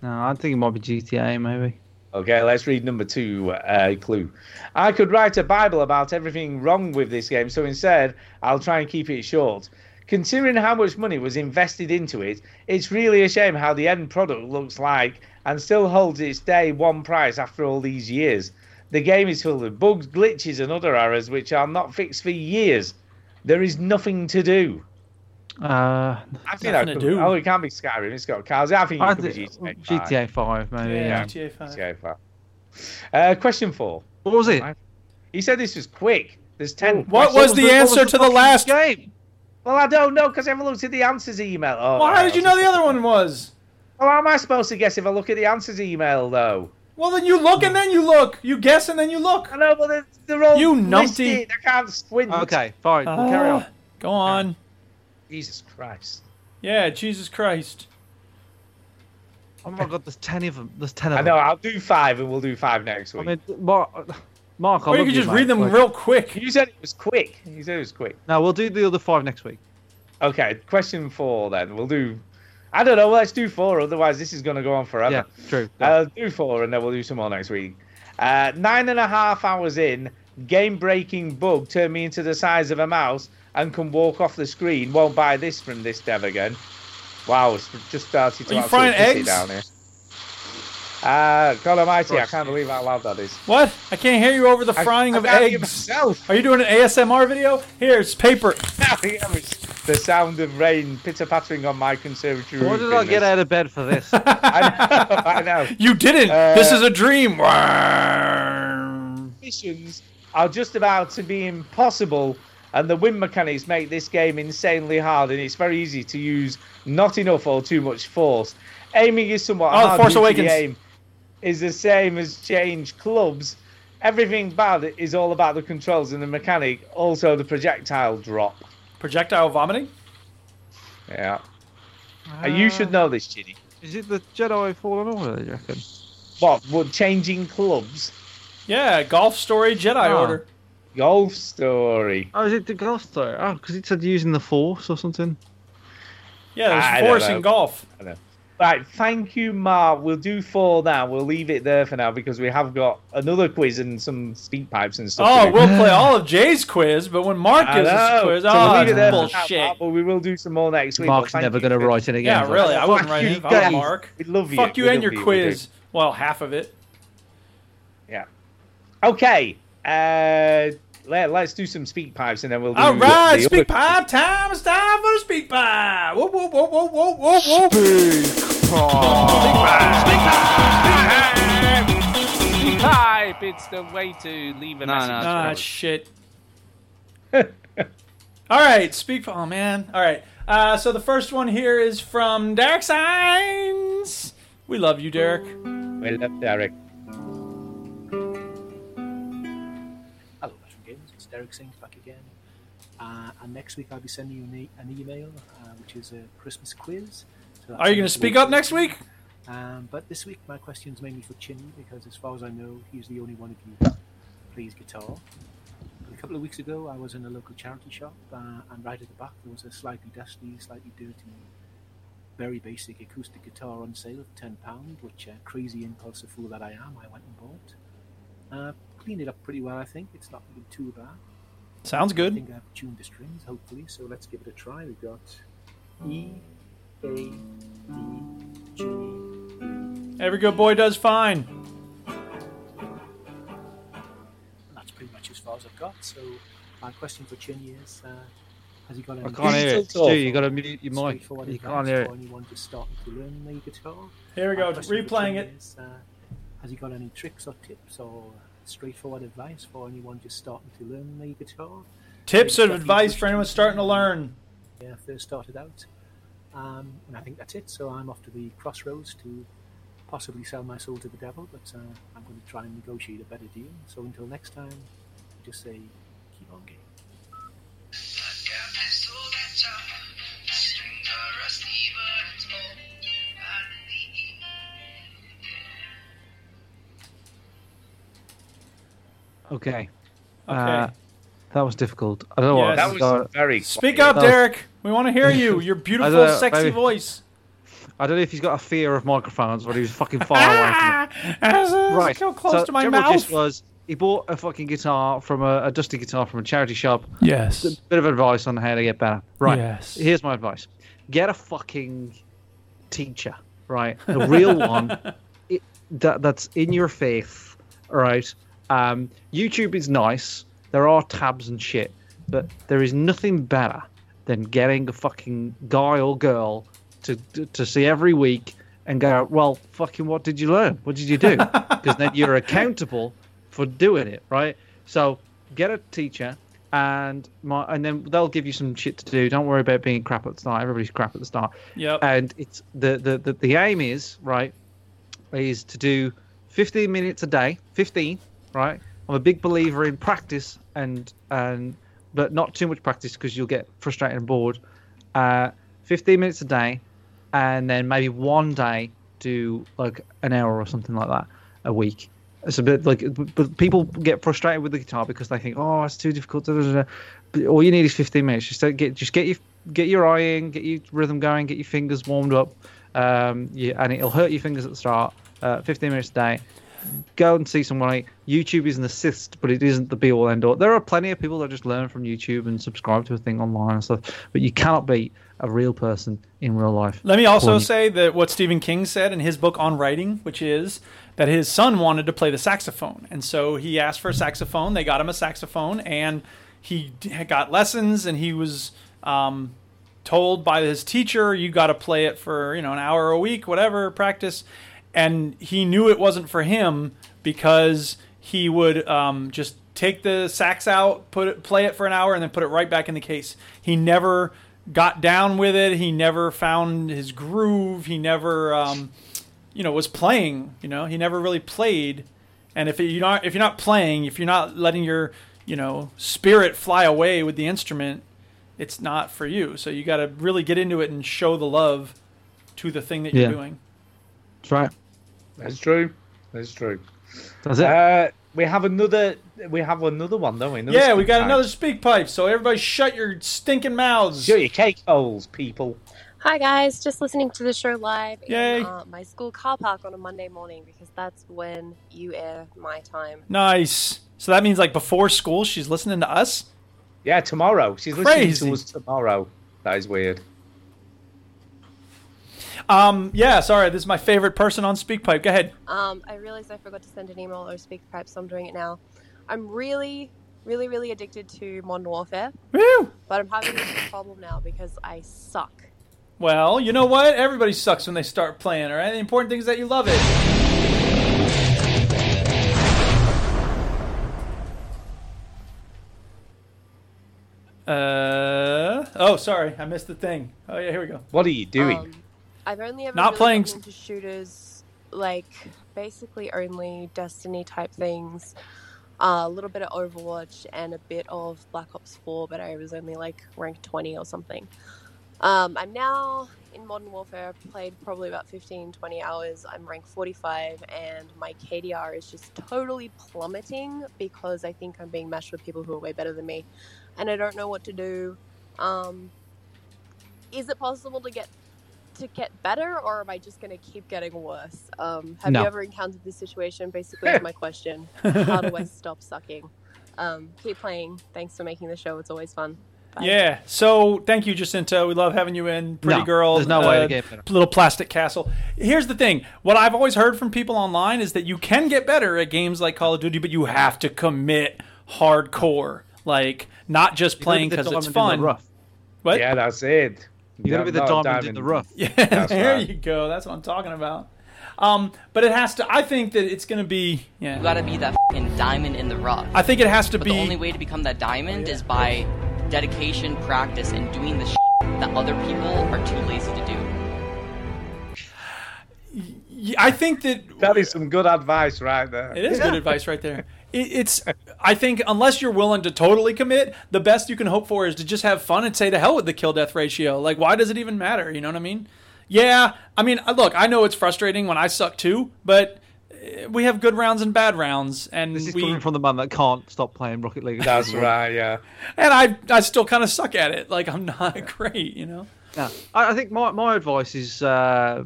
No, I think it might be GTA, maybe. Okay, let's read number two uh, clue. I could write a Bible about everything wrong with this game, so instead, I'll try and keep it short. Considering how much money was invested into it, it's really a shame how the end product looks like and still holds its day one price after all these years. The game is filled with bugs, glitches, and other errors which are not fixed for years. There is nothing to do. Uh, I think Nothing that to could, do. Oh, it can't be Skyrim. It's got cars. I think it I oh, could thi- be GTA. five. GTA 5, maybe. Yeah, Yeah. GTA 5. GTA five. Uh, question four. What was it? He said this was quick. There's ten. What questions. was the answer to the fucking last- game? Well, I don't know because I haven't looked at the answers email. Oh, Well, how did you know the other one was? Well, how am I supposed to guess if I look at the answers email though? Well, then you look and then you look. You guess and then you look. I know, but they're, they're all You listed. numpty. I can't squint. Okay, fine. we'll carry on. Uh, Ah, Go on. Jesus Christ. Yeah, Jesus Christ. Oh my god, there's 10 of them. There's 10 I of know. them. I'll do five, and we'll do five next I week. mean, Mark, Mark I Or you love could just mate, read them like- real quick. you said it was quick. You said it was quick. No, we'll do the other five next week. Okay, question four then. We'll do. I don't know. Let's do four. Otherwise, this is going to go on forever. Yeah, true. I'll do four and then we'll do some more next week. Uh, nine and a half hours in, game breaking bug turned me into the size of a mouse and can walk off the screen. Won't buy this from this dev again. Wow, it's just started to Are you absolutely frying piss it eggs? down here. Uh, God Almighty, I Christ. can't believe how loud that is. What? I can't hear you over the frying I, of I can't hear eggs. myself. [LAUGHS] Are you doing an ASMR video? Here's paper. I think that was the sound of rain pitter pattering on my conservatory. Why roof did in I get this. out of bed [LAUGHS] for this? Uh, I know. I know. [LAUGHS] You didn't. Uh, this is a dream. missions are just about to be impossible, and the win mechanics make this game insanely hard, and it's very easy to use not enough or too much force. Aiming is somewhat Oh, hard. Force due to the Awakens. aim is the same as change clubs. Everything bad is all about the controls and the mechanic, also the projectile drop. Projectile vomiting? Yeah. Uh, you should Ah. know this, Ginny. Is it the Jedi Fallen Order, do you reckon? What? What? Changing clubs? Yeah, golf story Jedi Oh. order. Golf story. Oh, is it the Golf Story? Oh, because it said using the Force or something. Yeah, there's I don't force know. in golf. Right, thank you, Mark. We'll do four now. We'll leave it there for now because we have got another quiz and some speak pipes and stuff. Oh, to do. we'll play all of Jay's quiz, but when Mark I gives us a know. quiz, So oh, we'll leave that's it there for now, bullshit. Mark, but we will do some more next week. Mark's Well, thank never you going to for- write it again. Yeah, really. I wouldn't Fuck write you it if I guys. was Mark. We love you. Fuck you We and love your you, we quiz. Well, half of it. do. Yeah. Okay. Uh, let, let's do some speak pipes and then we'll do. All right, the speak pipe other- time. It's time for the speak pipe. Whoa, whoa, whoa, whoa, whoa, whoa, whoa. Pipe, it's the way to leave a message. Ah, shit. [LAUGHS] All right, speak. Oh man. All right. Uh, so the first one here is from Dark Signs. We love you, Derek. We love Derek. Hello, Veteran Games. It's Derek Sink back again. Uh, and next week I'll be sending you an, e- an email, uh, which is a Christmas quiz. So that's Are you going to next speak week. up next week? Um, but this week my question's mainly for Chinny because, as far as I know, he's the only one of you that plays guitar. A couple of weeks ago, I was in a local charity shop, uh, and right at the back there was a slightly dusty, slightly dirty, very basic acoustic guitar on sale of ten pound, which uh, crazy impulsive fool that I am, I went and bought. Uh, cleaned it up pretty well, I think. It's not been too bad. Sounds I good. think I've tuned the strings, hopefully. So let's give it a try. We've got E, A, E, D, G. Every good boy does fine. And that's pretty much as far as I've got. So my question for Chin is, uh, has he got any? I can't hear it. Stu, you got to mute your mic. Straightforward You advice can't hear it. for anyone to start to learn the guitar? Here we My go, question for replaying Chin it. is, uh, has he got any tricks or tips or straightforward advice for anyone just starting to learn the guitar? Tips Maybe of stuff you advice wish for to anyone starting to learn. yeah, first started out. Um, and I think that's it. So I'm off to the crossroads to possibly sell my soul to the devil, but uh, I'm going to try and negotiate a better deal. So until next time, I just say keep on game. Okay. Uh, Okay. that was difficult. I don't know what. Yes. I don't- Speak up, That was- Derek. We want to hear you. Your [LAUGHS] I beautiful, don't know, sexy maybe- voice. I don't know if he's got a fear of microphones or he was fucking far [LAUGHS] Ah! away from it. Right. Go close so to my general mouth. gist was he bought a fucking guitar from a, a dusty guitar from a charity shop. Yes. A bit of advice on how to get better. Right. Yes. Here's my advice. Get a fucking teacher, right? [LAUGHS] A real one it, that that's in your faith, right? Um, YouTube is nice. There are tabs and shit, but there is nothing better than getting a fucking guy or girl to to, to see every week and go, well, fucking, what did you learn? What did you do? Because then you're accountable for doing it, right? So get a teacher. And my, and then they'll give you some shit to do. Don't worry about being crap at the start. Everybody's crap at the start. Yep. And it's the the, the, the aim is right is to do 15 minutes a day 15 right i'm a big believer in practice and and but not too much practice because you'll get frustrated and bored uh 15 minutes a day and then maybe one day do like an hour or something like that a week it's a bit like but people get frustrated with the guitar because they think oh it's too difficult da, da, da, da." But all you need is 15 minutes just don't get just get your get your eye in get your rhythm going get your fingers warmed up um, you, and it'll hurt your fingers at the start. Uh, 15 minutes a day. Go and see somebody. YouTube is an assist, but it isn't the be all end all. There are plenty of people that just learn from YouTube and subscribe to a thing online and stuff, but you cannot beat a real person in real life. Let me also When you- say that what Stephen King said in his book on writing, which is that his son wanted to play the saxophone. And so he asked for a saxophone. They got him a saxophone and he d- got lessons and he was um, told by his teacher, you got to play it for, you know, an hour a week, whatever, practice. And he knew it wasn't for him because he would um, just take the sax out, put it, play it for an hour, and then put it right back in the case. He never got down with it. He never found his groove. He never, um, you know, was playing. You know, he never really played. And if you're not if you're not playing, if you're not letting your you know spirit fly away with the instrument, it's not for you. So you got to really get into it and show the love to the thing that you're Yeah. doing. That's right. That's true. That's true. That's it. Uh, we have another. We have another one, don't we? Another yeah, we speak got pipe. another speak pipe. So everybody, shut your stinking mouths. Shut your cake holes, people. Hi guys, just listening to the show live Yay. in uh, my school car park on a Monday morning because that's when you air my time. Nice. So that means like before school, she's listening to us. Yeah, tomorrow she's Crazy. listening to us tomorrow. That is weird. Um, yeah, sorry, this is my favorite person on SpeakPipe. Go ahead. Um, I realized I forgot to send an email or speak perhaps, so I'm doing it now. I'm really, really, really addicted to Modern Warfare. Woo! But I'm having a problem now because I suck. Well, you know what? Everybody sucks when they start playing, all right? The important thing is that you love it. Uh oh, sorry, I missed the thing. Oh yeah, here we go. Um, What are you doing? I've only ever Not really playing gotten into shooters like basically only Destiny type things, uh, a little bit of Overwatch and a bit of Black Ops 4, but I was only like rank 20 or something. Um, I'm now in Modern Warfare, I've played probably about 15, 20 hours. I'm rank 45, and my KDR is just totally plummeting because I think I'm being matched with people who are way better than me, and I don't know what to do. Um, is it possible to get to get better, or am I just going to keep getting worse? Um, have No. you ever encountered this situation? Basically, is my question. How do I stop sucking? Um, keep playing. Thanks for making the show. It's always fun. Yeah. So thank you, Jacinta. We love having you in. Pretty No, girl. uh, there's no way to get better. Little plastic castle. Here's the thing. What I've always heard from people online is that you can get better at games like Call of Duty, but you have to commit hardcore. Like not just You gotta playing be the because it's diamond in fun. the [LAUGHS] rough. What? Yeah, that's it. You gotta be the No, diamond, in the rough. Yeah, [LAUGHS] there you go. That's what I'm talking about. Um, but it has to. I think that it's going to be. Yeah. You gotta be that fing diamond in the rough. I think it has to but be- The only way to become that diamond is by dedication, practice, and doing the sh- that other people are too lazy to do. Yeah, I think that that is some good advice right there. It is good advice right there. It, it's, I think, unless you're willing to totally commit, the best you can hope for is to just have fun and say to hell with the kill death ratio. Like, why does it even matter? You know what I mean? Yeah, I mean, uh, look, I know it's frustrating when I suck too, but uh, we have good rounds and bad rounds, and This is we coming from the man that can't stop playing Rocket [LAUGHS] League. That's right. Yeah. and I I still kind of suck at it. Like, I'm not [LAUGHS] great, you know. No, I, I think my, my advice is uh,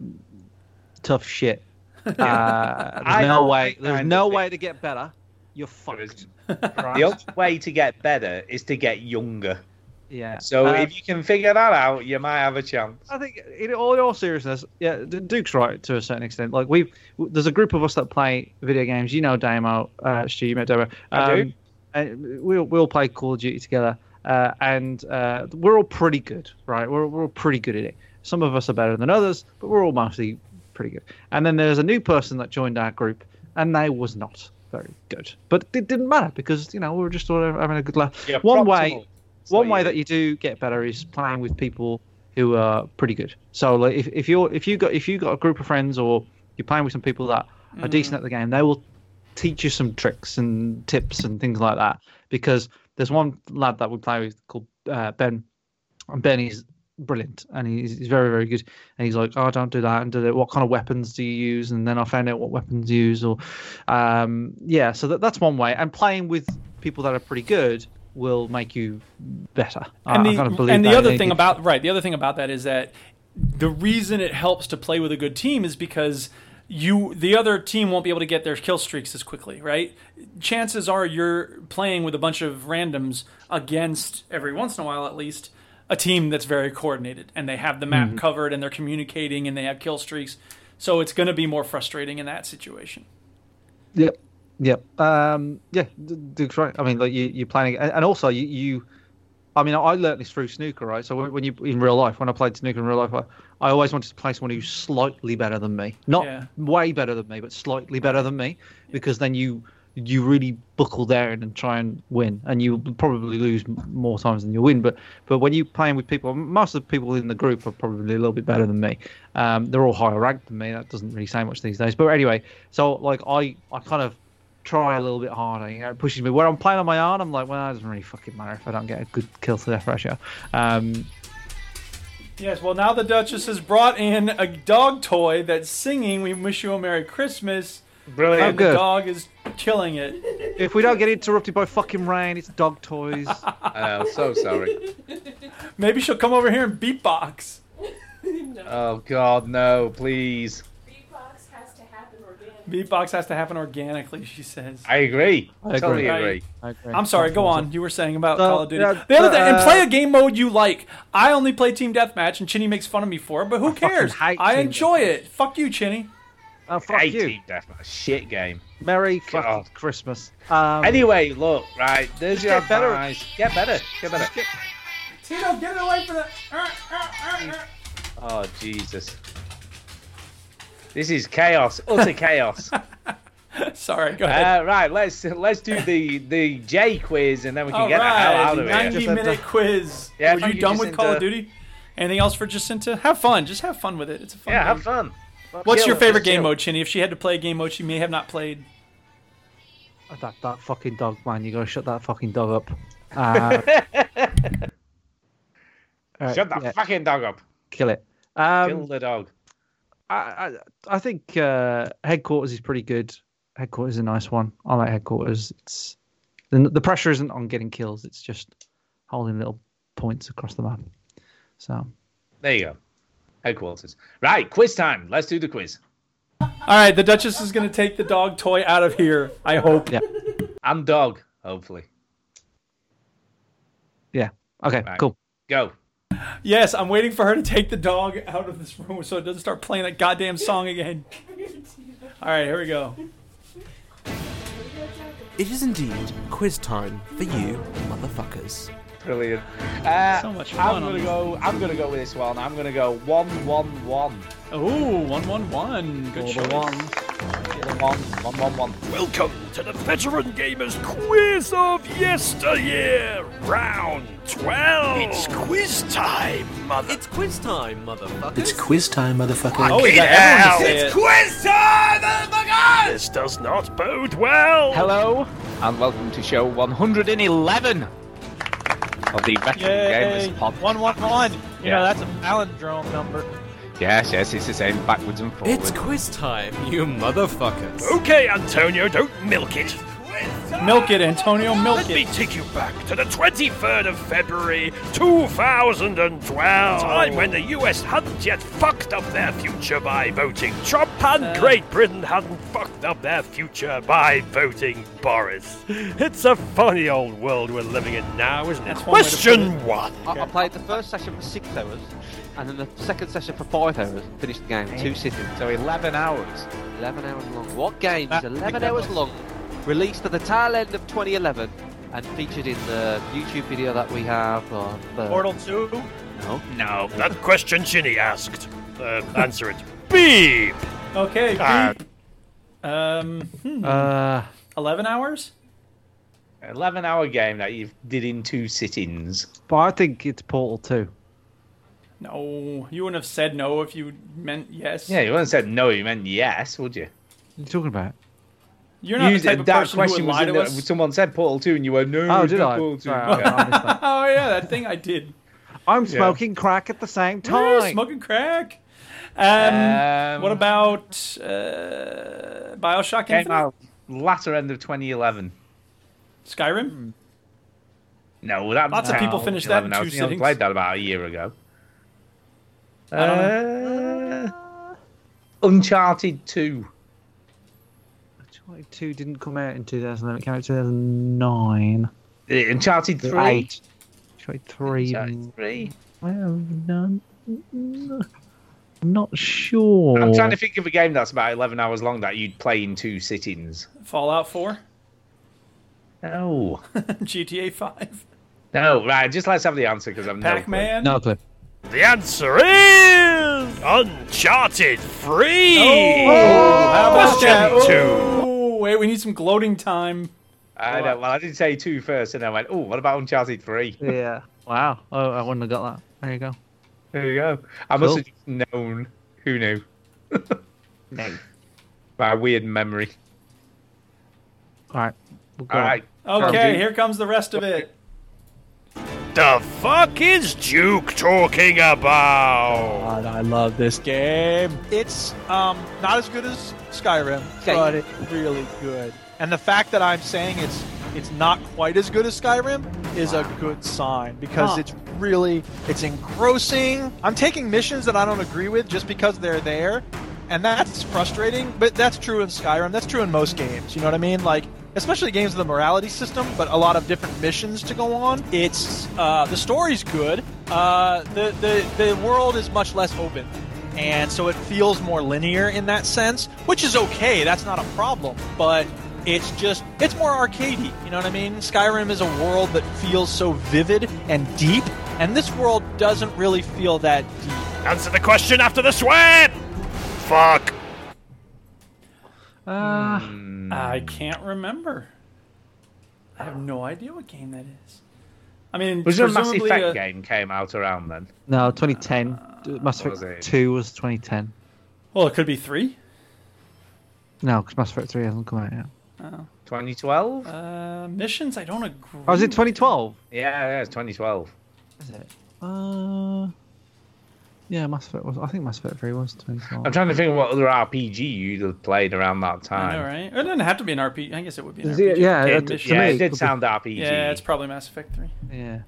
[LAUGHS] tough shit. Uh, I there's no don't way. think There's I'm no the way to get better. You're fucked. [LAUGHS] the only way to get better is to get younger. Yeah. So Uh, if you can figure that out, you might have a chance. I think, in all, in all seriousness, yeah, D- Duke's right to a certain extent. Like we've, w- there's a group of us that play video games. You know, Damo, uh, Stu, you met Damo. Um, I do. And we all- we all play Call of Duty together, uh, and uh, we're all pretty good, right? We're we're all pretty good at it. Some of us are better than others, but we're all mostly pretty good. And then there's a new person that joined our group, and they was not very good. But it didn't matter because you know we were just all having a good laugh. Yeah, One props way them all. one way that you do get better is playing with people who are pretty good. So like if, if you're if you got if you got a group of friends or you're playing with some people that are decent at the game, they will teach you some tricks and tips and things like that. Because there's one lad that we play with called uh, Ben, and Ben is brilliant and he's, he's very very good and he's like oh don't do that and do that what kind of weapons do you use and then i found out what weapons you use or um yeah so that, that's one way and playing with people that are pretty good will make you better and I, the, I gotta believe and the that. other It- thing about right the other thing about that is that the reason it helps to play with a good team is because you the other team won't be able to get their kill streaks as quickly right chances are you're playing with a bunch of randoms against every once in a while at least a team that's very coordinated and they have the map Mhm. covered and they're communicating and they have kill streaks so it's going to be more frustrating in that situation Yep. Yep. Um, yeah, D- Duke's right. I mean, like you, you're planning, and and also you, you, I mean, I learnt this through snooker, right? So when, when you in real life, when I played snooker in real life, I, I always wanted to play someone who's slightly better than me, not Yeah. way better than me, but slightly better than me, because then you you really buckle down and try and win, and you probably lose m- more times than you win. But but when you're playing with people, most of the people in the group are probably a little bit better than me. Um, they're all higher ranked than me. That doesn't really say much these days. But anyway, so like I I kind of try a little bit harder. You know, it pushes me. Where I'm playing on my own, I'm like, well, it doesn't really fucking matter if I don't get a good kill to death ratio. Um, Yes, well, now the Duchess has brought in a dog toy that's singing "We Wish You a Merry Christmas." Brilliant. Oh, And the good. dog is killing it. if we don't get interrupted by fucking rain, it's dog toys. [LAUGHS] I'm Uh, so sorry. Maybe she'll come over here and beatbox. Oh God, no, please. Beatbox has to happen organically, she says. I agree. I totally agree. agree. I agree. I'm sorry, go on. You were saying about So, Call of Duty. yeah, the other thing, and uh, play a game mode you like. I only play Team Deathmatch, and Chinny makes fun of me for it, but who cares? I, hate Team enjoy it. Fuck you, Chinny. Oh, fuck Hate you. Team Deathmatch. Shit game. Merry fucking God. Christmas. Um, Anyway, look, right. There's Just your get better. advice. Get better. Get better. Tito, get it away from the. Oh Jesus. This is chaos. Utter [LAUGHS] chaos. [LAUGHS] Sorry, go ahead. Uh, right, let's let's do the the J quiz and then we can All get the hell out of right, here. 90 minute quiz. Yeah, Were thank you you, done with Call of Jacinta. Duty? Anything else for Jacinta? Have fun. Just have fun with it. It's a fun Yeah, game. have fun. What's Kill your him, favorite just game kill mode, Chinny? If she had to play a game mode she may have not played. Oh, That that fucking dog, man! You gotta shut that fucking dog [LAUGHS] up. Uh, alright, Shut the yeah, fucking dog up. kill it. Um, Kill the dog. I, I I think uh, headquarters is pretty good. Headquarters is a nice one. I like headquarters. It's the, the pressure isn't on getting kills. It's just holding little points across the map. So There you go. Headquarters. Right, quiz time. Let's do the quiz. All right, the Duchess is going to take the dog toy out of here. I hope. Yeah. And dog, hopefully. yeah, okay, Right. cool. Go. Yes, I'm waiting for her to take the dog out of this room so it doesn't start playing that goddamn song again. All right, here we go. It is indeed quiz time for you, motherfuckers. Brilliant. Uh, So much I'm fun on gonna this. go. I'm gonna go with this one. I'm gonna go one one one. Ooh, one one one. Good choice. One. One, one, one, one. Welcome to the Veteran Gamers Quiz of Yesteryear, round 12. It's quiz time, mother. It's quiz time, motherfucker. It's quiz time, motherfucker. Oh, Fucking hell. It's It's quiz time, motherfucker! This does not bode well. Hello and welcome to show 111 of the Veteran Yay. Gamers Podcast. One one one. You know Yeah. that's a palindrome number. Yes, yes, it's the same backwards and forwards. It's quiz time, you motherfuckers. Okay, Antonio, don't milk it. Milk it, Antonio, milk Let it. me take you back to the 23rd of February, 2012. Time when the US hadn't yet fucked up their future by voting Trump and Great Britain hadn't fucked up their future by voting Boris. It's a funny old world we're living in now, isn't it? Question one. I, I played the first session for six hours, and then the second session for five hours. Finished the game in two sittings, so eleven hours. Eleven hours long. What game is eleven hours long? Released at the tail end of 2011, and featured in the YouTube video that we have of uh, Portal two. No, No, that question Shinny asked. Uh, answer it. Beep! Okay, Ah. Um, hmm. Uh, 11 hours? 11 hour game that you did in two sittings. But I think it's Portal Two. No, you wouldn't have said no if you meant yes. Yeah, you wouldn't have said no, you meant yes, would you? What are you talking about? You're not You- the type of that person who would question was lie in to the- [LAUGHS] us. Someone said Portal 2 and you went, no, Oh, it's did not I? Portal 2. [LAUGHS] Sorry, Yeah. I- I missed that. oh yeah, that thing I did. I'm Yeah. smoking crack at the same Yeah, time. smoking crack. Um, Um, what about uh, Bioshock Came Infinite? out latter end of 2011. Skyrim. No, that Lots of no, people finished that in 11 hours. two You only sittings. played that about a year ago. I don't Uh, Uncharted 2. Uncharted Two didn't come out in 2011. It came out in 2009. Uh, Uncharted 3. Eight. Uncharted Three. Uncharted 3. Well, no, I'm not sure. I'm trying to think of a game that's about 11 hours long that you'd play in two sittings. Fallout [LAUGHS] 4. No. GTA 5. No, right, just let's have the answer because I'm Pac-Man? No clue. The answer is Uncharted 3. Oh, how about Question that? two. Oh, wait, we need some gloating time. I know. Well, I did say two first, and I went, "Oh, what about Uncharted 3? Yeah. Wow. Oh, I wouldn't have got that. There you go. There you go. I must have just known. Who [LAUGHS] knew? no. My weird memory. All right. We'll All right. Okay, here comes the rest of it. The fuck is Duke talking about? God, I love this game. It's um not as good as Skyrim, but it's really good. And the fact that I'm saying it's it's not quite as good as Skyrim is a good sign because Huh. it's really it's engrossing. I'm taking missions that I don't agree with just because they're there, and that's frustrating. But that's true in Skyrim. That's true in most games. You know what I mean? Like especially games with a morality system, but a lot of different missions to go on. It's uh, the story's good. Uh, the the the world is much less open, and so it feels more linear in that sense, which is okay. That's not a problem, but. It's just, it's more arcadey, you know what I mean? Skyrim is a world that feels so vivid and deep, and this world doesn't really feel that deep. Answer the question after the swear. Fuck. Uh, Mm. I can't remember. I have no idea what game that is. I mean, Was there a Mass presumably uh, Effect a- game came out around then? No, 2010. Mass Effect was it? 2 was 2010. Well, it could be three. No, because Mass Effect 3 hasn't come out yet. Oh. 2012? Uh, missions, I don't agree. Oh, is Hmm. it 2012? Yeah, yeah, it's 2012. Is it? Uh, yeah, Mass Effect was. I think Mass Effect 3 was 2012. I'm trying to think of what other RPG you'd have played around that I time. know, right? It doesn't have to be an RPG. I guess it would be an Is RPG. it- yeah, It- that- to yeah, me, it did could be- sound RPG. Yeah, it's probably Mass Effect 3. Yeah.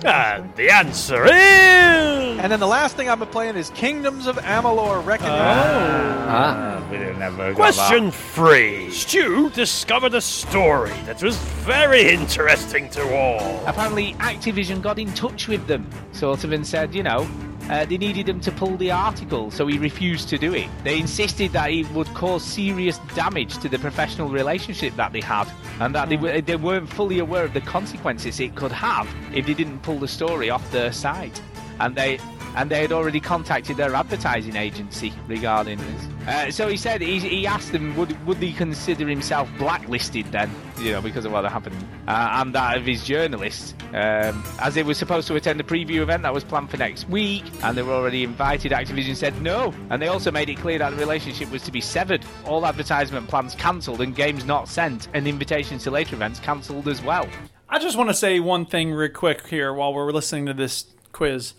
And Ah, the answer is. And then the last thing I've been playing is Kingdoms of Amalur Oh. Reckoning. Ah, we didn't ever got that. Question three. Stu discovered a story that was very interesting to Ah. all. Apparently, Activision got in touch with them, sort of, and said, you know, uh, they needed him to pull the article, so he refused to do it. They insisted that it would cause serious damage to the professional relationship that they had, and that they, were, they weren't fully aware of the consequences it could have if they didn't pull the story off their site. And they and they had already contacted their advertising agency regarding this. Uh, so he said he, he asked them would would he consider himself blacklisted then, you know, because of what happened, uh, and that of his journalists, um, as they were supposed to attend a preview event that was planned for next week, and they were already invited. Activision said no, and they also made it clear that the relationship was to be severed, all advertisement plans cancelled, and games not sent, and invitations to later events cancelled as well. I just want to say one thing real quick here while we're listening to this quiz.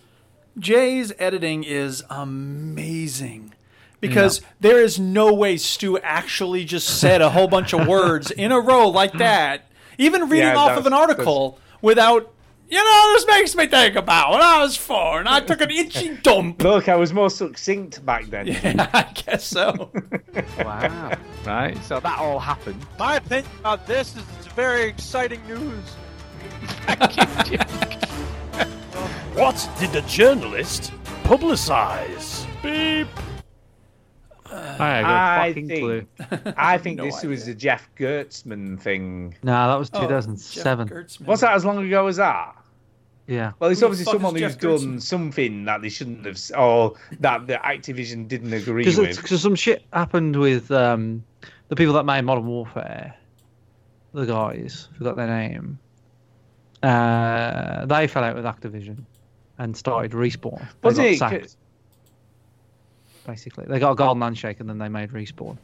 Jay's editing is amazing because there is no way Stu actually just said a whole bunch of words in a row like that, even reading Yeah, off that's- of an article without, you know, this makes me think about when I was four and I took an itchy dump. [LAUGHS] Look, I was more succinct back then. I guess so. wow. [LAUGHS] Right. So that all happened. My opinion about this is it's very exciting news. [LAUGHS] What did the journalist publicize? Beep. I fucking think, clue. I think No this was a Jeff Gertzman thing. No, that was Oh, Oh, 2007. Was that as long ago as that? yeah. Well, it's Who the obviously fuck is someone who's Jeff done Gertzman? something that they shouldn't have, s- or that the Activision didn't agree with. Because some shit happened with um, the people that made Modern Warfare, the guys, forgot their name. Uh, they fell out with Activision and started Respawn. They Wasn't got it? sacked, basically. They got a golden handshake and then they made Respawn.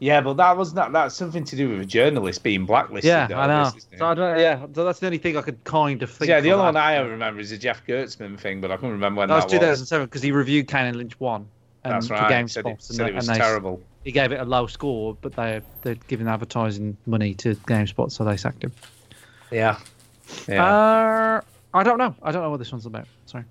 Yeah, but that was not that's something to do with a journalist being blacklisted. yeah, though, I know. this is- So I don't, yeah, so that's the only thing I could kind of think yeah, the of only that. one I remember is the Jeff Gertzman thing, but I can't remember when that was that, 2007 because he reviewed Kane and Lynch one. And That's for right. GameSpot, Said it- and said they- it was and they- terrible. He gave it a low score, but they they'd given advertising money to GameSpot, so they sacked him. Yeah. Yeah. Uh, I don't know. I don't know what this one's about. Sorry.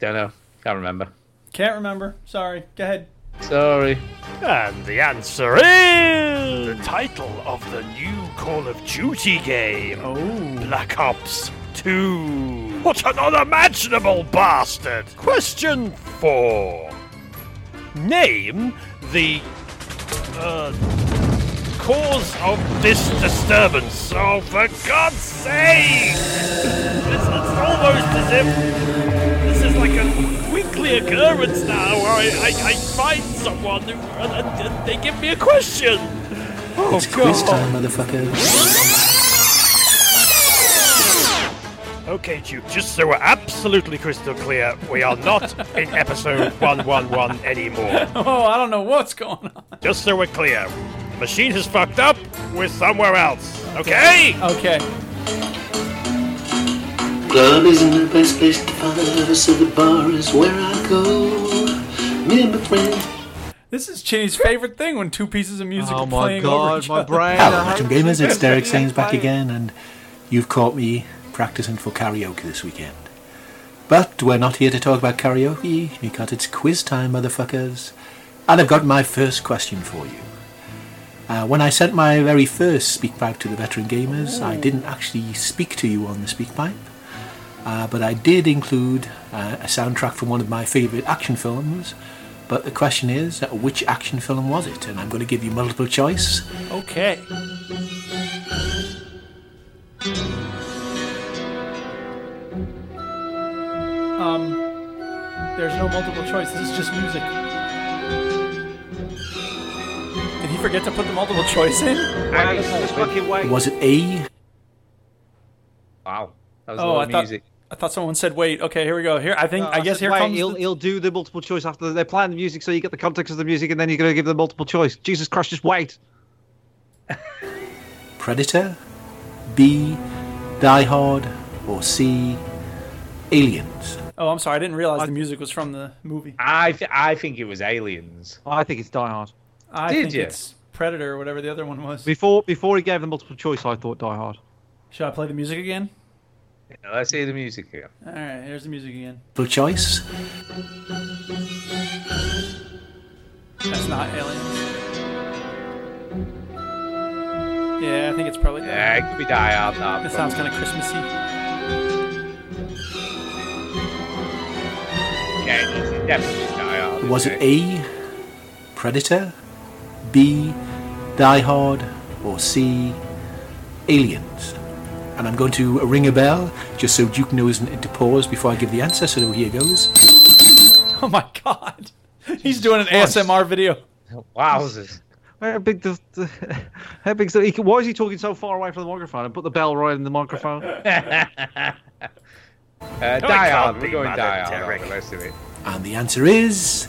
Don't know. Can't remember. Can't remember. Sorry. Go ahead. Sorry. And the answer is the title of the new Call of Duty game. Oh. Black Ops 2. What an unimaginable bastard! Question 4. Name the uh, cause of this disturbance. Oh, for God's sake! This is almost as if this is like a weekly occurrence now where I, I, I find someone who, and, and, and they give me a question. Oh, it's quiz time, motherfucker. Okay, Duke, just so we're absolutely crystal clear, we are not in episode 111 anymore. Oh, I don't know what's going on. Just so we're clear, the machine has fucked up, we're somewhere else, okay? Okay. Club isn't the best place to find, so the bar is where I go. Me and my friends. This is Chinny's favorite thing when two pieces of music Oh are my playing over God, each my other. brain. Hello, Atom Gamers, it's Derek Sains back again, and you've caught me practicing for karaoke this weekend. But we're not here to talk about karaoke, because it's quiz time, motherfuckers. And I've got my first question for you. Uh, when I sent my very first speak pipe to the veteran gamers, I didn't actually speak to you on the speak pipe, uh, but I did include uh, a soundtrack from one of my favourite action films. But the question is, uh, which action film was it? And I'm going to give you multiple choice. Okay. Um, there's no multiple choice. This is just music. Did he forget to put the multiple choice in? Wait, just fucking wait. Was it A? Wow. That was Oh, a lot I of thought music. Oh, I thought someone said, "Wait, okay, here we go." Here, I think, No, I guess said, here wait, comes. He'll, the- he'll do the multiple choice after they're playing the music, so you get the context of the music, and then you're going to give them multiple choice. Jesus Christ, just wait. Predator, B, Die Hard, or C, Aliens. oh, I'm sorry, I didn't realize the music was from the movie. I th- I think it was Aliens. I think it's Die Hard. I Did think you? it's Predator or whatever the other one was. Before before he gave them multiple choice, I thought Die Hard. Should I play the music again? Yeah, let's hear the music here. All right, here's the music again. Multiple choice. That's not aliens. Yeah, I think it's probably. Yeah, it could be Die Hard. That This but- sounds kind of Christmassy. [LAUGHS] Yeah, it is. It definitely is Die Hard. isn't Was it A, Predator, B, Die Hard, or C, Aliens? And I'm going to ring a bell just so Duke knows n- to pause before I give the answer. So here goes. Oh my god, he's doing an ASMR video. Wowzers! How big does the, [LAUGHS] how big's the, he can- why is he talking so far away from the microphone? And put the bell right in the microphone. Uh, No, it die can't Hard. be We're going Mother Die Hard. Derek. aren't we? Let's do it. And the answer is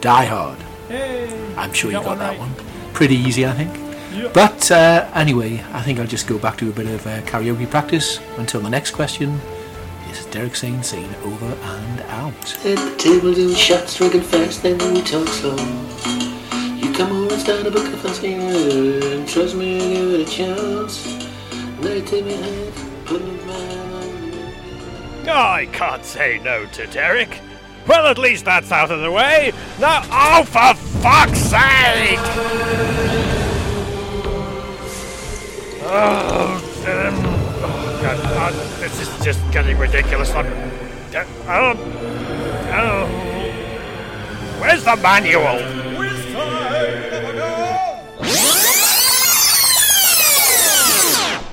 Die Hard. Hey, I'm sure you got got, one right. that one. Pretty easy, I think. Yep. But uh, anyway, I think I'll just go back to a bit of uh, karaoke practice until the next question. This is Derek Sane saying over and out. At table do shots, drinking fast, then we talk slow. You come over and start a book of asking and trust me, I give it a chance. Let it take me hand, put me I can't say no to Derek. Well, at least that's out of the way. Now, oh, for fuck's sake! Oh, um, oh, God, oh, this is just getting ridiculous. I'm, oh, I don't, I don't- Where's the manual?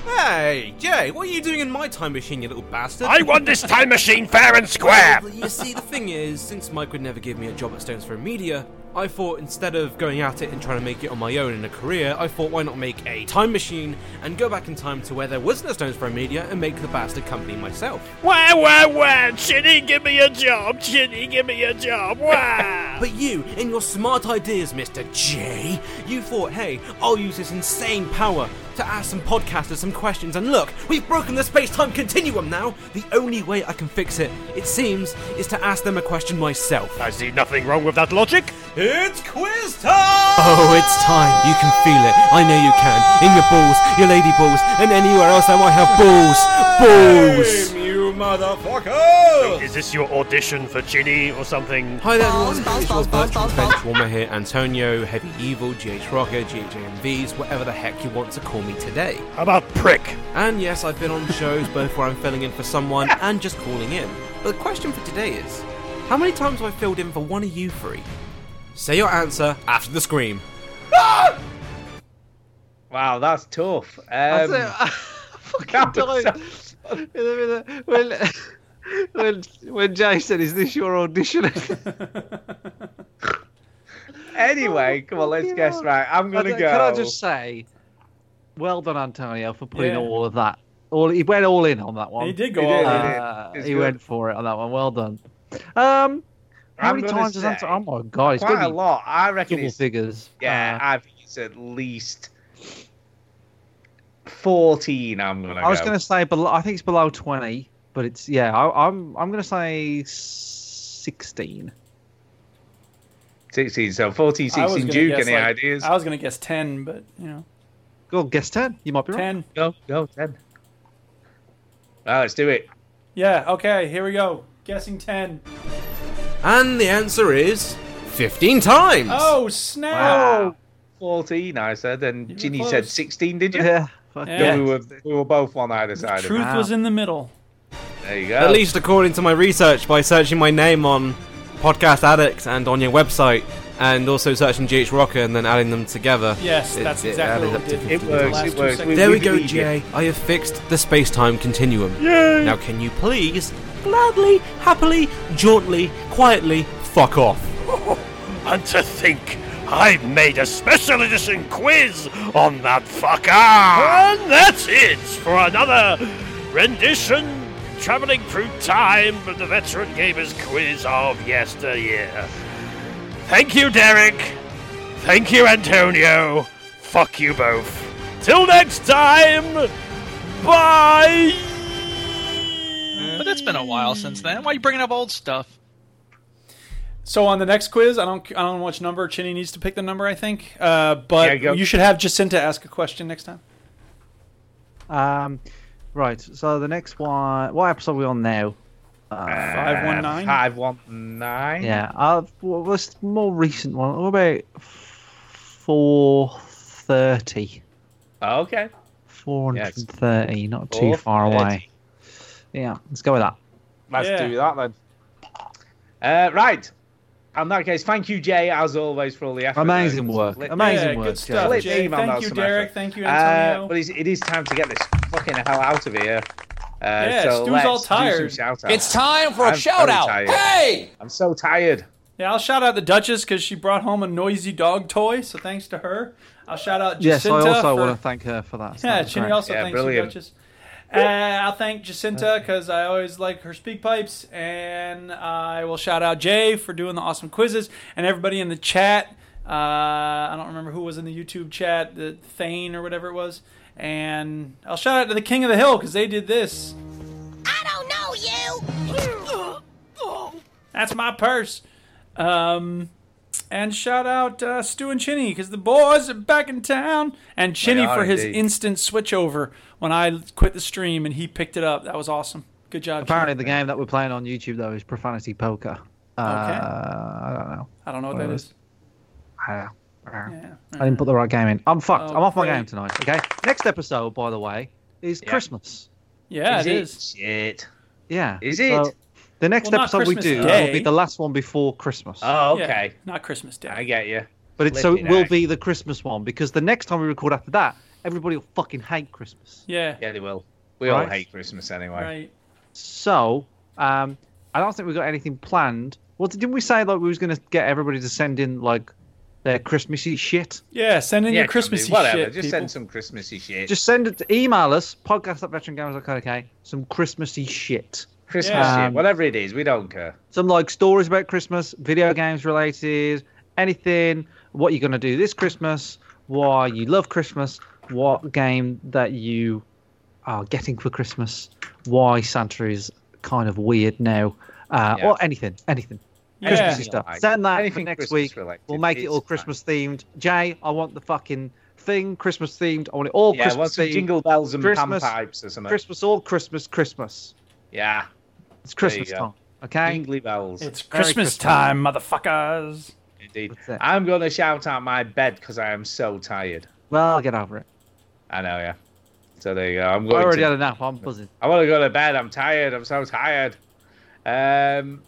Hey, Jay, what are you doing in my time machine, you little bastard? I won this time machine fair and square. Well, you see, the thing is, since Mike would never give me a job at Stones for Media, I thought instead of going at it and trying to make it on my own in a career, I thought why not make a time machine and go back in time to where there was no Stones for Media and make the bastard company myself. Wah, wah, wah! Chinny, give me a job! Chinny, give me a job! Wah! But you, in your smart ideas, Mr. J, you thought, hey, I'll use this insane power to ask some podcasters some questions, and look, we've broken the space time continuum now! The only way I can fix it, it seems, is to ask them a question myself. I see nothing wrong with that logic. It's quiz time! Oh, it's time. You can feel it. I know you can. In your balls, your lady balls, and anywhere else I might have balls. Balls! you motherfucker! Is this your audition for Ginny or something? Hi there, everyone. It's your virtual bench warmer here, Antonio, Heavy Evil, GH Rocker, GHMVs, whatever the heck you want to call me today. How about prick? And yes, I've been on shows both where I'm filling in for someone and just calling in. But the question for today is how many times have I filled in for one of you three? Say your answer after the scream. [LAUGHS] Wow, that's tough. Um, I said- [LAUGHS] I fucking that was died. When- when, when, [LAUGHS] when Jay said, "Is this your audition?" [LAUGHS] anyway, come on, let's guess right. I'm gonna Oh, I- go. Can I just say, well done, Antonio, for putting Yeah. all of that. All he went all in on that [LAUGHS] one. He did go He all in. Uh, It's he good. went for it on that one. Well done. Um, how I'm many gonna times has say Antonio? Oh my god, it's quite gotta a be lot. I reckon double it's figures. yeah. I think it's at least fourteen. I'm gonna. I was go. going to say, below, I think it's below twenty, but it's yeah. I, I'm I'm going to say sixteen. sixteen. So 14, I was 16. gonna Duke, guess, any like- ideas? I was gonna guess ten, but you know, Go on, guess ten. You might be right. ten. Go go ten. Well, let's do it. Yeah. Okay. Here we go. Guessing ten. And the answer is 15 times! Oh snap! Oh, Wow. Fourteen, I said, and were Ginny said close. sixteen. Did you? Yeah. Yeah, we were we were both on either side. Truth of it. was in the middle. There you go. At least according to my research, by searching my name on Podcast Addict and on your website, and also searching GH Rocker and then adding them together. Yes, it- that's it exactly what added up we to did. 15. It works, Last it two works. seconds. There we We go, believe Jay. I have fixed the space time continuum. Yay! Now, can you please, gladly, happily, jauntily, quietly, fuck off? And to think, I've made a special edition quiz on that fucker! And that's it for another rendition, traveling through time for the Veteran Gamers quiz of yesteryear. Thank you, Derek. Thank you, Antonio. Fuck you both. Till next time, bye! But it's been a while since then. Why are you bringing up old stuff? So on the next quiz, I don't I don't know which number Chinny needs to pick the number I think, uh, but go. you should have Jacinta ask a question next time. Um, right. So the next one. What episode are we on now? Uh, Five one nine. Five one nine. Yeah. Uh, what was the more recent one? What about four thirty? Oh, Okay. Four hundred and thirty. Not too far 430. away. Yeah. Let's go with that. Let's Yeah. do that then. Uh, right. In that case, thank you, Jay, as always, for all the effort. Amazing It's work. lit- Amazing Yeah, work, good Jay. stuff, Lit Jay. me, man, Thank that was you, some Derek. effort. Thank you, Uh, Antonio. but it's, it is time to get this fucking hell out of here. Uh, Yeah, so Stu's let's all do some tired. shout-outs. It's time for a I'm so shout-out. tired. Hey! I'm so tired. Yeah, I'll shout out the Duchess because she brought home a noisy dog toy. So thanks to her. I'll shout out Jacinta. yes, I also for- want to thank her for that. So Yeah, that was Chinny great. also thanks you, Duchess. Uh, I'll thank Jacinta because I always like her speak pipes, and I will shout out Jay for doing the awesome quizzes, and everybody in the chat. Uh, I don't remember who was in the YouTube chat, the Thane or whatever it was, and I'll shout out to the King of the Hill because they did this. I don't know you! That's my purse. Um, and shout out uh, Stu and Chinny because the boys are back in town. And Chinny are for his indeed. instant switch over when I quit the stream and he picked it up. That was awesome. Good job. Chinny. Apparently, the game that we're playing on YouTube though is Profanity Poker. Uh, I don't know. I don't know what that Whatever it is. I don't know. I didn't put the right game in. I'm fucked. I'm off my Okay. game tonight. Okay. Next episode, by the way, is Christmas. Yeah, Is it it? is. Shit. Yeah. Is So, it? the next Well, not episode we Christmas do Day. will be the last one before Christmas. Oh, Yeah, okay. not Christmas Day. I get you. But it's, so it Flipping will heck. be the Christmas one because the next time we record after that, everybody will fucking hate Christmas. Yeah. Yeah, they will. We all Right. hate Christmas anyway. Right. So, um, I don't think we've got anything planned. Well, didn't we say like we was going to get everybody to send in like their Christmassy shit? Yeah, send in Yeah, your can be. Christmassy Whatever. shit. Just people. send some Christmassy shit. Just send it. Email us podcast at veterangamers.co.uk some Christmassy shit. Christmas Um, shit. Whatever it is, we don't care. some like stories about Christmas, video games related, anything. What you're gonna do this Christmas? Why you love Christmas? What game that you are getting for Christmas? Why Santa is kind of weird now? Uh, Or anything, anything. Yeah. Christmassy stuff. Like Send that for anything next Christmas week. related We'll make it is all Christmas themed. Jay, I want the fucking thing Christmas themed. I want it all Yeah, I Christmas want some themed. jingle bells and Christmas, panpipes or something. Christmas, all Christmas, Christmas. Yeah. It's There you Christmas go. time. Okay. Jingly bells. It's Merry Christmas, time, motherfuckers. Indeed. I'm going to shout out my bed because I am so tired. Well, I'll get over it. I know, yeah. So there you go. I'm I going already to... had enough. I'm buzzing. I want to go to bed. I'm tired. I'm so tired. Um,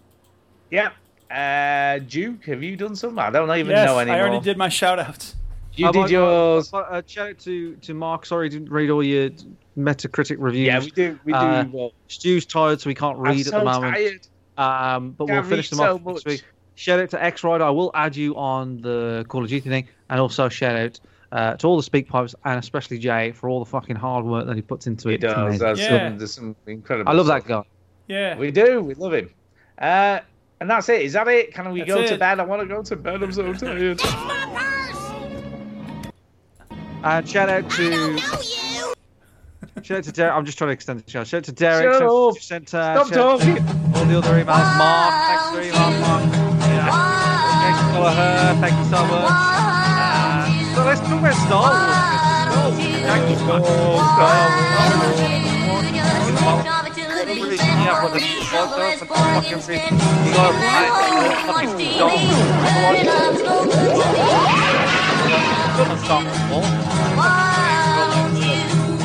yeah. Uh, Duke, have you done something? I don't even Yes, know I anymore. already did my shout outs. You did yours. Uh, shout out to, to Mark. Sorry, I didn't read all your Metacritic reviews. Yeah, we do. We do. Uh, well, Stu's tired, so we can't read I'm at so the moment. tired. Um, but Can't we'll finish read them so off next week. Shout out to X Rider. I will add you on the Call of Duty thing, and also shout out uh, to all the speak pipes and especially Jay for all the fucking hard work that he puts into it. He It's does. amazing. There's, Yeah. some, there's some incredible. I love stuff. that guy. Yeah. We do. We love him. Uh, and that's it. Is that it? Can we That's go to it. bed? I want to go to bed. I'm so tired. Uh, shout out to. Shout out to Derek. I'm just trying to extend the show. Shout out to Derek. Shut shout out up. to Jacinta, Stop shout out to talking. All the other emails. Mark. Thanks for email, Mark. Yeah. Thanks for follow her. Thank you so much. Uh, so let's talk about Star Wars. Thank you so much. Couldn't really see out what the shit was, though, but fucking really- you gotta play it. Fucking Star Wars. Couldn't stop before.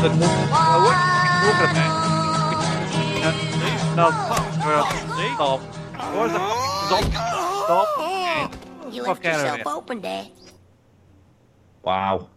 But what- what are you talking about? No, stop. Where the fuck is all- Stop. You Fuck left out of yourself here. open there. Wow.